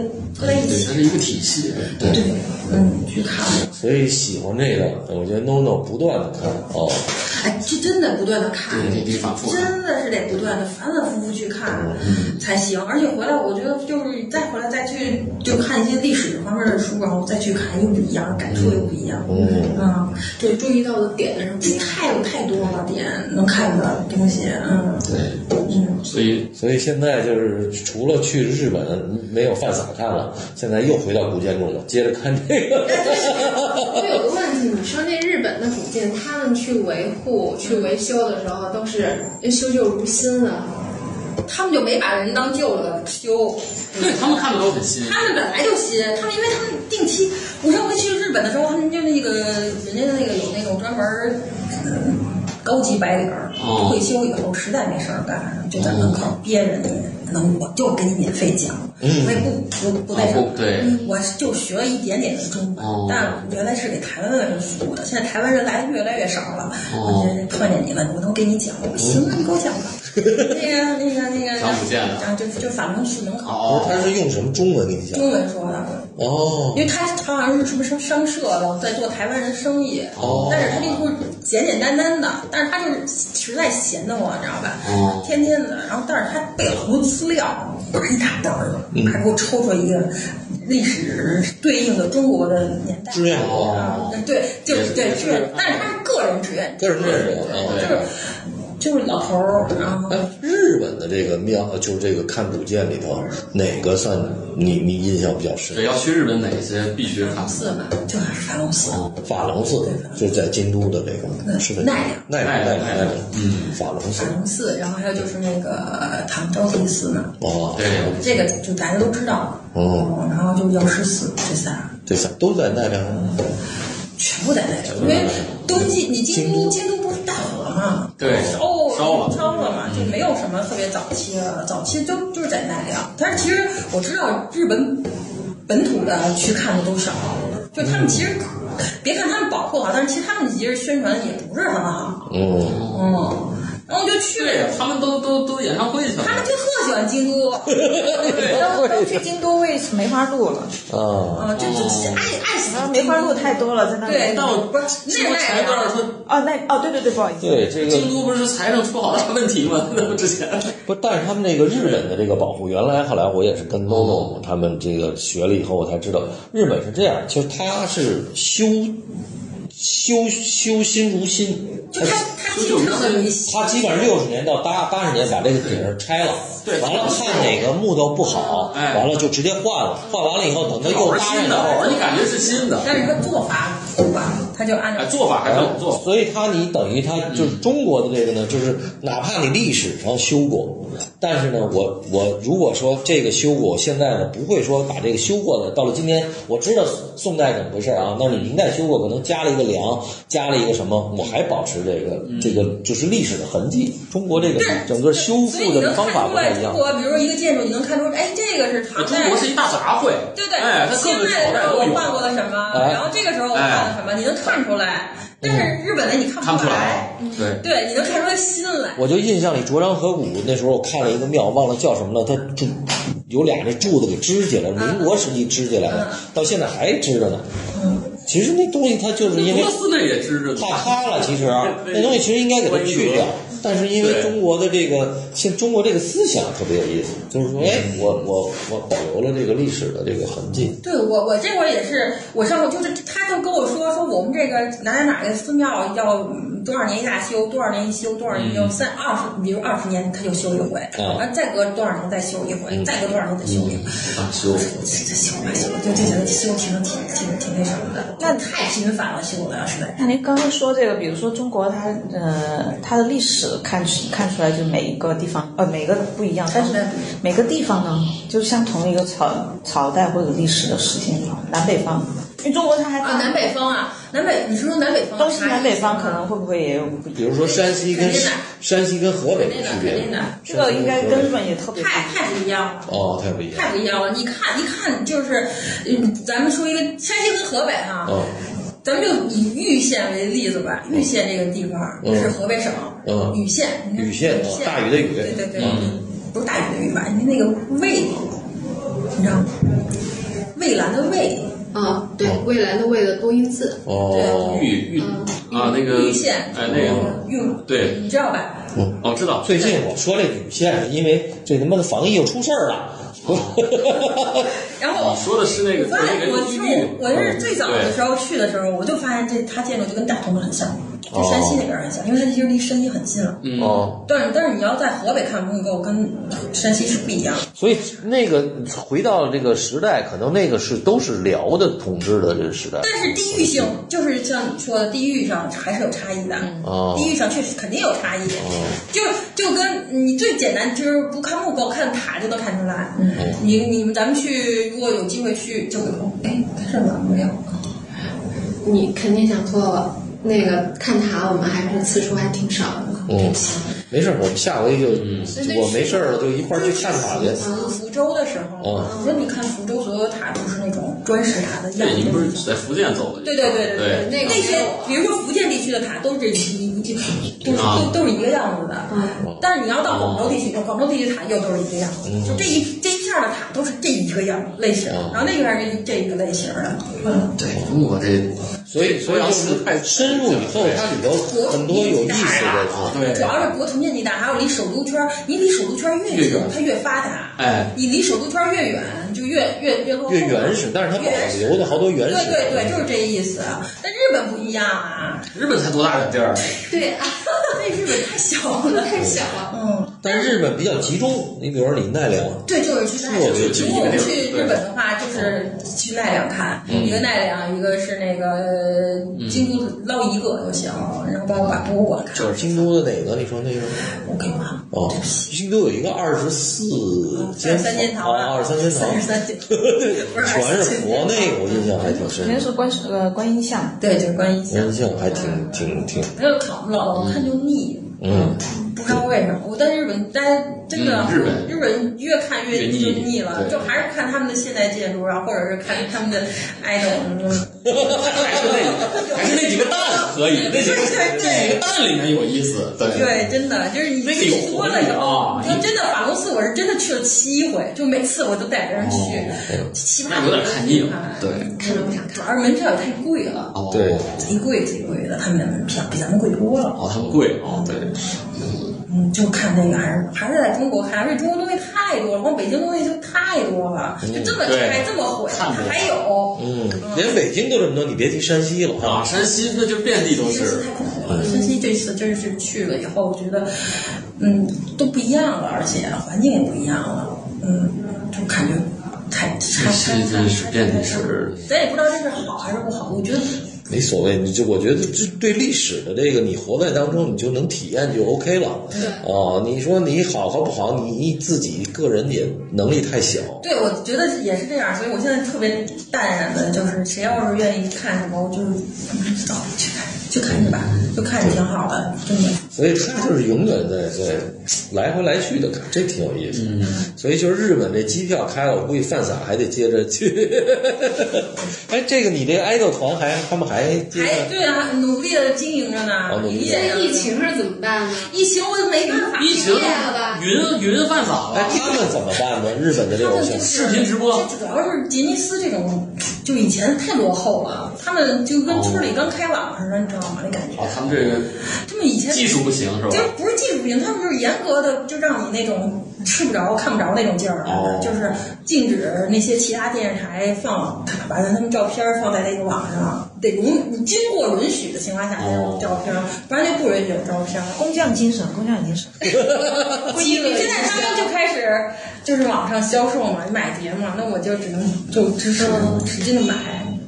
Speaker 4: 搁在一
Speaker 2: 对，
Speaker 4: 起，
Speaker 2: 它是一个体系，对，
Speaker 4: 对，嗯，去看。
Speaker 1: 所以喜欢这个，我觉得 NONO 不断的看哦，
Speaker 4: 哎，这真的不断的看，
Speaker 2: 对，你得反复看，
Speaker 4: 真的是得不断的反反复复去看才行。而且回来，我觉得就是再回来再去就看一些历史方面的书，然后再去看又不一样，感受又不一样。
Speaker 1: 嗯
Speaker 4: 嗯，
Speaker 3: 对，注意到的点是不
Speaker 4: 这
Speaker 3: 一样。
Speaker 4: 太有太多了点能看的东西。嗯，
Speaker 2: 对，所以
Speaker 1: 所以现在就是除了去日本没有犯傻看了，现在又回到古建筑了，接着看这个。
Speaker 3: 我有个问题，你说那日本的古建，他们去维护、去维修的时候，都是修旧如新啊。
Speaker 4: 他们就没把人当旧的 修，
Speaker 2: 对他们看的都很新，
Speaker 4: 他们本来就新，他们因为他们定期，我上回去日本的时候，他们就那个人家那个有那种专门儿。嗯高级白领儿
Speaker 2: 哦
Speaker 4: 退休以后实在没事儿干，就在门口憋着你，能我就给你免费讲，我也不不不那
Speaker 2: 啊
Speaker 4: 什么
Speaker 2: 嗯不，对，
Speaker 4: 我就学了一点点的中文
Speaker 2: 哦，
Speaker 4: 但原来是给台湾人服务的，现在台湾人来的越来越少了。
Speaker 2: 哦
Speaker 4: 我觉得碰见你了，我能给你讲，我说行啊，你给 我讲吧。那个那个那个，
Speaker 2: 讲不见了
Speaker 4: 然后就就反正是能考
Speaker 1: 不是，
Speaker 2: 哦，
Speaker 1: 他是用什么中文给你讲？
Speaker 4: 中文说的，
Speaker 1: 哦
Speaker 4: 因为他他好像是什么商商社的，在做台湾人生意，
Speaker 2: 哦
Speaker 4: 但是他这就是简简单单的，但是他就是实在闲得慌，你知道吧？
Speaker 2: 哦
Speaker 4: 天天的，然后但是他背了好多资料，不是一大本儿，还给我抽出来一个历史对应的中国的年代。
Speaker 1: 志愿者，
Speaker 4: 啊
Speaker 2: 哦，，
Speaker 4: 对，就是对
Speaker 2: 也是
Speaker 4: 志愿，但是他是个人志愿，
Speaker 1: 个人志愿者
Speaker 4: 就
Speaker 1: 啊。
Speaker 4: 是就是老头儿，然后
Speaker 1: 哎，日本的这个庙，就是这个看古建里头，哪个算你你印象比较深
Speaker 2: 对，？要去日本哪些必须看？
Speaker 4: 寺嘛，就还是法隆寺，嗯
Speaker 1: 法隆寺就在京都的这个，哦是的，
Speaker 4: 奈良
Speaker 1: 嗯奈良奈良奈良，嗯，法隆寺
Speaker 4: 法隆寺，然后还有就是那个唐招提寺嘛，
Speaker 1: 哦，
Speaker 2: 对，
Speaker 4: 这个就大家都知道，
Speaker 1: 哦，
Speaker 4: 然后就药师寺这仨，
Speaker 1: 这仨都在奈良，
Speaker 4: 全部在那里，因为东京你京都京都不是大火嘛，
Speaker 2: 对
Speaker 4: 烧
Speaker 2: 烧了嗯
Speaker 4: 烧了嘛，就没有什么特别早期了，早期都就是在奈良，但是其实我知道日本本土的去看的都少，就他们其实别看他们保护好，但是其实他们其实宣传也不是很好，
Speaker 1: 嗯，
Speaker 4: 嗯，然后就去
Speaker 2: 对
Speaker 4: 了，
Speaker 2: 他们都都都演唱会去了
Speaker 4: 他。们就特喜欢京都，
Speaker 5: 当当去京都为梅花鹿了，
Speaker 1: 啊，
Speaker 4: 嗯，就就是爱爱死
Speaker 9: 然后梅花鹿太多了，在那里。
Speaker 4: 对
Speaker 2: 但我不是
Speaker 4: 那
Speaker 2: 说
Speaker 4: 那
Speaker 2: 前一段儿说
Speaker 9: 哦，那哦，对对对，不好意思，
Speaker 1: 对这个
Speaker 2: 京都不是财政出好大问题吗？那不之前
Speaker 1: 不，但是他们这个日本的这个保护，原来后来我也是跟 NONO 他们这个学了以后，我才知道日本是这样，就是他是修修修心如新，
Speaker 4: 就他他经常的迷信，
Speaker 1: 他基本上六十年到八八十年把这个顶儿拆了，
Speaker 2: 对
Speaker 1: 完了看哪个木头不好，
Speaker 2: 哎
Speaker 1: 完了就直接换了，换完了以后等它又
Speaker 2: 玩
Speaker 1: 搭上
Speaker 2: 新
Speaker 1: 以
Speaker 2: 的，
Speaker 1: 后
Speaker 2: 玩，你感觉是新的，
Speaker 4: 但是他做法不管，他就按
Speaker 2: 哎，
Speaker 4: 照
Speaker 2: 做法还是好做法。
Speaker 1: 所以它你等于它就是中国的这个呢，就是哪怕你历史上修过，但是呢，我我如果说这个修过，现在呢不会说把这个修过的，到了今天我知道宋代怎么回事啊，那你明代修过，可能加了一个梁，加了一个什么，我还保持这个这个就是历史的痕迹。中国这个整个修
Speaker 4: 所
Speaker 1: 复
Speaker 4: 以你
Speaker 1: 的
Speaker 4: 能看
Speaker 1: 方法
Speaker 4: 出
Speaker 1: 不太
Speaker 4: 来
Speaker 1: 一
Speaker 4: 中
Speaker 1: 样。
Speaker 4: 国，比如说一个建筑，你能看出，哎，这个是
Speaker 2: 哎
Speaker 4: 唐
Speaker 2: 中
Speaker 4: 代
Speaker 2: 国。是一大杂烩，
Speaker 4: 对对，
Speaker 2: 哎，它各
Speaker 4: 清
Speaker 2: 个朝
Speaker 4: 代的
Speaker 2: 代
Speaker 4: 时候
Speaker 2: 都有
Speaker 4: 我。换过了什么，
Speaker 1: 哎
Speaker 4: 然后这个时候我换了什么，你能看出来。但是日本的你看
Speaker 2: 看不
Speaker 4: 不
Speaker 2: 出
Speaker 4: 出
Speaker 2: 来嗯
Speaker 4: 来，，
Speaker 2: 对，
Speaker 4: 对，你能看出来心来。
Speaker 1: 我就印象里卓章河谷那时候我看了一个庙，忘了叫什么了，它就有俩那柱子给支起来，民国时期支起来
Speaker 4: 嗯
Speaker 1: 的，到现在还支着呢。其实那东西它就是因为
Speaker 2: 俄罗斯那也支着呢，
Speaker 1: 怕塌了， 其实啊那东西其实应该给它去掉。但是因为中国的这个，现中国这个思想特别有意思，就是说，哎，我我我保留了这个历史的这个痕迹，
Speaker 4: 对我，我这会儿也是，我上回就是他就跟我说说我们这个哪哪哪个寺庙要嗯多少年一大修，多少年一修，多少年就三二十，比如二十年他就修一回，
Speaker 1: 嗯
Speaker 4: 完、再隔多少年再修一回，再隔多少年再修一回，
Speaker 2: 大
Speaker 1: 嗯
Speaker 2: 修。
Speaker 4: 这这修吧修，就就觉得修挺挺挺挺那什么的，那太频繁了修了，实在。
Speaker 9: 那您刚刚说这个，比如说中国它，呃，它的历史看出看出来，就每一个地方，呃，每个不一样，但是每个地方呢，就相同一个朝朝代或者历史的时间地方，南北方，因为中国它还
Speaker 4: 啊，南北方啊，南北，你是说南北方？
Speaker 9: 东西南北方可能会不会也有不一样？
Speaker 1: 比如说山西跟
Speaker 4: 肯定的
Speaker 1: 山西跟河北的区别
Speaker 4: 肯定的，
Speaker 9: 这个应该跟日本也特别不一
Speaker 4: 太
Speaker 9: 样。
Speaker 4: 太不一样了。
Speaker 1: 哦太不一样，
Speaker 4: 太不一样了！你看，一看就是，嗯咱们说一个山西跟河北哈、
Speaker 1: 哦
Speaker 4: 咱们就以玉县为例子吧。玉县这个地方
Speaker 1: 嗯
Speaker 4: 是河北省，
Speaker 1: 嗯
Speaker 4: 禹县，
Speaker 1: 禹县哦大禹的禹
Speaker 4: 对对对，
Speaker 1: 嗯
Speaker 4: 不是大禹的禹吧？你那个蔚，你知道吗？蔚蓝的蔚，
Speaker 3: 啊，对，
Speaker 2: 嗯
Speaker 3: 未来的未的多音字，
Speaker 1: 哦，
Speaker 2: 玉玉
Speaker 3: 嗯
Speaker 2: 啊，那个
Speaker 4: 玉嗯县
Speaker 2: 哎，那个
Speaker 4: 用
Speaker 2: 对，
Speaker 4: 你知道吧？
Speaker 2: 哦，知道。
Speaker 1: 最近我说这乳腺是因为这他妈的防疫又出事儿了，
Speaker 4: 然后
Speaker 2: 你说的是那
Speaker 4: 我
Speaker 2: 个
Speaker 4: 发
Speaker 2: 那
Speaker 4: 现，我
Speaker 2: 个嗯
Speaker 4: 就是
Speaker 2: 玉
Speaker 4: 我是最早的时候去的时候，我就发现这它建筑就跟大同很像，就山西那边很像，因为它其实离山西很近了。
Speaker 2: 嗯，
Speaker 1: 哦，
Speaker 4: 但是但是你要在河北看木构，跟山西是不一样的。
Speaker 1: 所以那个回到这个时代，可能那个是都是辽的统治的这个时代，
Speaker 4: 但是地域性就是像你说的，地域上还是有差异的。
Speaker 1: 哦
Speaker 4: 地域上确实肯定有差异。
Speaker 2: 哦
Speaker 4: 就就跟你最简单，就是不看木构，看塔就能看出来。嗯，
Speaker 2: 哦
Speaker 4: 你你们咱们去，如果有机会去，就哎，是吗？没有。啊
Speaker 3: 你肯定想错了。那个看塔，我们还是次数还挺少的。
Speaker 1: 嗯，没事儿，我们下回就
Speaker 4: 嗯
Speaker 1: 我没事儿了就一块儿去看塔去。
Speaker 4: 福福州的时候，
Speaker 1: 哦
Speaker 4: 我说你看福州所有塔都是那种砖石塔的
Speaker 2: 那
Speaker 4: 样
Speaker 2: 你们不
Speaker 4: 子。
Speaker 2: 是在福建走的？
Speaker 4: 对对对
Speaker 2: 对
Speaker 4: 对
Speaker 3: 那个
Speaker 4: 那些比如说福建地区的塔都是一一 都是
Speaker 2: 啊
Speaker 4: 都都是一个样子的，
Speaker 3: 嗯
Speaker 4: 但是你要到广州地区，广州地区塔又都是一个样子，就这一这一片儿的塔都是这一个样类型，
Speaker 1: 嗯
Speaker 4: 然后那片儿是这一个类型的，嗯，
Speaker 2: 对，中国这
Speaker 1: 所以，所以就是深入以后，它里头很多有意思的。
Speaker 2: 对
Speaker 4: 主要是国土面积大，还有离首都圈儿，你离首都圈儿越
Speaker 2: 越
Speaker 4: 近
Speaker 2: 远，
Speaker 4: 它越发达，
Speaker 2: 哎
Speaker 4: 你离首都圈儿越远，就越越越落后，
Speaker 1: 越原始，但是它保留的好多原
Speaker 4: 对
Speaker 1: 始。
Speaker 4: 对对，就是这意思。但日本不一样啊，
Speaker 2: 日本才多大点地儿？
Speaker 3: 对啊，
Speaker 4: 那日本太小了，
Speaker 3: 太小了。
Speaker 4: 嗯，
Speaker 1: 但是日本比较集中，你比如说你奈良，
Speaker 4: 对，就是去奈
Speaker 1: 特别
Speaker 4: 良。
Speaker 1: 近
Speaker 4: 如果我们去日本的话，就是去奈良看，一个奈良，一个是那个京都捞一个就行，然后包括把博物馆看。
Speaker 1: 就是京都的哪个？你说那个？
Speaker 4: 我给忘了，
Speaker 1: 哦，京都有一个二十四间
Speaker 4: 三哦十三间堂
Speaker 1: 啊，二十三间堂，
Speaker 4: 三十三间，嗯不是
Speaker 1: 全是佛，那个我印象还挺深
Speaker 9: 肯。定是观呃观音像，
Speaker 4: 对，就是观音像
Speaker 1: 印。象还挺挺挺，
Speaker 4: 还有烤姥姥看就腻，
Speaker 1: 嗯，
Speaker 4: 不知道为什么，我在日本待真的、
Speaker 2: 嗯日本
Speaker 4: 日本越看
Speaker 2: 越
Speaker 4: 越
Speaker 2: 腻
Speaker 4: 就腻了，
Speaker 2: 对
Speaker 4: 就还是看他们的现代建筑啊，或者是看他们的 idol 什么
Speaker 2: 还是那还是那几个蛋可以，那几个那几个蛋里面有意思，对
Speaker 4: 对，真的就是你
Speaker 2: 那个有
Speaker 4: 去多
Speaker 2: 活
Speaker 4: 了
Speaker 2: 力
Speaker 4: 以后
Speaker 2: 啊，
Speaker 4: 就真的法国寺我是真的去了七回，就每次我都带着人去，七八
Speaker 2: 哦那有点看腻了
Speaker 4: 啊，
Speaker 2: 对，
Speaker 3: 看都不想看。
Speaker 4: 而门票也太贵了，
Speaker 2: 哦
Speaker 1: 对
Speaker 4: 贼贵贼贵的，他们的门票比咱们贵多了。
Speaker 2: 哦，它贵哦，对，
Speaker 4: 嗯，就看那个还是还是在中国看，而且中国东西太多了，光北京东西就太多了，就这么拆
Speaker 2: 嗯对
Speaker 4: 这么毁，
Speaker 2: 看过
Speaker 4: 还有
Speaker 1: 嗯，连北京都这么多，你别提山西了啊！
Speaker 2: 啊，山西那就遍地都
Speaker 4: 山西
Speaker 2: 是
Speaker 4: 太，恐怖了，山西这次真是去了以后，我觉得嗯都不一样了，而且环境也不一样了，嗯，就感觉太
Speaker 2: 山
Speaker 4: 太
Speaker 2: 西
Speaker 4: 太
Speaker 2: 真是遍地是，
Speaker 4: 咱也不知道这是好还是不好，我觉得
Speaker 1: 没所谓，你就我觉得这对历史的这个，你活在当中，你就能体验就 OK 了。哦，你说你好和不好，你自己个人也能力太小。
Speaker 4: 对，我觉得也是这样，所以我现在特别淡然的，就是谁要是愿意看什么，我就是不知道去看去看去吧，就看挺好的，真的。
Speaker 1: 所以他就是永远在在来回来去的看，这挺有意思。嗯，所以就是日本这机票开了，我估计犯傻还得接着 去。哎，这个你这爱豆团还他们还接
Speaker 4: 还
Speaker 1: 着
Speaker 4: 对啊，努力的经营着呢
Speaker 1: 哦努。力
Speaker 4: 一
Speaker 1: 地
Speaker 4: 下
Speaker 3: 这疫，情是怎么办呢？
Speaker 4: 疫情我也没办法。
Speaker 2: 疫情
Speaker 3: 变了吧
Speaker 2: 云云犯法
Speaker 1: 哎
Speaker 2: 了，，
Speaker 1: 他们怎么办呢？日本的这种形式，
Speaker 2: 视频直播
Speaker 4: 这主要是杰尼斯这种，就以前太落后了，他们就跟村
Speaker 2: 哦
Speaker 4: 里刚开网似的，你知道吗？那感觉，
Speaker 2: 啊，他们这个
Speaker 4: 他们以前
Speaker 2: 技术不行是
Speaker 4: 就
Speaker 2: 吧？
Speaker 4: 不是技术性，他们就是严格的，就让你那种吃不着、看不着那种劲儿，
Speaker 2: 哦
Speaker 4: 就是禁止那些其他电视台放卡把他们照片放在那个网上，得允你经过允许的情况下才
Speaker 2: 哦
Speaker 4: 有照片，不然就不允许有照片。
Speaker 9: 工匠精神，工匠精神。
Speaker 4: 现在他们就开始就是网上销售嘛，买碟嘛，那我就只能就支持，使劲的买。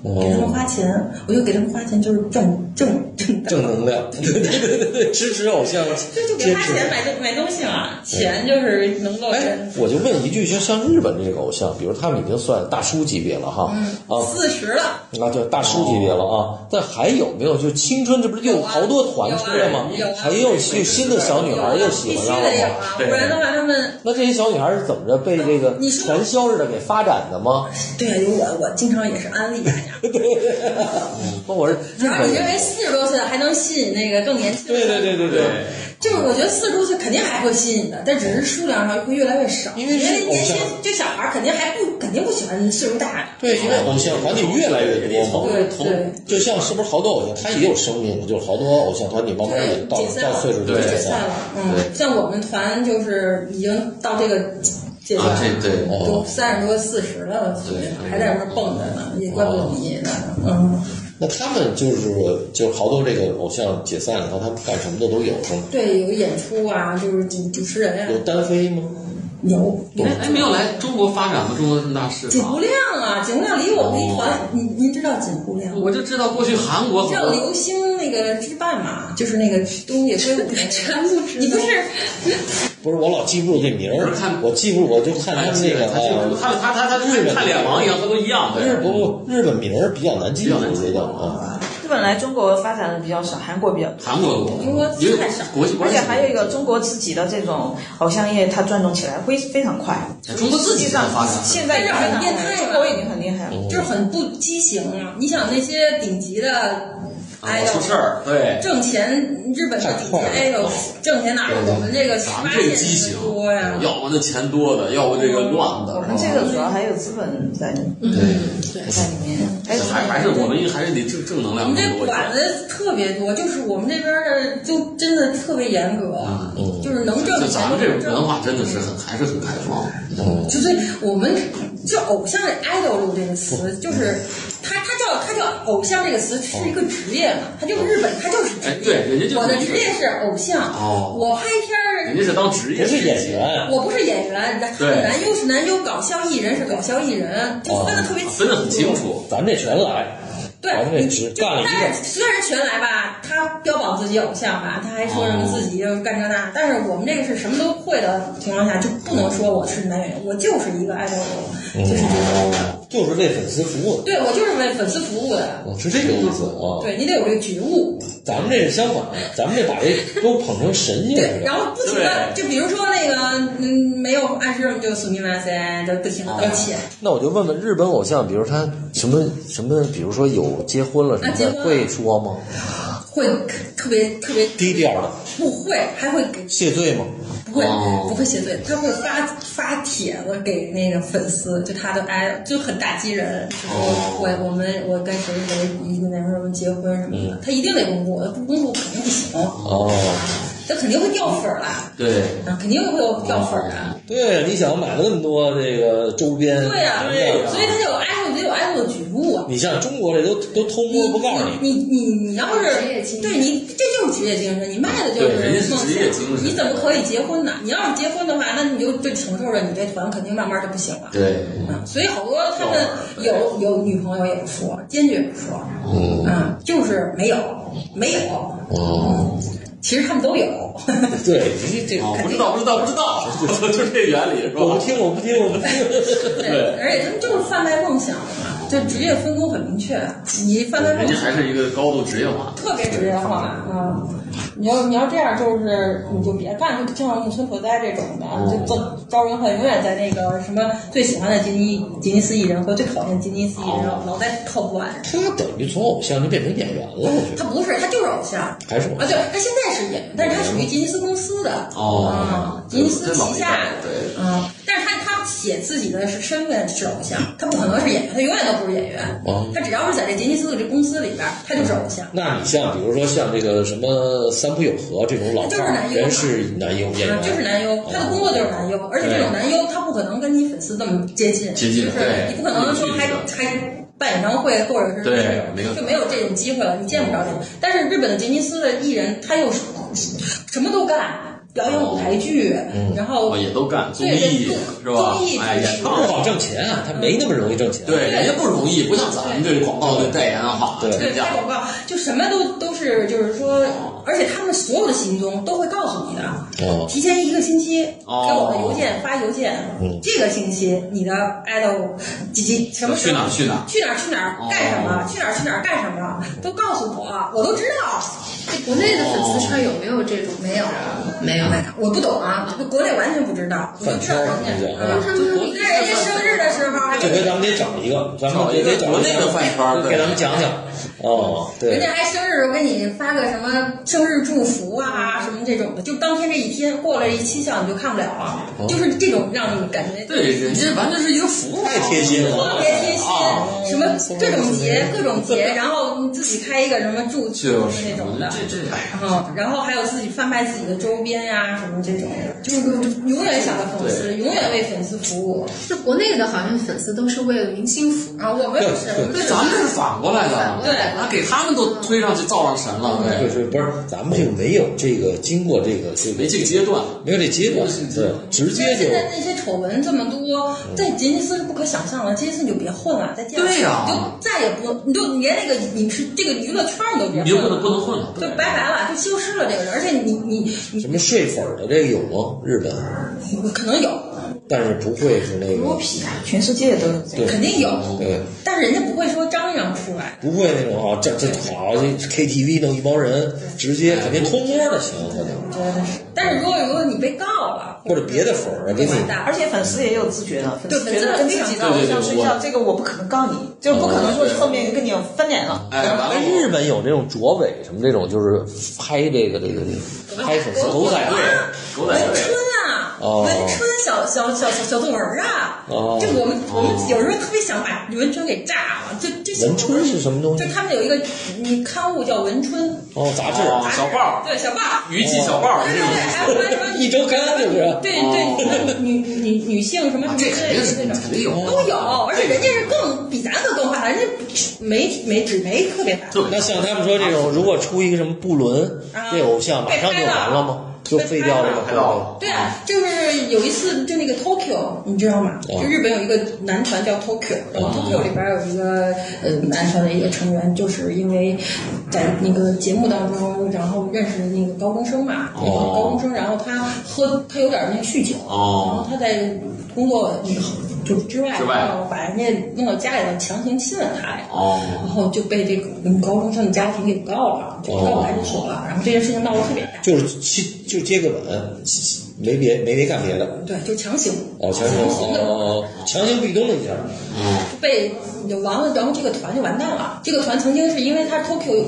Speaker 1: 哦
Speaker 4: 给他们花钱，我就给他们花钱，就是挣挣挣
Speaker 1: 正能量， 对对对对对，支持偶像，
Speaker 4: 这就给
Speaker 1: 坚
Speaker 4: 花
Speaker 1: 持。
Speaker 4: 钱买东买东西嘛，钱就是能够
Speaker 1: 嗯哎
Speaker 4: 人，
Speaker 1: 我就问一句，就像日本这个偶像，比如他们已经算大叔级别了
Speaker 4: 嗯
Speaker 1: 哈，啊，
Speaker 4: 四十了，
Speaker 1: 那就大叔级别了啊！但还有没有？就青春，这不是又
Speaker 4: 啊
Speaker 1: 好多团出来吗？
Speaker 4: 有啊有啊
Speaker 1: 还有就新的小女孩又喜
Speaker 4: 必
Speaker 1: 欢
Speaker 4: 须
Speaker 1: 上
Speaker 4: 得有
Speaker 1: 了吗？
Speaker 4: 啊，
Speaker 2: 对
Speaker 4: 不然的话他们
Speaker 1: 那这些小女孩是怎么着被这个
Speaker 4: 你说
Speaker 1: 传销似的给发展的吗？
Speaker 4: 对啊，有我我经常也是安利大家，
Speaker 1: 那我是
Speaker 4: 主
Speaker 1: 日
Speaker 4: 要
Speaker 1: 本
Speaker 4: 你认啊为
Speaker 1: 人，
Speaker 4: 四十多岁还能吸引那个更年轻的，
Speaker 1: 对对对对对，
Speaker 4: 就是我觉得四十多岁肯定还会吸引的，但只是数量上会越来越少，
Speaker 1: 因
Speaker 4: 因
Speaker 1: 为是偶
Speaker 4: 年
Speaker 1: 像
Speaker 4: 轻就小孩儿肯定还不肯定不喜欢岁数大的，
Speaker 1: 对，因为偶像团体越来越多嘛。
Speaker 4: 对对。
Speaker 1: 就像是不是好多偶像，他也有生命，就是好多偶像团体慢慢哦也
Speaker 4: 对，
Speaker 1: 到
Speaker 4: 解散
Speaker 1: 到
Speaker 4: 了，
Speaker 1: 岁数就
Speaker 2: 对
Speaker 1: 解
Speaker 4: 解
Speaker 1: 散
Speaker 4: 散
Speaker 1: 了
Speaker 4: 了。。嗯，像我们团就是已经到这个阶段
Speaker 2: 啊，这对
Speaker 1: 哦
Speaker 4: 都三十多四十了，
Speaker 2: 对
Speaker 4: 还在那儿蹦着
Speaker 1: 哦
Speaker 4: 呢，也怪不得你呢。嗯，
Speaker 1: 那他们就是就是好多这个偶像解散了以后，他们干什么的都有是吗？
Speaker 4: 对，有演出啊，就是主主持人
Speaker 1: 有
Speaker 4: 啊，
Speaker 1: 单飞吗？
Speaker 4: 有有
Speaker 2: 哎哎，没有来中国发展吗？中国这么大市
Speaker 4: 景
Speaker 2: 场
Speaker 4: 湖，亮啊，景湖亮离我们一团
Speaker 2: 哦，
Speaker 4: 您您知道景湖亮吗？
Speaker 2: 我就知道过去韩国
Speaker 4: 知
Speaker 2: 很
Speaker 4: 道
Speaker 2: 多
Speaker 4: 流星那个之伴嘛，就是那个东野圭吾那个。你不是
Speaker 1: 不是，我老记不住这名
Speaker 2: 不是看
Speaker 1: 儿，我记不住，我就看他们那个
Speaker 2: 他就
Speaker 1: 啊，
Speaker 2: 他他他他他看脸盲一样，他都一样，
Speaker 1: 日
Speaker 2: 对，
Speaker 1: 不日本名儿比较难记住，
Speaker 2: 比较难
Speaker 1: 我觉
Speaker 2: 记
Speaker 1: 得啊，
Speaker 9: 日本来中国发展的比较少，韩国比较多。
Speaker 2: 韩国多，
Speaker 4: 中国
Speaker 2: 因为
Speaker 4: 太少
Speaker 2: 国际
Speaker 9: 而
Speaker 2: 关系啊
Speaker 9: 且，还有一个中国自己的这种偶像业，它转动起来会非常快。
Speaker 2: 中国自己
Speaker 9: 上
Speaker 2: 发展
Speaker 9: 现在已经
Speaker 4: 但是很变态了
Speaker 9: 中国已经很厉害
Speaker 2: 哦
Speaker 9: 了。
Speaker 4: 就是很不畸形啊！你想那些顶级的
Speaker 2: 啊
Speaker 4: idol
Speaker 2: 出事儿，对，
Speaker 4: 挣钱，日本的顶级
Speaker 1: 太快
Speaker 4: idol 挣钱哪有我们这个十
Speaker 2: 咱
Speaker 4: 八
Speaker 2: 们这
Speaker 4: 线
Speaker 2: 畸形
Speaker 4: 的多呀？，
Speaker 2: 嗯要么那钱多的，要么这个乱的，
Speaker 9: 哦我们这个主要还有资本在里面，
Speaker 2: 哦嗯对，
Speaker 9: 在里面，还有
Speaker 2: 还还是我们还是得正正能
Speaker 4: 我
Speaker 2: 量
Speaker 4: 们
Speaker 2: 更
Speaker 4: 这
Speaker 2: 多一
Speaker 4: 管
Speaker 2: 点。
Speaker 4: 的特别多，就是我们这边的就真的特别严格，
Speaker 1: 嗯
Speaker 4: 就是能挣
Speaker 2: 就
Speaker 4: 钱
Speaker 2: 咱们
Speaker 4: 就
Speaker 2: 这
Speaker 4: 能
Speaker 2: 种文
Speaker 4: 挣。
Speaker 2: 化真的是很还是很开放，
Speaker 1: 啊
Speaker 4: 就是我们就偶像这 idol 这个词，就是他他叫他叫偶像这个词是一个职业嘛，他就是日本，他就是职
Speaker 2: 哦哎
Speaker 4: 业。，
Speaker 2: 对，人家就
Speaker 4: 我的职业是偶像，
Speaker 2: 哦
Speaker 4: 我拍片儿
Speaker 2: 人家是当职业，
Speaker 1: 不是演员，
Speaker 4: 我不是演员，男
Speaker 2: 对
Speaker 4: 男优是男优，搞笑艺人是搞笑艺人，就分的特别
Speaker 2: 哦
Speaker 4: 清楚。
Speaker 2: 啊分得很清。楚，
Speaker 1: 咱这全来，咱
Speaker 4: 对，
Speaker 1: 这
Speaker 4: 你
Speaker 1: 只
Speaker 4: 就
Speaker 1: 干了一
Speaker 4: 但
Speaker 1: 个
Speaker 4: 是虽然全来吧，他标榜自己偶像吧，他还说什么自己就干这那，但是我们这个是什么都会的情况下，就不能说我是男演员，我就是一个爱豆，就是这种。
Speaker 1: 就是为粉丝服务的，
Speaker 4: 对我就是为粉丝服务的，
Speaker 1: 哦，是这个意思啊。
Speaker 4: 对你得有这个觉悟。
Speaker 1: 咱们这是相反的，咱们这把这都捧成神仙
Speaker 4: 对，
Speaker 1: 似
Speaker 4: 然
Speaker 1: 的。
Speaker 4: 后不停的，就比如说那个，嗯，没有暗示就死命万塞，就不停的道歉。
Speaker 1: 那我就问问日本偶像，比如他什么什么，比如说有结婚了什么
Speaker 4: 啊结婚
Speaker 1: 的，
Speaker 4: 了
Speaker 1: 会说吗？
Speaker 4: 会特别特别
Speaker 1: 低调的
Speaker 4: 不会，还会给
Speaker 1: 谢罪吗？
Speaker 4: 不会
Speaker 1: 哦
Speaker 4: 不会写对，他会发发帖子给那个粉丝，就他的爱就很打击人，就是
Speaker 1: 哦
Speaker 4: 我我们我跟谁谁一个男生结婚什么的，他一定得公布，他不公布肯定不行，
Speaker 1: 嗯哦，
Speaker 4: 他肯定会掉粉儿啦，
Speaker 2: 对，
Speaker 4: 啊，肯定会有掉粉儿啊的。
Speaker 1: 对，啊你想买了那么多这个周边，
Speaker 4: 对啊呀、
Speaker 2: 嗯
Speaker 1: 对
Speaker 2: 啊
Speaker 1: 呀
Speaker 4: 所以他有爱护，得有爱护的觉悟啊。
Speaker 1: 你像中国这都都偷摸不告诉你，
Speaker 4: 你你你你要是
Speaker 3: 职业精神
Speaker 4: 对你这就是职业精神，你卖的就是
Speaker 2: 对人家是
Speaker 4: 梦想
Speaker 2: 职业精神
Speaker 4: 你怎么可以结婚呢？你要是结婚的话，那你就这承受着，你这团肯定慢慢就不行了。
Speaker 2: 对，
Speaker 4: 嗯，所以好多他们有有女朋友也不说，坚决不说，
Speaker 1: 嗯
Speaker 4: 嗯，就是没有没有，
Speaker 1: 哦，
Speaker 4: 其实他们都有，
Speaker 1: 对，你这
Speaker 2: 哦，不知道，不知道，不知道， 就这原理是
Speaker 1: 我
Speaker 2: 吧
Speaker 1: 不？听，我不听，我不听。
Speaker 2: 对
Speaker 4: 而且他们就是贩卖梦想的嘛，就职业分工很明确，你贩卖
Speaker 2: 人
Speaker 4: 梦
Speaker 2: 家
Speaker 4: 想。
Speaker 2: 还是一个高度职业化。
Speaker 4: 特别职业化啊！你要你要这样，就是你就别干，就像木村拓哉这种的，
Speaker 2: 嗯
Speaker 4: 就招招人恨，永远在那个什么最喜欢的吉尼吉尼斯艺人和最讨厌的吉尼斯艺人，老在靠关。
Speaker 1: 他等于从偶像就变成演员了，我觉
Speaker 4: 他
Speaker 1: 得
Speaker 4: 不是，他就是偶像啊！
Speaker 1: 还是偶
Speaker 4: 对，他现在是演员，但是他属于吉尼斯公司的
Speaker 2: 哦
Speaker 4: 嗯吉尼斯旗
Speaker 2: 这老
Speaker 4: 下的，
Speaker 2: 一代对
Speaker 4: 嗯，但是他他写自己的是身份是偶像，他不可能是演员，他永远都不是演员
Speaker 1: 哦，
Speaker 4: 他只要是在这吉尼斯的这公司里边，他就是偶像。
Speaker 1: 那你像比如说像这个什么三浦友和这种老
Speaker 4: 就是
Speaker 1: 炮
Speaker 4: 男
Speaker 1: 儿，
Speaker 4: 优
Speaker 1: 人是男优演
Speaker 4: 啊
Speaker 1: 员，，
Speaker 4: 就是男优，
Speaker 2: 哦
Speaker 4: 他的工作就是男优，而且这种男优他不可能跟你粉丝这么接近，
Speaker 2: 接近
Speaker 4: 就是
Speaker 2: 对
Speaker 4: 你不可能说还
Speaker 2: 有距
Speaker 4: 还办演唱会或者是
Speaker 2: 对
Speaker 4: 这
Speaker 2: 没
Speaker 4: 种
Speaker 2: 有
Speaker 4: 就没有这种机会了，你见不着这种。但是日本的杰尼斯的艺人，他又是什么都干，表演舞台剧，然后
Speaker 2: 哦，也都干综
Speaker 4: 对
Speaker 2: 艺
Speaker 4: 对
Speaker 2: 是吧
Speaker 4: 综艺？
Speaker 2: 哎，
Speaker 4: 主持
Speaker 2: 演
Speaker 1: 不
Speaker 2: 唱
Speaker 1: 好挣钱啊，他没那么容易挣钱。
Speaker 2: 对，人家不容易，不像咱们这广告的代言哈，
Speaker 1: 对
Speaker 2: 这
Speaker 4: 对，
Speaker 2: 家
Speaker 4: 拍
Speaker 2: 伙
Speaker 4: 广告就什么都都是，就是说，
Speaker 2: 哦
Speaker 4: 而且他们所有的行踪都会告诉你的，
Speaker 1: 哦
Speaker 4: 提前一个星期给
Speaker 2: 哦嗯
Speaker 4: 我的邮件发邮件，这个星期你的 idol 几几什么时
Speaker 2: 去哪
Speaker 4: 候
Speaker 2: 儿去哪儿
Speaker 4: 去哪儿去哪儿干什么，去哪儿去哪儿干什么，都告诉我，我都知道。
Speaker 3: 国内的粉
Speaker 2: 哦
Speaker 3: 丝圈有没有这种？没有，没有。
Speaker 4: 我不懂啊，国内完全不知道，我就知道人
Speaker 1: 饭圈
Speaker 4: 家
Speaker 1: 儿
Speaker 4: 啊
Speaker 3: 他们
Speaker 4: 在人家生日的时候还
Speaker 1: 这
Speaker 4: 给
Speaker 1: 回咱们得找一个，咱们得找
Speaker 2: 国内的饭圈儿对
Speaker 1: 给咱们讲讲。哦，对
Speaker 4: 人，家还生日给你发个什么生日祝福啊，什么这种的，就当天这一天过了一期效你就看不了了，就是这种让你感觉
Speaker 2: 对，人家完全是一个服务，
Speaker 1: 太贴心了
Speaker 4: 特别贴心
Speaker 2: 啊，
Speaker 4: 什么各种节各种节，然后你自己开一个什么祝
Speaker 2: 就
Speaker 4: 福
Speaker 2: 是
Speaker 4: 那种的。
Speaker 2: 这这哎呀，
Speaker 4: 嗯，然后还有自己贩卖自己的周边呀、什么这种的，就是永远想着粉丝，永远为粉丝服务
Speaker 3: 就国内的好像粉丝都是为了明星服务。
Speaker 4: 啊！我们不是，
Speaker 1: 对
Speaker 2: 对，咱们这是反过来的，
Speaker 4: 对
Speaker 2: 那给他们都推上去造上神了，
Speaker 1: 对对，
Speaker 2: 对，
Speaker 1: 不是，咱们这个没有这个经过这个这个
Speaker 2: 没这个阶段，
Speaker 1: 没有这阶段，对，直接就
Speaker 4: 现在那些丑闻这么多，在杰尼斯是不可想象的。杰尼斯你就别混了，再见了。
Speaker 2: 对呀
Speaker 4: 你就再也不，你就连那个你是这个娱乐圈你都别
Speaker 2: 你就不
Speaker 4: 混
Speaker 2: 能不
Speaker 4: 了，
Speaker 2: 能混了，
Speaker 4: 就拜拜了，就消失了这个人。而且你你
Speaker 1: 什么睡粉儿的这个有吗？日本，
Speaker 4: 你可能有，
Speaker 1: 但是不会是那个，
Speaker 9: 啊全世界都有这样。
Speaker 4: 肯定有，
Speaker 1: 对，
Speaker 4: 但是人家不会说张扬出来。
Speaker 1: 不会那种啊，这这好这 KTV 弄一帮人，直接肯定偷摸的行，可能
Speaker 4: 但是如果如果你被告了，
Speaker 1: 或者别的粉儿给你
Speaker 4: 完蛋
Speaker 9: 而且粉丝也有自觉的，粉
Speaker 4: 对
Speaker 9: 丝觉得跟自己的偶像睡觉，这个我不可能告你，就不可能说后面跟你有翻脸了。
Speaker 2: 哦哎，完了
Speaker 1: 哎，日本有这种卓伟什么这种，就是拍这个这个这个拍粉丝狗仔队，
Speaker 2: 狗仔
Speaker 4: 文春
Speaker 2: 队，
Speaker 4: 啊，
Speaker 1: 哦
Speaker 4: 文春小小小小小作文啊，
Speaker 1: 哦
Speaker 4: 就我们我们有时候特别想把文春给炸了，就这
Speaker 1: 文春是什么东西
Speaker 4: 就他们有一个你刊物叫《文春》，
Speaker 1: 哦，杂志，
Speaker 2: 哦小报
Speaker 4: 对小报，
Speaker 2: 娱记小报
Speaker 4: 对
Speaker 2: 这
Speaker 4: 对对，还
Speaker 2: 种，
Speaker 4: 有还有什 么
Speaker 1: 一周刊就是哦啊
Speaker 4: 对对，女女女女性什么什么之
Speaker 2: 啊这肯
Speaker 4: 类
Speaker 2: 定
Speaker 4: 的
Speaker 2: 是
Speaker 4: 那种
Speaker 2: 肯定有，啊
Speaker 4: 都有，而且人家是更比咱可更发达，人家媒媒纸媒特别发达，
Speaker 2: 特别
Speaker 1: 那像他们说这种，如果出一个什么布伦，
Speaker 4: 啊
Speaker 1: 这偶像马上就完了吗？就废掉这个活
Speaker 2: 拍到了
Speaker 1: 动。
Speaker 4: 对啊，就是有一次，就那个 Tokyo，你知道吗？
Speaker 1: 嗯
Speaker 2: 啊
Speaker 4: 就日本有一个男团叫 Tokyo，然后 Tokyo 里边有一个呃男团的一个成员，就是因为在那个节目当中，然后认识的那个高中生嘛，
Speaker 2: 哦
Speaker 4: 那个高中生，然后他喝他有点那个酗酒，然
Speaker 2: 哦
Speaker 4: 后他在工作就是之外，
Speaker 2: 之外
Speaker 4: 然后把人家弄到家里头强行亲吻他呀，然
Speaker 2: 哦，
Speaker 4: 后就被这个高中生的家庭给告了，就告派出所了。然后这件事情闹得特别大，
Speaker 1: 就是亲，就接个吻，没别没没干别的。
Speaker 4: 对，就强行
Speaker 1: 哦，强行哦，强行壁咚了一下。
Speaker 4: 被完了，然后这个团就完蛋了。这个团曾经是因为它 Tokyo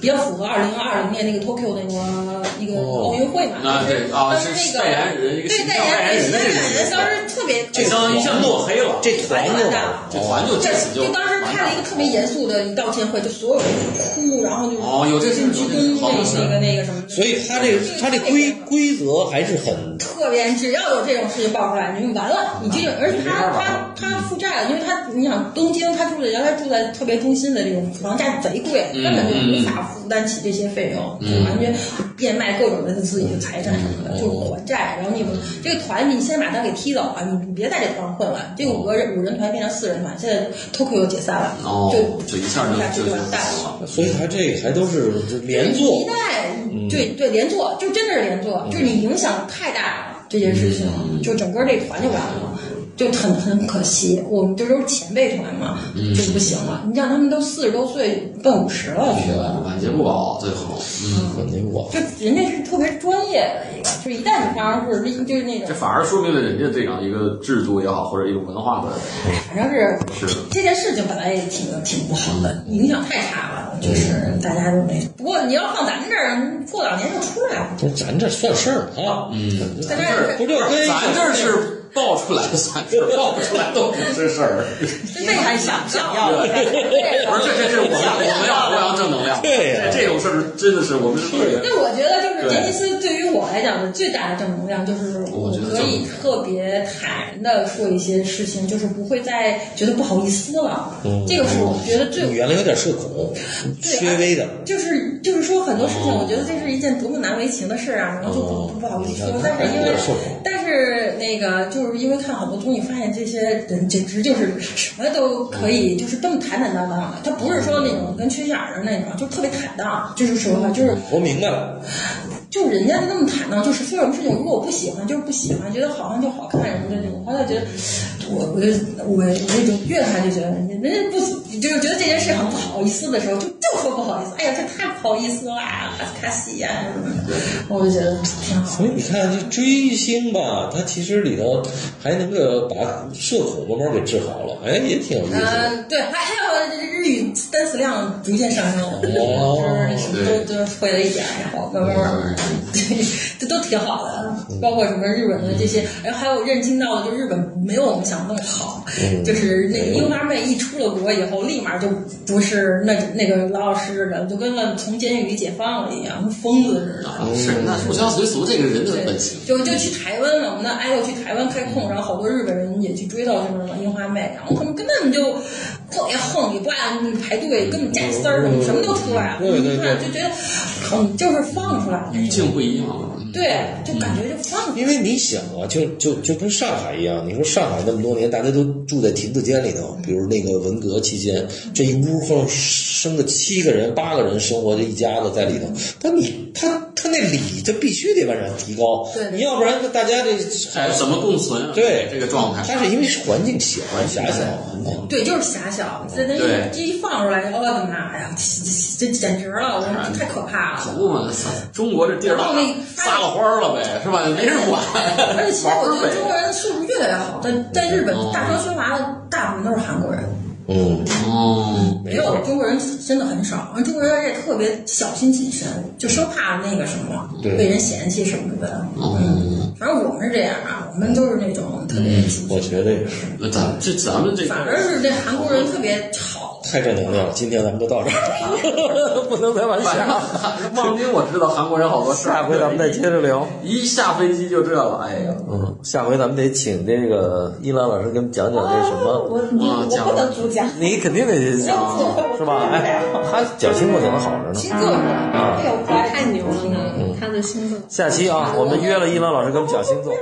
Speaker 4: 比较符合二零二零年那个 Tokyo 那个那个
Speaker 1: 哦
Speaker 4: 奥运会嘛，
Speaker 2: 啊对啊
Speaker 4: 当时
Speaker 2: 是
Speaker 4: 那个
Speaker 2: 代言人一个
Speaker 4: 对
Speaker 2: 形象代
Speaker 4: 代
Speaker 2: 言
Speaker 4: 言
Speaker 2: 人
Speaker 4: 人，
Speaker 2: 这种
Speaker 4: 人当时特别
Speaker 2: 这相当于像落黑了，
Speaker 1: 这团
Speaker 4: 完
Speaker 1: 子
Speaker 4: 蛋
Speaker 1: 吧
Speaker 4: 了，
Speaker 2: 这团就这此
Speaker 4: 就当时开了一个特别严肃的一道歉会，就所有人哭，然后就
Speaker 2: 哦有这事儿
Speaker 4: 鞠
Speaker 2: 有这事儿
Speaker 4: 躬
Speaker 2: 好多事儿
Speaker 4: 那个那个什么的，
Speaker 1: 所以他这他这规规则还是很
Speaker 4: 特别，只要有这种事情爆出来，你就完了，
Speaker 2: 啊
Speaker 4: 你这个，而且他他
Speaker 2: 嗯
Speaker 4: 他负债了，因为他你想东京，他住的原来住在特别中心的这种房价贼贵，
Speaker 2: 嗯
Speaker 4: 根本就无法负担起这些费用，就完全变卖各种的自己的财产什么
Speaker 2: 嗯
Speaker 4: 的，就还债。然后你们这个团，你先把他给踢走啊，你你别在这团混了。这个五个人五人团变成四人团，现在 Tokyo 解散了，
Speaker 2: 哦
Speaker 4: 就，
Speaker 2: 就一下就
Speaker 4: 就
Speaker 2: 就就
Speaker 4: 完蛋了。
Speaker 1: 所以他这还都是这连
Speaker 4: 一
Speaker 1: 坐
Speaker 4: 代，对对，连坐，就真的是连坐，就是你影响太大了，这件事情，就整个这团就完了。就很很可惜，我们这都是前辈团嘛，就不行了。你像他们都四十多岁，奔五十了去了，
Speaker 2: 晚节不保最后，嗯，
Speaker 1: 很那个。
Speaker 4: 就人家是特别专业的一个，就是一旦你发生事，那就是那种
Speaker 2: 嗯这反而说明了人家这样一个制度也好，或者一个文化的，
Speaker 4: 反正是
Speaker 2: 是
Speaker 4: 这件事情本来也挺挺不好的，影响太差了，
Speaker 9: 嗯
Speaker 4: 就是大家都没。不过你要放咱们这儿，过两年就出来了。
Speaker 1: 不是咱这算事儿啊，嗯，
Speaker 4: 大家也
Speaker 1: 不就跟
Speaker 2: 咱这是爆出来算是爆不出来都不是事 儿，
Speaker 4: 是为啥想想
Speaker 2: 不
Speaker 4: 要？
Speaker 2: 是这这这我们我们要弘扬正能量，
Speaker 1: 对呀
Speaker 2: 这这种事儿真的是我们是特别
Speaker 4: 那我觉得就是杰尼斯对于我来讲的最大的正能量就是，我可以特别坦然的说一些事情，就是不会再觉得不好意思了。这个是我觉得最
Speaker 1: 你原来有点社恐，
Speaker 4: 对
Speaker 1: 略微的。
Speaker 4: 就是就是说很多事情，我觉得这是一件多么难为情的事啊，然后就不不不好意思说。但是因为但是那个就是因为看好多综艺，发现这些人简直就是什么都可以，就是这么坦坦荡荡的。他不是说那种跟缺心眼儿的那种，就特别坦荡。就是说话，就是
Speaker 1: 我明白了，
Speaker 4: 就人家那么坦荡，就是做什么事情，如果我不喜欢，就是不喜欢，觉得好看就好看什么的那种。后来觉得，我我就我那种越看就觉得人家人家不就是觉得这件事很不好意思的时候，就就说不好意思，哎呀，这太不好意思啦，卡斯卡西呀什么的，我就觉得挺好。
Speaker 1: 所以你看这追星吧，它其实里头还能够把社恐慢慢给治好了，哎，也挺有意思的。
Speaker 4: 嗯，对，还还有日语单词量逐渐上升，就是什么都都会了一点，然后慢慢慢，对， 这都挺好的，包括什么日本的这些，然后还有认清到的，就日本没有我们想的那么好，就是那樱花妹一出了国以后，立马就不是那那个老老实实的，就跟了从监狱里解放了一样，跟疯子似的。
Speaker 2: 是那
Speaker 4: 嗯
Speaker 2: 入乡随俗这个人的
Speaker 4: 对
Speaker 2: 本性，
Speaker 4: 就就去台湾了，我们的 idol 去台湾开控，然后好多日本人也去追到这个樱花妹，然后他们根本就特别横，也不按排队，根本加
Speaker 2: 嗯
Speaker 4: 丝儿什么什么都出来了，
Speaker 1: 对对
Speaker 4: 一看就觉得，靠，你就是放出来了，
Speaker 2: 语境不一样，嗯
Speaker 4: 对，就感觉就放出来了。
Speaker 1: 因为你想啊，就就就跟上海一样，你说上海那么多年，大家都住在亭子间里头，比如那个文革期间，这一屋后生个七个人、八个人生活，这一家子在里头，但你他他那礼就必须得往上提高，
Speaker 4: 对对
Speaker 1: 你要不然大家这
Speaker 2: 哎，怎么共存啊？
Speaker 1: 对
Speaker 2: 这个状态，
Speaker 1: 他是因为环境小啊狭小，
Speaker 4: 对，就是狭小，这那
Speaker 2: 对
Speaker 4: 一这一放出来，哦我的妈哎呀，这这简直了，我说太可怕
Speaker 2: 可
Speaker 4: 了。
Speaker 2: 不嘛，中国这地儿大
Speaker 4: 然后那个，
Speaker 2: 撒了欢儿了呗，是吧？没人管，
Speaker 4: 而且其实
Speaker 2: 玩
Speaker 4: 我
Speaker 2: 儿
Speaker 4: 觉得中国
Speaker 2: 呗。
Speaker 4: 人的素质越来越好，在在日本大声喧哗的大部分都是韩国人。
Speaker 1: 嗯，
Speaker 2: 哦，
Speaker 4: 没有中国人真的很少，中国人而且特别小心谨慎，就生怕那个什么
Speaker 1: 对
Speaker 4: 被人嫌弃什么的。嗯，反正我们是这样啊，我们都是那种特别谨
Speaker 1: 我
Speaker 4: 慎。
Speaker 1: 觉得也是
Speaker 2: 那咱这咱们这
Speaker 4: 反而是这韩国人特别吵，
Speaker 1: 太正能量了。今天咱们就到这儿， 不能再往
Speaker 2: 晚
Speaker 1: 下。
Speaker 2: 上，望京我知道韩国人好多事儿，
Speaker 1: 下回咱们再接着聊。
Speaker 2: 一下飞机就这了，哎呀，
Speaker 1: 嗯，下回咱们得请这个伊朗老师给我们讲讲这什么，
Speaker 11: 我你
Speaker 2: 啊
Speaker 11: 我
Speaker 2: 讲
Speaker 11: 不能主讲，
Speaker 1: 你肯定得讲是吧？哎，他讲星座讲的好着呢。啊
Speaker 3: 星座，
Speaker 11: 啊
Speaker 3: 哎呦，太牛了呢，他的星座。
Speaker 1: 下期啊，我们约了伊朗老师给我们讲星座。